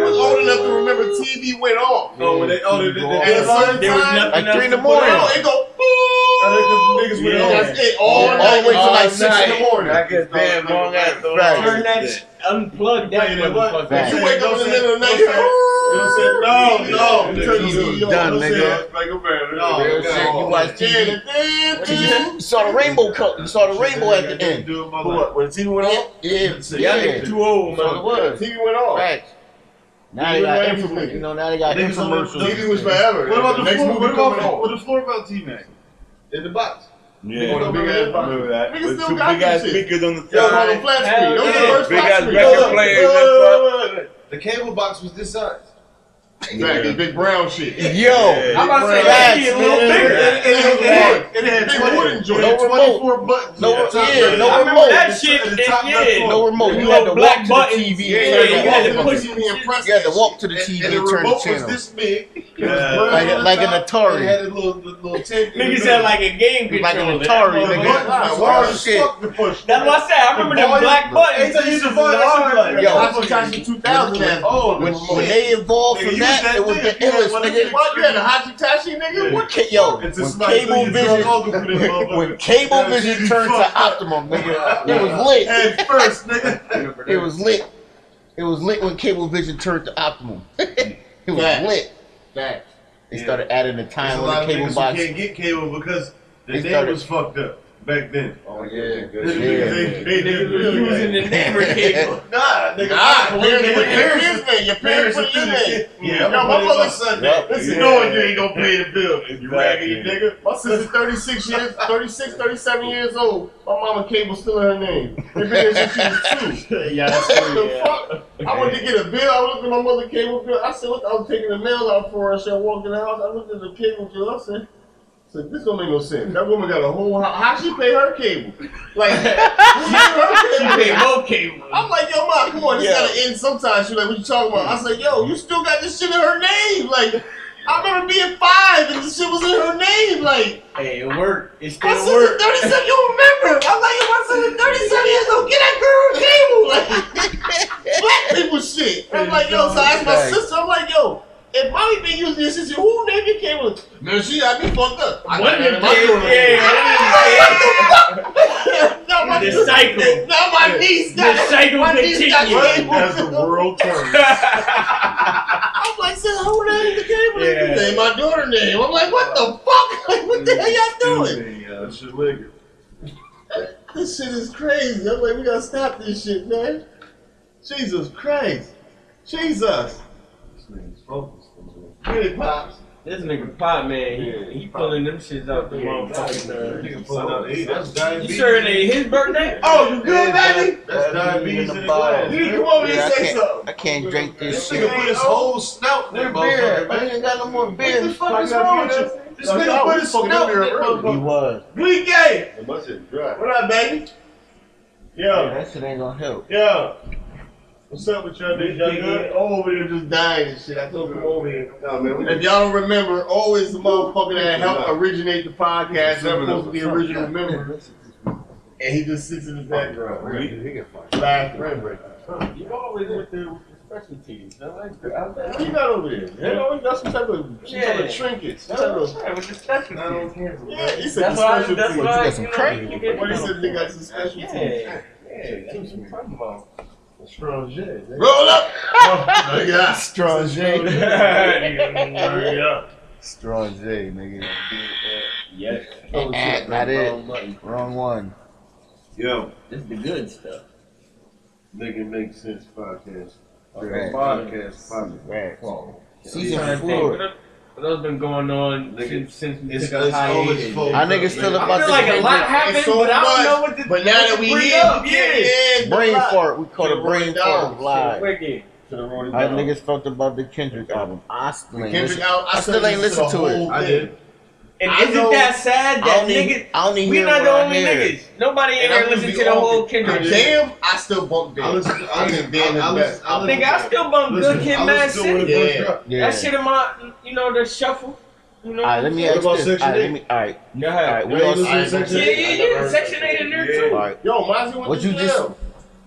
was old enough to remember TV went off. oh, when they, oh, they, they, they, At a certain There was time, nothing Like three in the else to put morning. no, on. it go. boom. niggas went Yeah. That's it. All Yeah. night. All the way till like all six night. in the morning. I guess damn long ass. Turn that sh- unplug that Wait, what? motherfucker. Facts. You wake up in the middle of the night. Don't say- you don't say- No, no. Yeah. turn the Yeah. TV on. Done, Don't say nigga. that. Like a man. No, Real no. shit, you watch TV. Yeah, the damn thing. You saw the rainbow cut. You saw the rainbow at the end. What? When the TV went off? Yeah, Y'all yeah. niggas too old, So it man. Yeah, was. TV went off. Right. Now they You got know, infomercials. everything. You know, now they got Niggas on infomercials. TV was forever. What about the, next floor? movie What coming about on? what the floor about T-Mac? In the box. On the big ass box. Remember that? Niggas With still two got big ass this shit. speakers on the Yo, on the side. flat screen. Those Hell were the first Big flat ass screen. record Look, players. look, that's look, what- look, look, look. The cable box was this size. Exactly, big brown shit. Yo, I'm about to say that Facts, shit a little man. bigger. It, it, had, it had Big 20, wooden joint. it had No remote. 24 buttons. No- Top yeah, left. no I remember remote. that That shit, shit. that- yeah. no remote. You You had know, to black walk to buttons. the TV. Yeah, and yeah, turn you had it to on. push me and press You had to that walk shit. to the TV and, And the turn the remote was channel. this big. It was Yeah. brown Like a- on the like an top. Atari. It had a little little tent. Niggas had like a game controller. Like an Atari, The nigga. buttons was Wow, hard as shit. fuck to push. That's what I said. I remember them volume- black buttons. Until you This is divide, that's hard. what I- Yo. Hitachi 2000 had Oh, the When, remote. when they evolved Nigga, from you was that, that it was the nigga. You had illest one of nigga. them. What? You had a Hitachi, nigga? What? Ca- Yo, when It's a smack thing, cable you vision, drunk uncle through that motherfucker. when cable That shit vision be turned fucked to up. optimum, nigga, it was lit. Head first, nigga. It was lit. It was lit when cable vision turned to optimum. it was Facts. lit. They started adding the There's time a on lot the of cable niggas box. who can't get cable because the They name started- was fucked up back then. Oh yeah, They- They, they, they, Niggas was using the neighbor cable. Nah, nigga. Nah, Nah, parents put it in your parents- kids' name. Your parents parents put it in are your name. thinking, Yeah, Yo, I'm my gonna put it mother's in son, Yep. listen, Yeah. knowing you ain't gonna pay the bill, you Exactly. raggedy nigga. My sister's 36 years, 36, 37 years old. My mama cable still in her name. They been there since she was two. Yeah, What the fuck? I went to get a bill. I looked at my mother's cable bill. I said, look, I was taking the mail out for her. She walked in the house. I looked at the cable bill. I said, so this don't make no sense. That woman got a whole house. How she pay her cable? Like, who paid her cable? They both cable. I'm like, yo, mom, come on, this gotta end sometime. She's like, what you talking about? I said, yo, you still got this shit in her name. Like, I remember being five and this shit was in her name. Like, Hey, it worked. It my still sister worked. 37, you remember. I'm like, yo, my sister 37 years old, get that girl a cable. Like, black people shit. I'm like, yo, so that's my Right. sister. I'm like, yo. If mommy been using this sister, who named your cable? Man, she had me fucked up. I got that in Women my did, girl name. Now my- The cycle. Now my niece got The cycle My niece got continues. cable. As the world turns. I'm like, so who named the cable? Yeah. Name my daughter name. I'm like, what the fuck? Like, what the hell y'all doing? That shit liquor. This shit is crazy. I'm like, we gotta stop this shit, man. Jesus Christ. Jesus. Get it, Pops. This nigga Pop Man, he, he pulling them shits out the motherfucking. That's uh, You diabetes. sure it ain't his birthday? Oh, you good, baby? That's diabetes in the glass. You need to come Oh, over here Yeah, I and say can't. something. I can't drink this This shit. nigga put his oh, whole snout in that motherfucker, Beer. I man. ain't got no more What the beer. fuck is wrong with you? This nigga put his snout in that He motherfucker. was. Glee Gay. The bus is dry. What up, baby? Yo, That shit ain't gonna help. yo. What's up with y'all niggas? Y'all Glee good? Gay. I'm over here just dying and shit. I told them over here. No, man, we If y'all don't remember, always the motherfucker that helped originate the podcast that's Seven supposed to of be us. original member. And he just sits in the background. Last friend break. You always with the special teams. I like that. What you got over there? You know, you got some type of, some type of Yeah. trinkets. Some type of, With the special teams. yeah, he said That's the why. special That's teams. why. got some you know, crack? you get- What he said, they got some special Yeah, teams. yeah, that's what I'm talking about. Roll up! oh, yeah. Strong J. yeah. Strong J, nigga. Yes. Oh, shit, not it. Wrong one. Yo, This is the good stuff. Make It Make Sense podcast. Season What four. else- what else been going on since, since we took a hiatus? Our niggas still I about feel to like a bring lot up- happened, so but I don't much, know what to But now that we bring here, up. we Yeah. get in the brain block. fart. We call Should've it wrote brain it down. fart live. Wicked. Should've wrote it Our down. niggas felt about the Kendrick album. I still ain't Kendrick listen. out. I, I still ain't listened listened to it. whole I thing. did. And I isn't know- that sad I that don't even. niggas, I don't even we hear not what the I only hear. niggas. Nobody ain't And I'm there gonna listened be to the open. whole Kendrick shit. Damn, I still I bumped Dan. listen. I I listen. I, think Dan I is listen. best. I Nigga, I listen. still bump Good Kid, I Mad listen to City. it when it first dropped. Yeah. That shit in my, you know, the shuffle. You know, All right, let me What ask about this. Section All right, let Eight? me. All right, Go all ahead. right. We Y'all all. ain't All listen to right, Section Yeah, Eight? yeah, yeah. Section eight in there too. Yo, Mozzie, what, What you you just? just?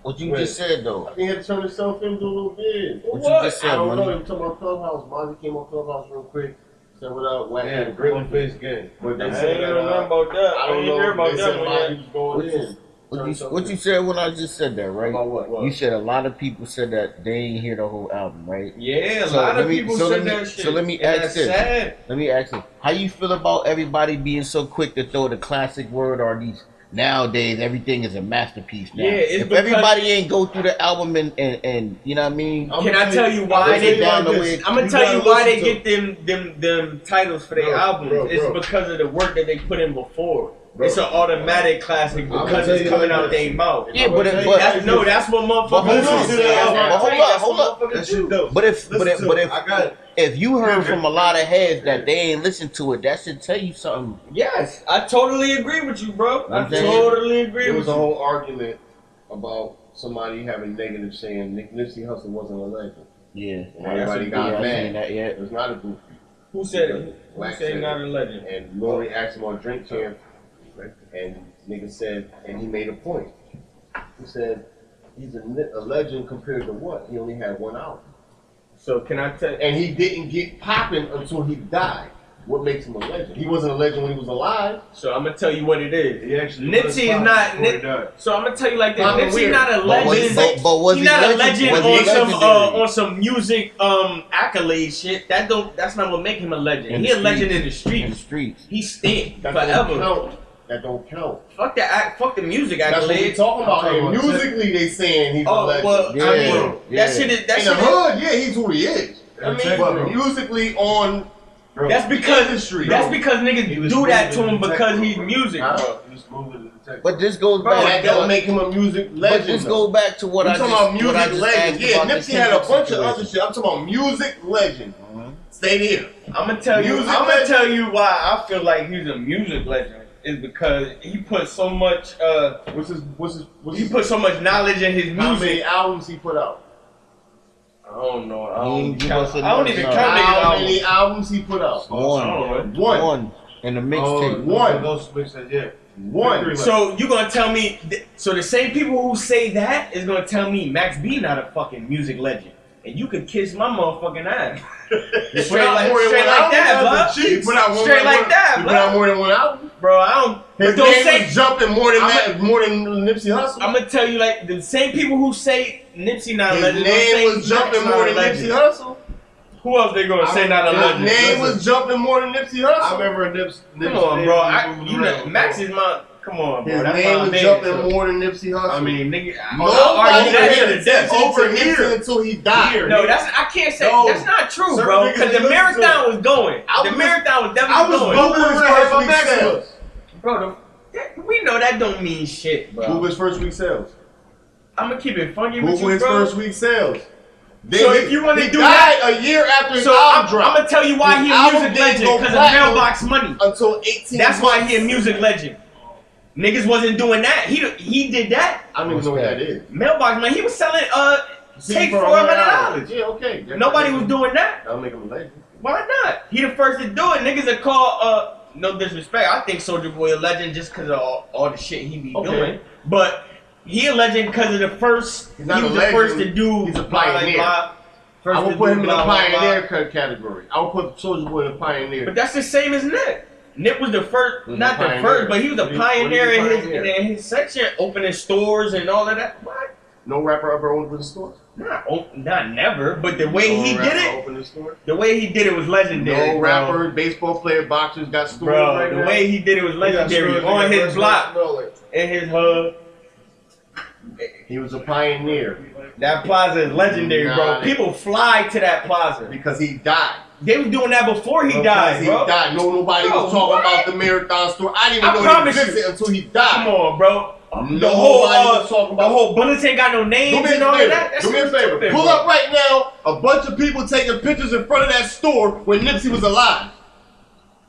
What you just said though? I think he had to turn himself into a little bit. What, What? you just I said, don't know. money? Every time on Clubhouse, Mozzie came on Clubhouse real quick. Said what up, whack Yeah, that great face game. But I they ain't said that, heard nothing uh, about that. I I don't ain't hear know. about They that said one yet. Mozzie was going in. What you, what you said when I just said that, right? About what? You said a lot of people said that they ain't hear the whole album, right? Yeah, a So lot let of me- people so let said me- that shit. so let me And ask that's this. sad. Let me ask you, how you feel about everybody being so quick to throw the classic word or these nowadays everything is a masterpiece now. Yeah, it's if because- everybody ain't go through the album and, and, and you know what I mean? I'ma Can I tell you why break it they down down the the way- I'm gonna you tell gotta you why they listen get them them them titles for their Bro, albums. bro, It's bro. because of the work that they put in before. It's an automatic classic I'ma because tell it's you coming like out this. their mouth. Yeah, but it, but, That's, no, that's what motherfuckers. But hold do. on. That's But hold what up, hold up. motherfuckers That do. shit dope. but if but Listen if to but it. if, I got it. if you heard from a lot of heads that they ain't listened to it, that should tell you something. Yes, I totally agree with you, bro. I Okay. totally agree There with was a you. whole argument about somebody having negative saying Nick Nipsey Hussle wasn't a legend. Yeah. Everybody got yeah, I seen mad. that It yet. was not a goofy. Who said it? Who Wax said said not a legend? And Lori asked him on drink champ, and nigga said, and he made a point. He said, he's a, ni- a legend compared to what? He only had one album. So can I tell? And he didn't get popping until he died. What makes him a legend? He wasn't a legend when he was alive. So I'm gonna tell you what it is. He actually Nipsey was is popped not- before he Nip- died. So I'm gonna tell you like this. Mama Nipsey Weird. not a But was, legend. but, but was He's he not a legend- legend was he on some uh, legendary? on some music um accolade shit. That don't that's not what make him a legend. In He the a legend streets. in the in the streets. streets. He stink That forever. don't count. That don't count. Fuck that. act- Fuck the music That's what we accolade. talking about. I'm And talking about- musically, they saying he's a Oh legend. well, I Yeah, mean yeah. that shit is that In the shit. Is, hood, yeah, he's who he is. I I'm mean, saying, but bro. musically on Bro, that's because industry. that's because niggas He was do that to moving him the because techno, he's bro. music. Huh? bro. He was moving the tech. But this goes Bro, back that to don't make him a music but legend. this though. goes back to what We I talking just about what I music just legend. asked Yeah, about the Nipsey had a Kendrick bunch of situation. other shit. I'm talking about music legend. Mm-hmm. Stay there. I'm gonna tell you. Music I'm gonna legend. tell you why I feel like he's a music legend is because he put so much. uh What's his? What's his? What's He his? put so much knowledge in his How music. many albums he put out? I don't know. I He don't, ain't give count, us a I don't even number. count niggas How many albums. albums he put out? I One, don't One. know. One. one, and the Oh, mixtape. One. Those mixtapes, yeah. Three left. So you gonna tell me? th- So the same people who say that is gonna tell me Max B not a fucking music legend, and you could kiss my motherfucking ass. He put straight out like, more than straight one like album. that, bro. He put out more Straight than like one- that, He put bro. out more than one album. Bro, I don't. His but don't name say. was jumping more than I'm that, more than Nipsey Hussle. I'm gonna tell you like the same people who say Nipsey not a His legend. name was jumping more than Nipsey. Nipsey Hussle. Who else they gonna say not a His legend? name was jumping more than Nipsey I Hussle. remember Nips. Nips Come on, bro. I, moving you know, around. Max is my. Come on, bro. His That's name my was man, jumping so- more than Nipsey Hussle. I mean, nigga. I- I'll Nobody argue that to paid the death. attention Over to Nipsey here. until he died. Here. No, that's I can't say No. that's not true, Certain bro. niggas Because ain't the listen marathon was going. I the was- marathon was I definitely was going. Boomer's Boomer's first week first week sales. Bro, the, that, we know that don't mean shit, bro. Boomer's first week sales. I'm gonna keep it funny with you, Boomer's bro. first week sales. So if you wanna he do died a year after his so album I'm, I'm dropped gonna tell you why he His a album music didn't legend go because of platinum. mailbox money. until 18. That's why he a months. music legend. Niggas wasn't doing that. He he did that I don't even know what that is. mailbox money. He was selling uh take For four a hundred $100. dollars. Yeah, okay. That's- Nobody was doing that. That'll make him a legend. Why not? He the first to do it. Niggas are called uh no disrespect. I think Soldier Boy a legend just because of all, all the shit he be Okay. doing. But he a legend because of the first. He's not he a was legend. the first to do. He's a blah, blah, pioneer. blah. First I would to put do him in the blah, blah, blah. pioneer cut category. I would put Soldier Boy in the pioneer. But that's the same as Nick. Nick was the first, Was not a the pioneer. first, but he was a What do you- what do you pioneer in his pioneer? in his section, opening stores and all of that. What? no rapper ever opened a store. Not, op- not never, but the way no he rapper did it, Opened a store. the way he did it was No legendary. bro. rapper, baseball player, boxers got stores Bro, right the now. way he did it was legendary on his block in his hub. He was a pioneer That plaza is legendary, Nah, bro. they- People fly to that plaza. because he died. They were doing that before he Because died, he bro. died. No, nobody Bro, was talking what? about the marathon store. I didn't even I know he promise you. existed until he died. Come on, bro. Nobody The whole uh, was talking the about whole bullets ain't got no Do names me a and all favor. of that. That's Do me a favor. stupid, Pull bro. up right now a bunch of people taking pictures in front of that store when Nipsey was alive.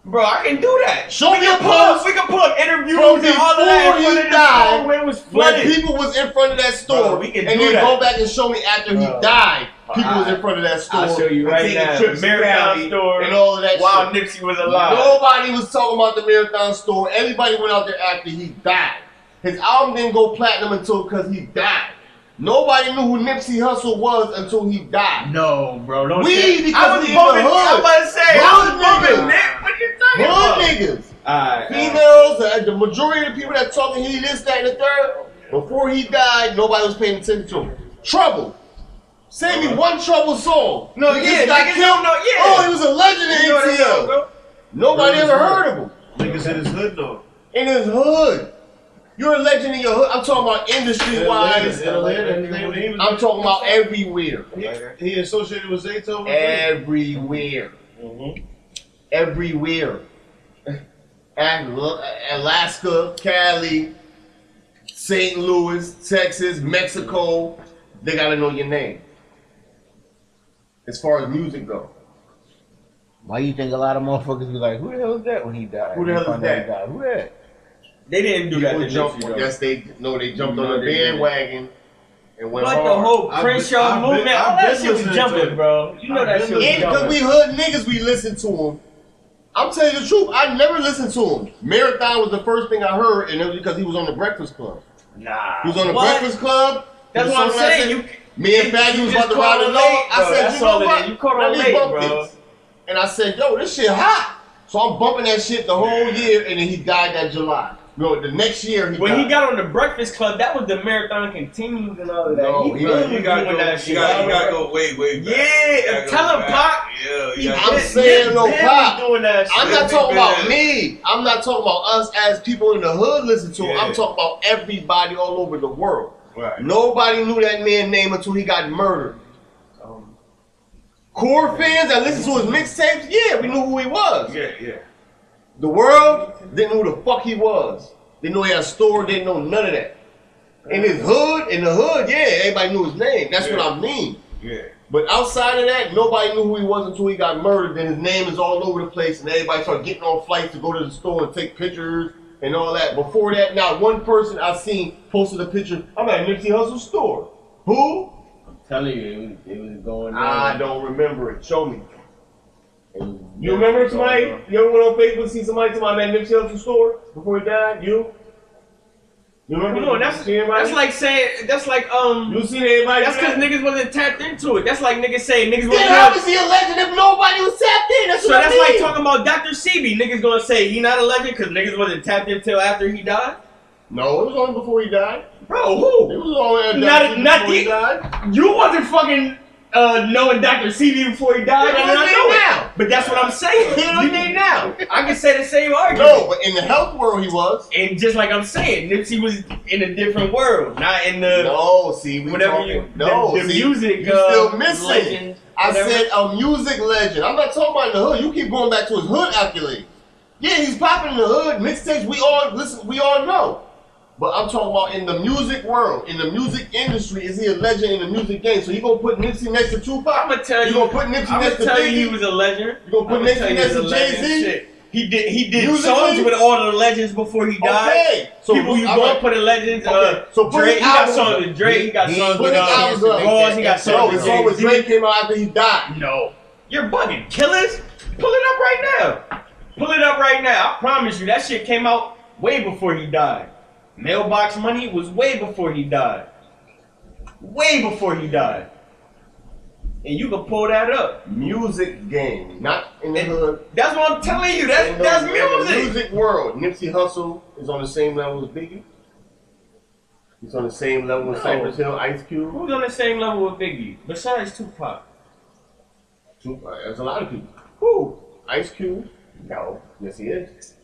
bro. I can do that. Show we me can a pull up. post We can pull up interviews from and all of before that. he in front of the died, store When it was When flooded. people was in front of that store Bro, we can and do then that. go back and show me after he Bro. died, people was I- in front of that store. I'll show you and right taking now. trips to Marathon Cali store. and all of that While shit. Nipsey was alive. Nobody was talking about the marathon store. Everybody went out there after he died. His album didn't go platinum until because he died. Nobody knew who Nipsey Hussle was until he died. No, bro. Don't We, say- because I was we in the bumping. I hood. was saying, Hood I was niggas. bumping. Nick, what you talking Hood about? niggas. Alright, alright. Females, the, the majority of the people that talking he this, that, and the third, before he died, nobody was paying attention to him. Trouble. Send me one trouble song. No, Niggas yeah, got niggas killed. don't know- yeah. Oh, he was a legend You in know what I'm saying, ATL. bro? Nobody ever heard of him. Niggas in his hood though. In his hood. You're a legend in your hood. I'm talking about industry wise. In Atlanta, his name- he was- I'm talking about everywhere. he, he associated with Zaytoven. too. Everywhere. Mm-hmm. Everywhere. At- Alaska, Cali, St. Louis, Texas, Mexico. They gotta know your name. As far as music go. Why you think a lot of motherfuckers be like, who the hell is that when he died? Who the They hell is find out he that? died. Who that? They didn't do that People to jumped- Nipsey, though. yes, they no, they jumped No, on the they didn't. bandwagon and went But hard. the whole I've Crenshaw been- I've been- movement, all I've that been shit was listening to jumping, it. bro. You know I've that been shit was Yeah, because jumping. we hood niggas, we listen to him. I'm telling you the truth. I never listened to him. Marathon was the first thing I heard, and it was because he was on the Breakfast Club. Nah. He was on the What? Breakfast Club. That's He what I'm was on- I saying. said- You me and Baggy you was just about to caught ride it along. late, I bro. said, That's you know all it what? is. You caught it Let me late, bump bro. this. And I said, yo, this shit hot. So I'm bumping that shit the whole year, and then he died that July. No, the next year he When died. he got on the Breakfast Club, that was the marathon continues and all of that. No, Oh, he he really got- he was doing got that shit. You gotta, you gotta go way, way back. You Yeah, gotta go tell him back. Pop. Yeah, He you I'm gotta been- go saying, been- no, been Pop. doing that shit. I'm not Really talking about bad. me. I'm not talking about us as people in the hood listen to him. Yeah. I'm talking about everybody all over the world. Right. Nobody knew that man's name until he got murdered. Um, Core fans that listen to his mixtapes, yeah, we knew who he was. Yeah, yeah. The world didn't know who the fuck he was. Didn't know he had a store, didn't know none of that. In his hood, in the hood, yeah, everybody knew his name. That's Yeah. what I mean. Yeah. But outside of that, nobody knew who he was until he got murdered. Then his name is all over the place, and everybody started getting on flights to go to the store and take pictures and all that. Before that, not one person I've seen posted a picture. I'm at Nipsey Hussle's store. Who? telling you, it was, it was going I don't remember it. Show me. You remember somebody? You ever went on Facebook and see somebody talking about Nipsey Hussle's store before he died? You? You remember? Come on, Oh, that's See anybody? that's like saying that's like um you seen anybody? that's do because that? niggas wasn't tapped into it. That's like niggas saying niggas Then wasn't. how up- is he a legend if nobody was tapped in? That's So what I that's mean. like talking about Dr. CB. Niggas gonna say he not a legend because niggas wasn't tapped until after he died. no, it was only before he died. Bro, who? It was all at Not- Dr. not before he the- died. You wasn't fucking uh, knowing Dr. CB before he died. Yeah, and but I they know it. now. But that's what I'm saying. You know what I mean now? I can say the same argument. No, but in the health world he was. And just like I'm saying, Nipsey was in a different world, not in the No, see, we whatever talking. you no, the, the see, music. you uh, still missing. legend, I whatever. said a music legend. I'm not talking about in the hood. You keep going back to his hood accolades. Yeah, he's popping in the hood mixtapes. We all listen. We all know. But I'm talking about in the music world, in the music industry, is he a legend in the music game? So you gonna put Nipsey next to Tupac? I'ma tell You gonna you, put Nipsey I'm next to gonna tell Biggie? you he was a legend. You gonna put I'ma Nipsey tell you he next was to a legend. Jay-Z? Shit. He did he did Musically? songs with all the legends before he died. okay. So People we- you all gonna right. put a legend. Okay, Uh, so put Drake, his he got albums songs up. with Drake. He got He- songs Put with his uh, albums up. Rawls. He got No, songs his with song with Jay-Z. Drake came out after he died. No, you're bugging. Killers, pull it up right now. Pull it up right now. I promise you, that shit came out way before he died. Mailbox Money was way before he died. Way before he died. And you can pull that up. Music game, not in the And- hood. That's what I'm telling you. In That's the- that's in the music. music world. Nipsey Hussle is on the same level as Biggie. He's on the same level as No. Cypress Hill, Ice Cube. Who's on the same level with Biggie? Besides Tupac. Tupac. There's a lot of people. Who? Ice Cube. No. Yes, Uh, he is.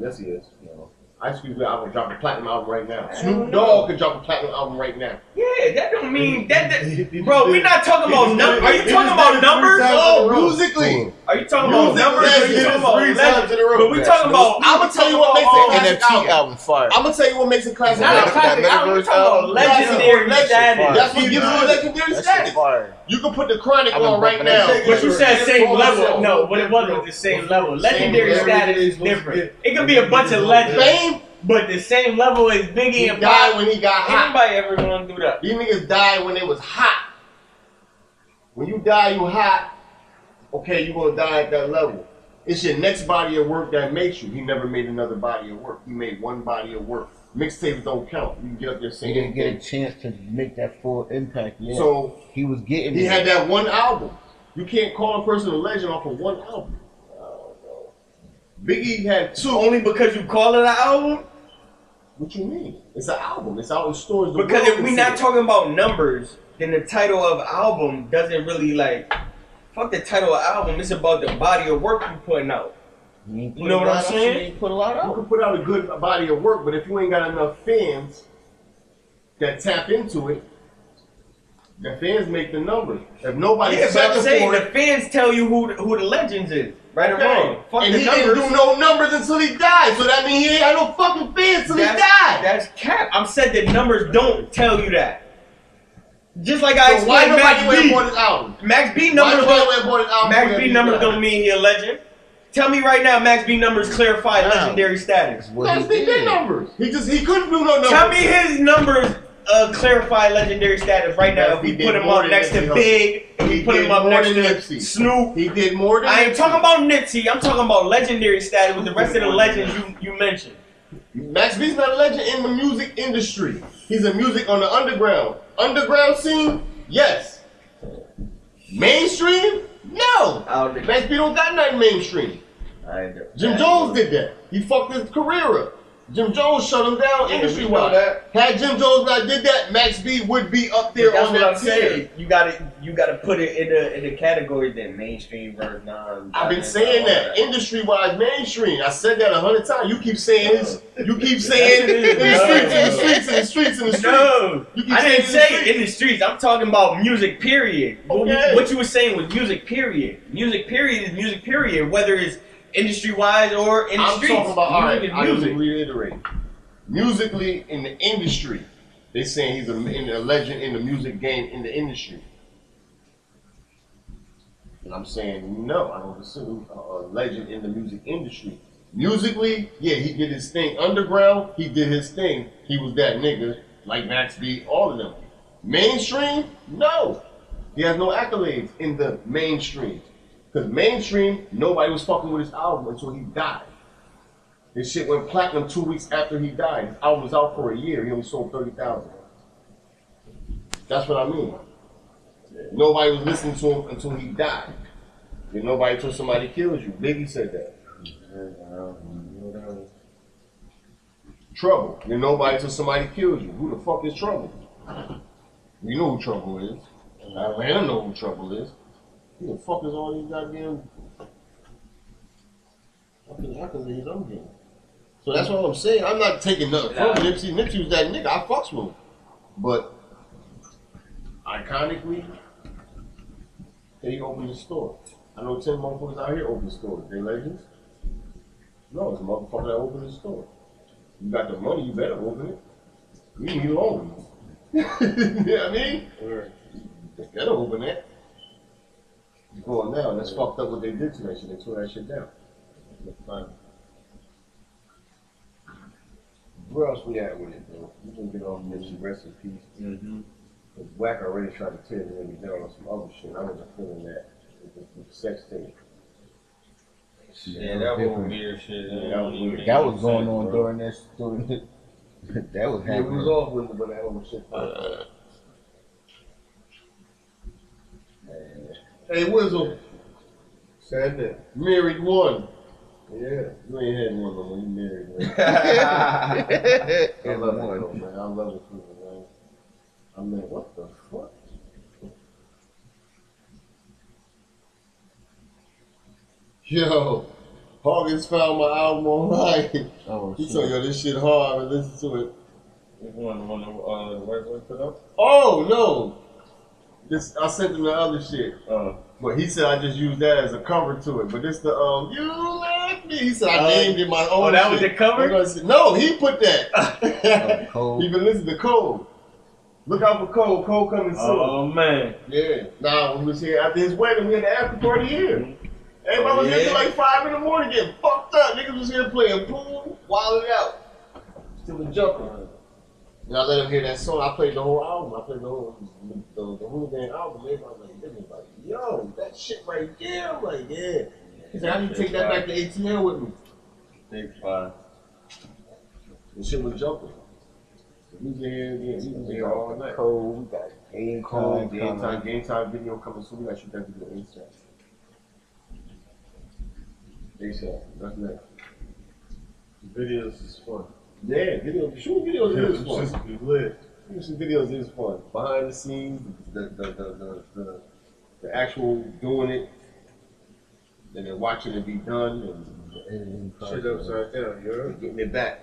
yes, he is. No. Ice Cube album drop a platinum album right now. Snoop Dogg could drop a platinum album right now. Yeah, that don't mean that. that bro, we're not talking about numbers. Are you talking about numbers? Oh, musically. Are you talking about Music numbers? has Are you hit talking it about three legends? times in a row. But we talking about. uh, I'm gonna tell you what makes it a classic NFT album. album fire. I'm gonna tell you what makes it classic. Not a album. classic album. We talking about legendary status. That's what gives it legendary That shit status. fire. You can put the chronic I've been on right bumping now. that shit. But you said same level. No, what it was was the same level. Legendary level. status is different. It could be a bunch of legends, Fame, but the same level as Biggie he and Pac. died when he got hot. Anybody ever gonna do that? These niggas died when they was hot. When you die, you hot. Okay, you gonna die at that level. It's your next body of work that makes you. He never made another body of work. He made one body of work. Mixtapes don't count. You can get up there He saying didn't get a chance to make that full impact yet. So he was getting He it. had that one album. You can't call a person a legend off of one album. Biggie had two. Only because you call it an album? What you mean? It's an album. It's out in stores. The Because world if can we see not it. talking about numbers, then the title of album doesn't really like fuck the title of album. It's about the body of work you putting out. He ain't You put know a what lot I'm out. saying? He ain't put a lot you out. can put out a good body of work, but if you ain't got enough fans that tap into it, the fans make the numbers. If nobody Yeah, but tapping I'm saying for the it, fans tell you who the, who the legends is, right or wrong. Fuck and the he numbers. didn't do no numbers until he died. So that means he ain't had no fucking fans until he that's, died. That's cap. I'm said the numbers don't tell you that. Just like I so why explained nobody Max went B. bought his album? Max B Why numbers nobody don't went and bought his album? Max when B he numbers died? don't mean he a legend. Tell me right now, Max B numbers clarify legendary status. What That's he the did. big numbers. He just he couldn't do no numbers. Tell me his numbers uh, clarify legendary status right now. If we He did put him more up than next to Nipsey Hussle. Big, if we He put did him up more next than to Nipsey. Snoop. He did more than I ain't talking about Nipsey. I'm talking about legendary status with the rest of the legends you, you mentioned. Max B's not a legend in the music industry. He's a music on the underground. Underground scene, yes. Mainstream, no. Out of the- Max B don't got nothing mainstream. Jim Jones did that. He fucked his career up. Jim Jones shut him down industry wise. Had Jim Jones not did that, Max B would be up there But that's on what that I'm tier. saying. You gotta you gotta put it in the in the category that mainstream versus non. I've been saying that industry wise mainstream. I said that a hundred times. You keep saying this. You keep saying in the streets, in the streets, in the streets, in the streets. No, You keep I didn't saying say in the streets. I'm talking about music. Period. What we- Okay. What you were saying was music. Period. Music. Period is music. Period. Whether it's industry wise or in the I'm streets. talking about all right. Music is I will music. reiterate. Musically in the industry, they saying he's a, in a legend in the music game in the industry. And I'm saying no, I don't consider him a a legend in the music industry. Musically, yeah, he did his thing underground. He did his thing. He was that nigga like Max B, all of them. Mainstream, no. He has no accolades in the mainstream. Because mainstream, nobody was fucking with his album until he died. His shit went platinum two weeks after he died. His album was out for a year. He only sold 30,000. That's what I mean. Nobody was listening to him until he died. Then nobody until somebody kills you. Biggie said that. Trouble. You're nobody till somebody kills you. Who the fuck is Trouble? You know who Trouble is. Atlanta know who Trouble is. Who the fuck is all these goddamn fucking accolades I'm getting? So that's what I'm saying. I'm not taking nothing from Nipsey. Nipsey was that nigga. I fucks with him. But iconically, they opened the store. I know 10 motherfuckers out here open the store. They legends? No, it's a motherfucker that opened the store. You got the money, you better open it. You need loans. you know what I mean? They better open that. You're going now, and that's fucked up what they did to that shit. They tore that shit down. That's fine. Where else we at with it, bro? We can get off this rest in peace. Cause Whack already tried to tear the nigga down on some other shit. I wasn't feeling that. It was the sex thing. Yeah, that was weird shit. Yeah, that was weird. That was going on during this. During this that was Yeah, we happening. was off with it, but that was shit. hey, Wizzle, Said that. married one. Yeah. You ain't had one no more. You married one. I love it, though, man. I love it, too, man. I mean, what the fuck? Yo, Hawkins found my album online. Oh, he told yo, this shit hard. I listened to it. Which one? The one that uh, the white boy put up? Oh no! This I sent him the other shit. But he said I just used that as a cover to it. But this the um you left me. He said I Oh. named it my own. Oh, that was shit. the cover? I'm gonna say- No, he put that. He been listening to Cole. Look out for Cole. Cole coming soon. Oh man. Yeah. Nah, we was here after his wedding. We had the after party here. Everybody was here Yeah. till like five in the morning getting fucked up. Niggas was here playing pool, wilding out. Still was jumping. And I let him hear that song. I played the whole album. I played the whole the, the, the whole damn album. Everybody was like, "Nigga, like, yo, that shit right there. I'm like, yeah. He said, I need to take that back to ATL with me. Big five. The shit was jumping. We was here, yeah, we was here all night. Cold, we got game Cool. cold. Game time, game time video coming soon. We gotta shoot that video ASAP. ASAP, that's next. Videos is fun. Yeah, video, shooting videos Yeah, is it's fun. just be lit. Shooting videos is fun. Behind the scenes, the, the, the, the, the, the actual doing it, and then watching it be done, and, Shit upside down, you heard? getting it back.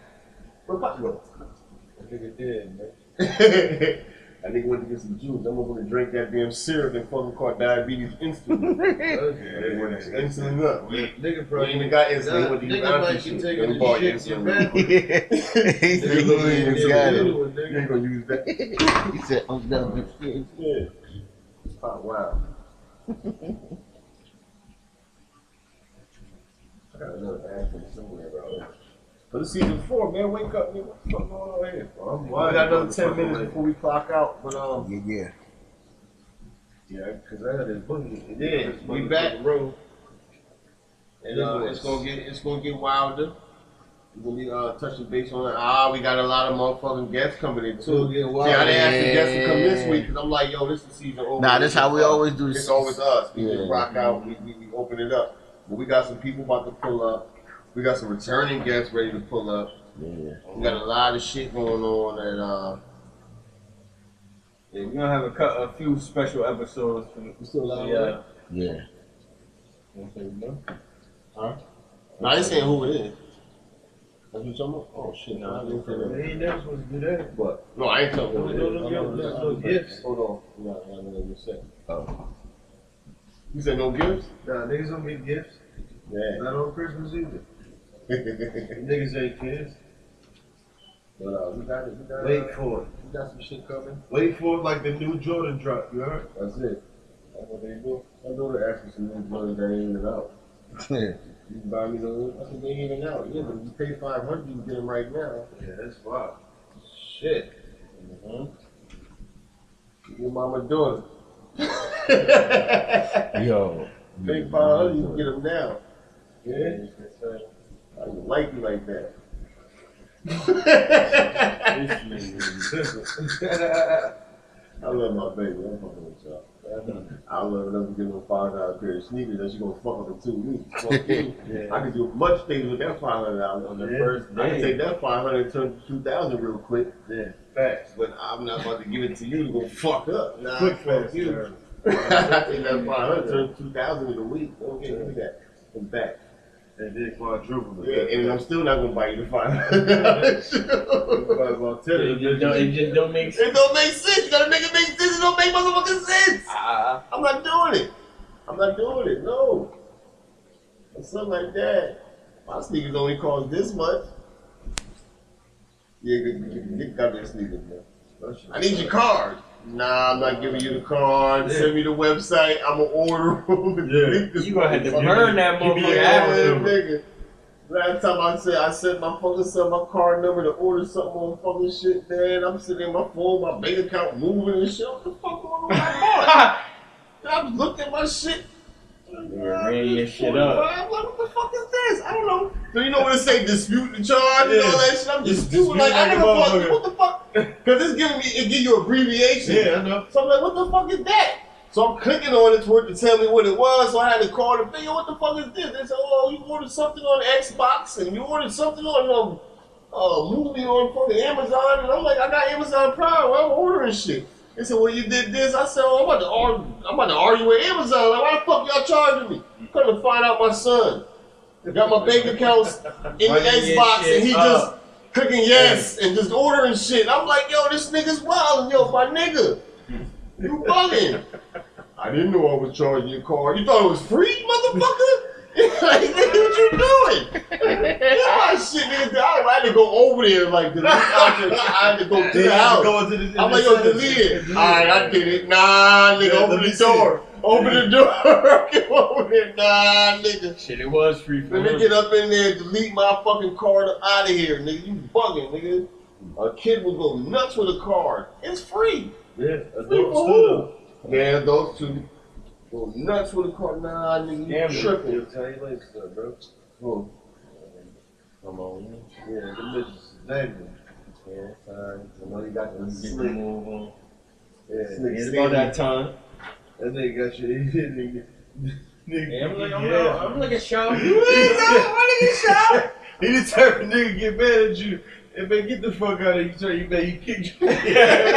What about you? That nigga did, man. I think went to get some juice. I'm gonna drink that damn syrup and fucking caught diabetes instantly. Insulin Nigga up. We probably ain't even got insulin with these Nigga might be bounties. taking Them the bought shit in insulin. bed. He said he ain't even got it. You ain't gonna use that. He said, "Oh, I'm done with shit. Yeah. Oh, wow. I got another ad from somewhere, bro. But it's season four, man. Wake up, nigga. What the fuck going on here? bro? I'm wild. We got another 10 minutes before we clock out. But, um, Yeah, yeah. yeah, because I got this boogie. Yeah, we back, bro. And uh, it's gonna get it's gonna get wilder. We're gonna be uh, touching base on it. Ah, we got a lot of motherfucking guests coming in too. It'll See, get I wild. didn't ask the guests to come this Yeah. week because I'm like, yo, this is season over. Nah, this how we always do this. It's always us. We Yeah. just rock out. We, we, we open it up. But we got some people about to pull up. We got some returning guests ready to pull up. Yeah. We got a lot of shit going on. And uh, Yeah, we're gonna have a, cou- a few special episodes. From, still yeah. Yeah. Wanna say no? No, I ain't saying who it is. That's what you're talking about? Oh shit, no, I didn't say that. They ain't never supposed to do that. But no, I ain't talking Those- about those are gifts. Those are gifts. Hold on. No, no, no, you said. Oh. You said no gifts? Nah, niggas don't get gifts. Yeah. Not on Christmas either. Niggas ain't kids. but uh, we got it. We got Wait it. for it. We got some shit coming. Wait for it like the new Jordan drop, you heard? That's it. That's what they do. I know they're asking some new brothers that ain't even out. Yeah. You can buy me those. I said they ain't even out. Yeah, but if you pay five hundred, you can get them right now. Yeah, that's wild. Shit. Your mama daughter. Yo. Big five hundred, you can get them down. Yeah. I don't like you like that. I love my baby. I'm fucking with y'all. I love her enough to give her a five dollar pair of sneakers that she gonna fuck up in two weeks. Fuck you. I can do much things with that five hundred dollars on the Yeah. first day. I can take that five hundred turn to two thousand real quick. Yeah. Facts. But I'm not about to give it to you to go fuck up. Nah, Quick fuck fast, you. girl. I think that's five hundred turn two thousand in a week. Don't get me that. I'm back. They did quadruple Yeah, it. and I'm still not gonna buy you the five hundred. Probably about ten. It just don't, it just don't make sense. It don't make sense. You gotta make it make sense. It don't make motherfucking sense. Ah, I'm not doing it. I'm not doing it. No. Or something like that. My sneakers only cost this much. Yeah, good, good, good, good, got that sneakers, man. I need your card. Nah, I'm not giving you the card. Send me the website. I'm gonna order them. Yeah. you gonna have to burn that Give me motherfucker your after. ass. nigga. Last time I said I sent my fucking son my card number to order something on fucking shit, man. I'm sitting in my phone, my bank account moving and shit. What the fuck going on with my card? I was looking at my shit. Nigga, ran your shit up. I'm like, what the fuck is this? I don't know. Do you know what it say? Dispute the charge and all that shit. I'm just Dispute stupid. Like I like a never motherfucker. fuck. What the fuck? Because it's giving me it give you abbreviation. Yeah, I know. So I'm like, what the fuck is that? So I'm clicking on it for it to tell me what it was. So I had to call the thing. What the fuck is this? They said, oh, you ordered something on Xbox and you ordered something on um, uh, movie on fucking Amazon. And I'm like, I got Amazon Prime. Well, I'm ordering shit. They said, well, you did this. I said, oh, I'm about to argue. I'm about to argue with Amazon. Like, why the fuck y'all charging me? Come to find out my son. Got my bank accounts in the Running your Xbox, shit and he just up. cooking yes and just ordering shit. I'm like, yo, this nigga's wild, yo, my nigga. You bugging. I didn't know I was charging your car. You thought it was free, motherfucker? like, nigga, what you doing? Yeah, my shit, nigga. I, I had to go over there, like, delete out there. I had to go to the house. I'm like, yo, delete it. All right, I did it. Nah, nigga, Yeah, open let me the see door. Open the door. Get over there. Nah, nigga. Shit, it was free for Let me him. get up in there, delete my fucking card out of here, nigga. You bugging, nigga. A kid will go nuts with a card. It's free. Yeah, adults Free for do who? though. Yeah, those two go nuts with a card. Nah, nigga, you Gambling. tripping. They'll tell you later, though, bro. Who? Come on. Yeah, them bitches is dangerous. Yeah, time. I know you got the Let's get the slick. move on. Yeah, It's slick about that, that time. that nigga got your nigga. Yeah, I'm like, I'm Yeah. like, I'm like a show. He the type of nigga get mad at you. And man, get the fuck out of you. Tell you man, you kicked you. Yeah.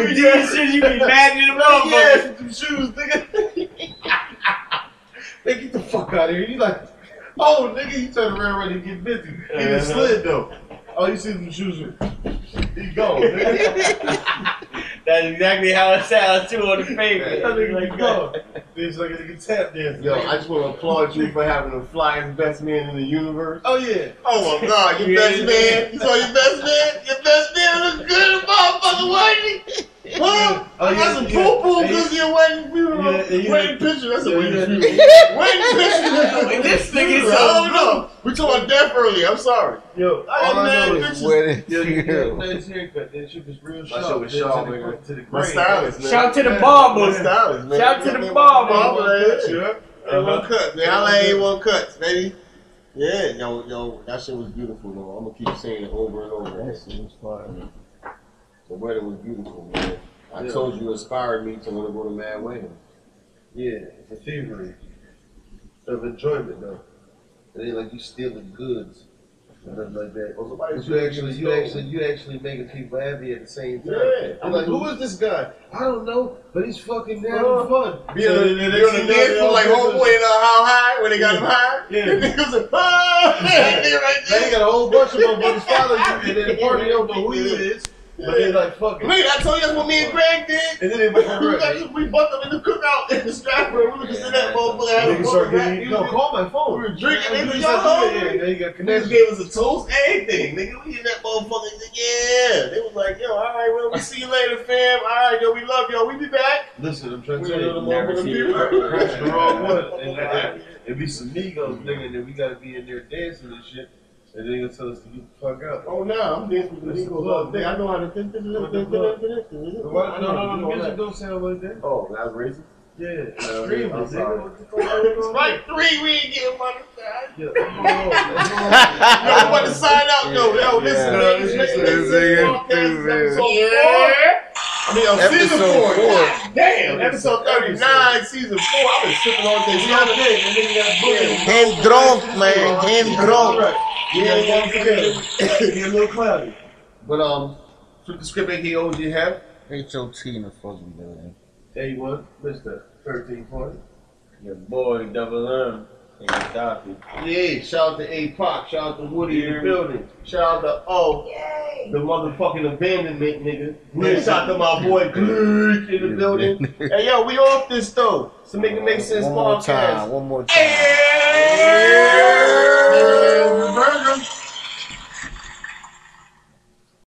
You do that shit, you be mad at the motherfucker. yeah, some shoes, nigga. man, get the fuck out of here. You like, oh, nigga, you turn around ready to get busy. He done Uh-huh. slid though. Oh, you see some shoes. He gone. Nigga. That's exactly how it sounds too on the That paper. nigga like gone. It's like a nigga tap dancing. Yo, I just want to applaud you for having the flyest best man in the universe. oh yeah. Oh my God, your best man. You saw your best man? Your best man look good, motherfucker, wasn't he? Huh? Oh, I yeah, got some yeah. poo poo And you- because you're waiting, you know, Yeah, and you- waiting picture. That's a Yeah, waiting yeah. picture. Waiting picture. This nigga's Oh so no, we talked about death earlier. I'm sorry. Yo, all I All I know know is is With Yo, you got you. nice haircut. That shit was real sharp. shit was Then to sharp, the- nigga. to the My grain. stylist, man. Shout out to the My barber. stylist, man. Shout out to the barber. Barber, yeah. Yeah. Ain't Uh-huh. one cut, man. Holla ain't one cuts, baby. Yeah, yo, yo, that shit was beautiful, though. I'm gonna keep saying it over and over. That shit was fire. The weather was beautiful, man. I told you, it inspired me to want to go to Mad Wayne. Yeah, it's a thievery of enjoyment, though. It ain't like you stealing goods or nothing like that. Well, somebody But you should've actually, just you stolen. actually, you actually making people happy at the same time. Yeah. I'm like, who is this guy? I don't know, but he's fucking having Uh, fun. Uh-huh. Be on the, Yeah, be on the they- dance floor like they- homeboy in uh, how high when they got him high. Yeah. Niggas like, oh, that nigga right They there. got a whole bunch of motherfuckers following you, and then party over who he is. But they like, fuck it. Wait, I told you that's what me and Greg did. And then they We went got you- we bumped up in the cookout in the Stratford. We were just in that motherfucker. had a Nigga start motherfucker rap getting music. no call my We phone. were drinking. They was Nigga y'all start doing hungry. it. Then you got Niggas connected. gave us a toast, everything, nigga. We in that motherfucking nigga. Yeah, they was like, yo, all right, well, we see you later, fam. All right, yo, we love y'all. We be back. Listen, I'm trying We to in tell the you. motherfucking I people. crashed the wrong one. And I- It'd be some Migos, nigga, and then we gotta be in there dancing and shit. And they gonna tell us to get the fuck out. Oh no, I'm dancing with the Migos all day. I know how to. No, Why- No, no, no, the music no, don't sound like that. Oh, that was racist. Yeah, it's I'm screaming, nigga. sorry. What the fuck is going on? Strike three, we ain't getting money. son. Yeah, come on, man. Yo, want to sign out, yo, yo, listen, Yeah. this This nigga, this nigga nigga, this stupid. nigga, I mean, on season Episode four. four. God damn, episode 39, season four. I've been sipping all day. We all day. And then got bullied. Him drunk, man. Him drunk. Yeah, yeah, yeah. Get a little cloudy. But, um, flip the script, aka OG have. HOT in the fucking building. A1, Mr. 13 point. Your boy, Double M. And Gaddafi. Yeah, shout out to A Pop, shout out to Woody in the Yeah. building, shout out to O, Yay. the motherfucking abandonment nigga. Yeah, shout out to my boy Gleek in the building. Hey yo, we off this though. So make it make sense One more podcast. time. One more time. Yeah.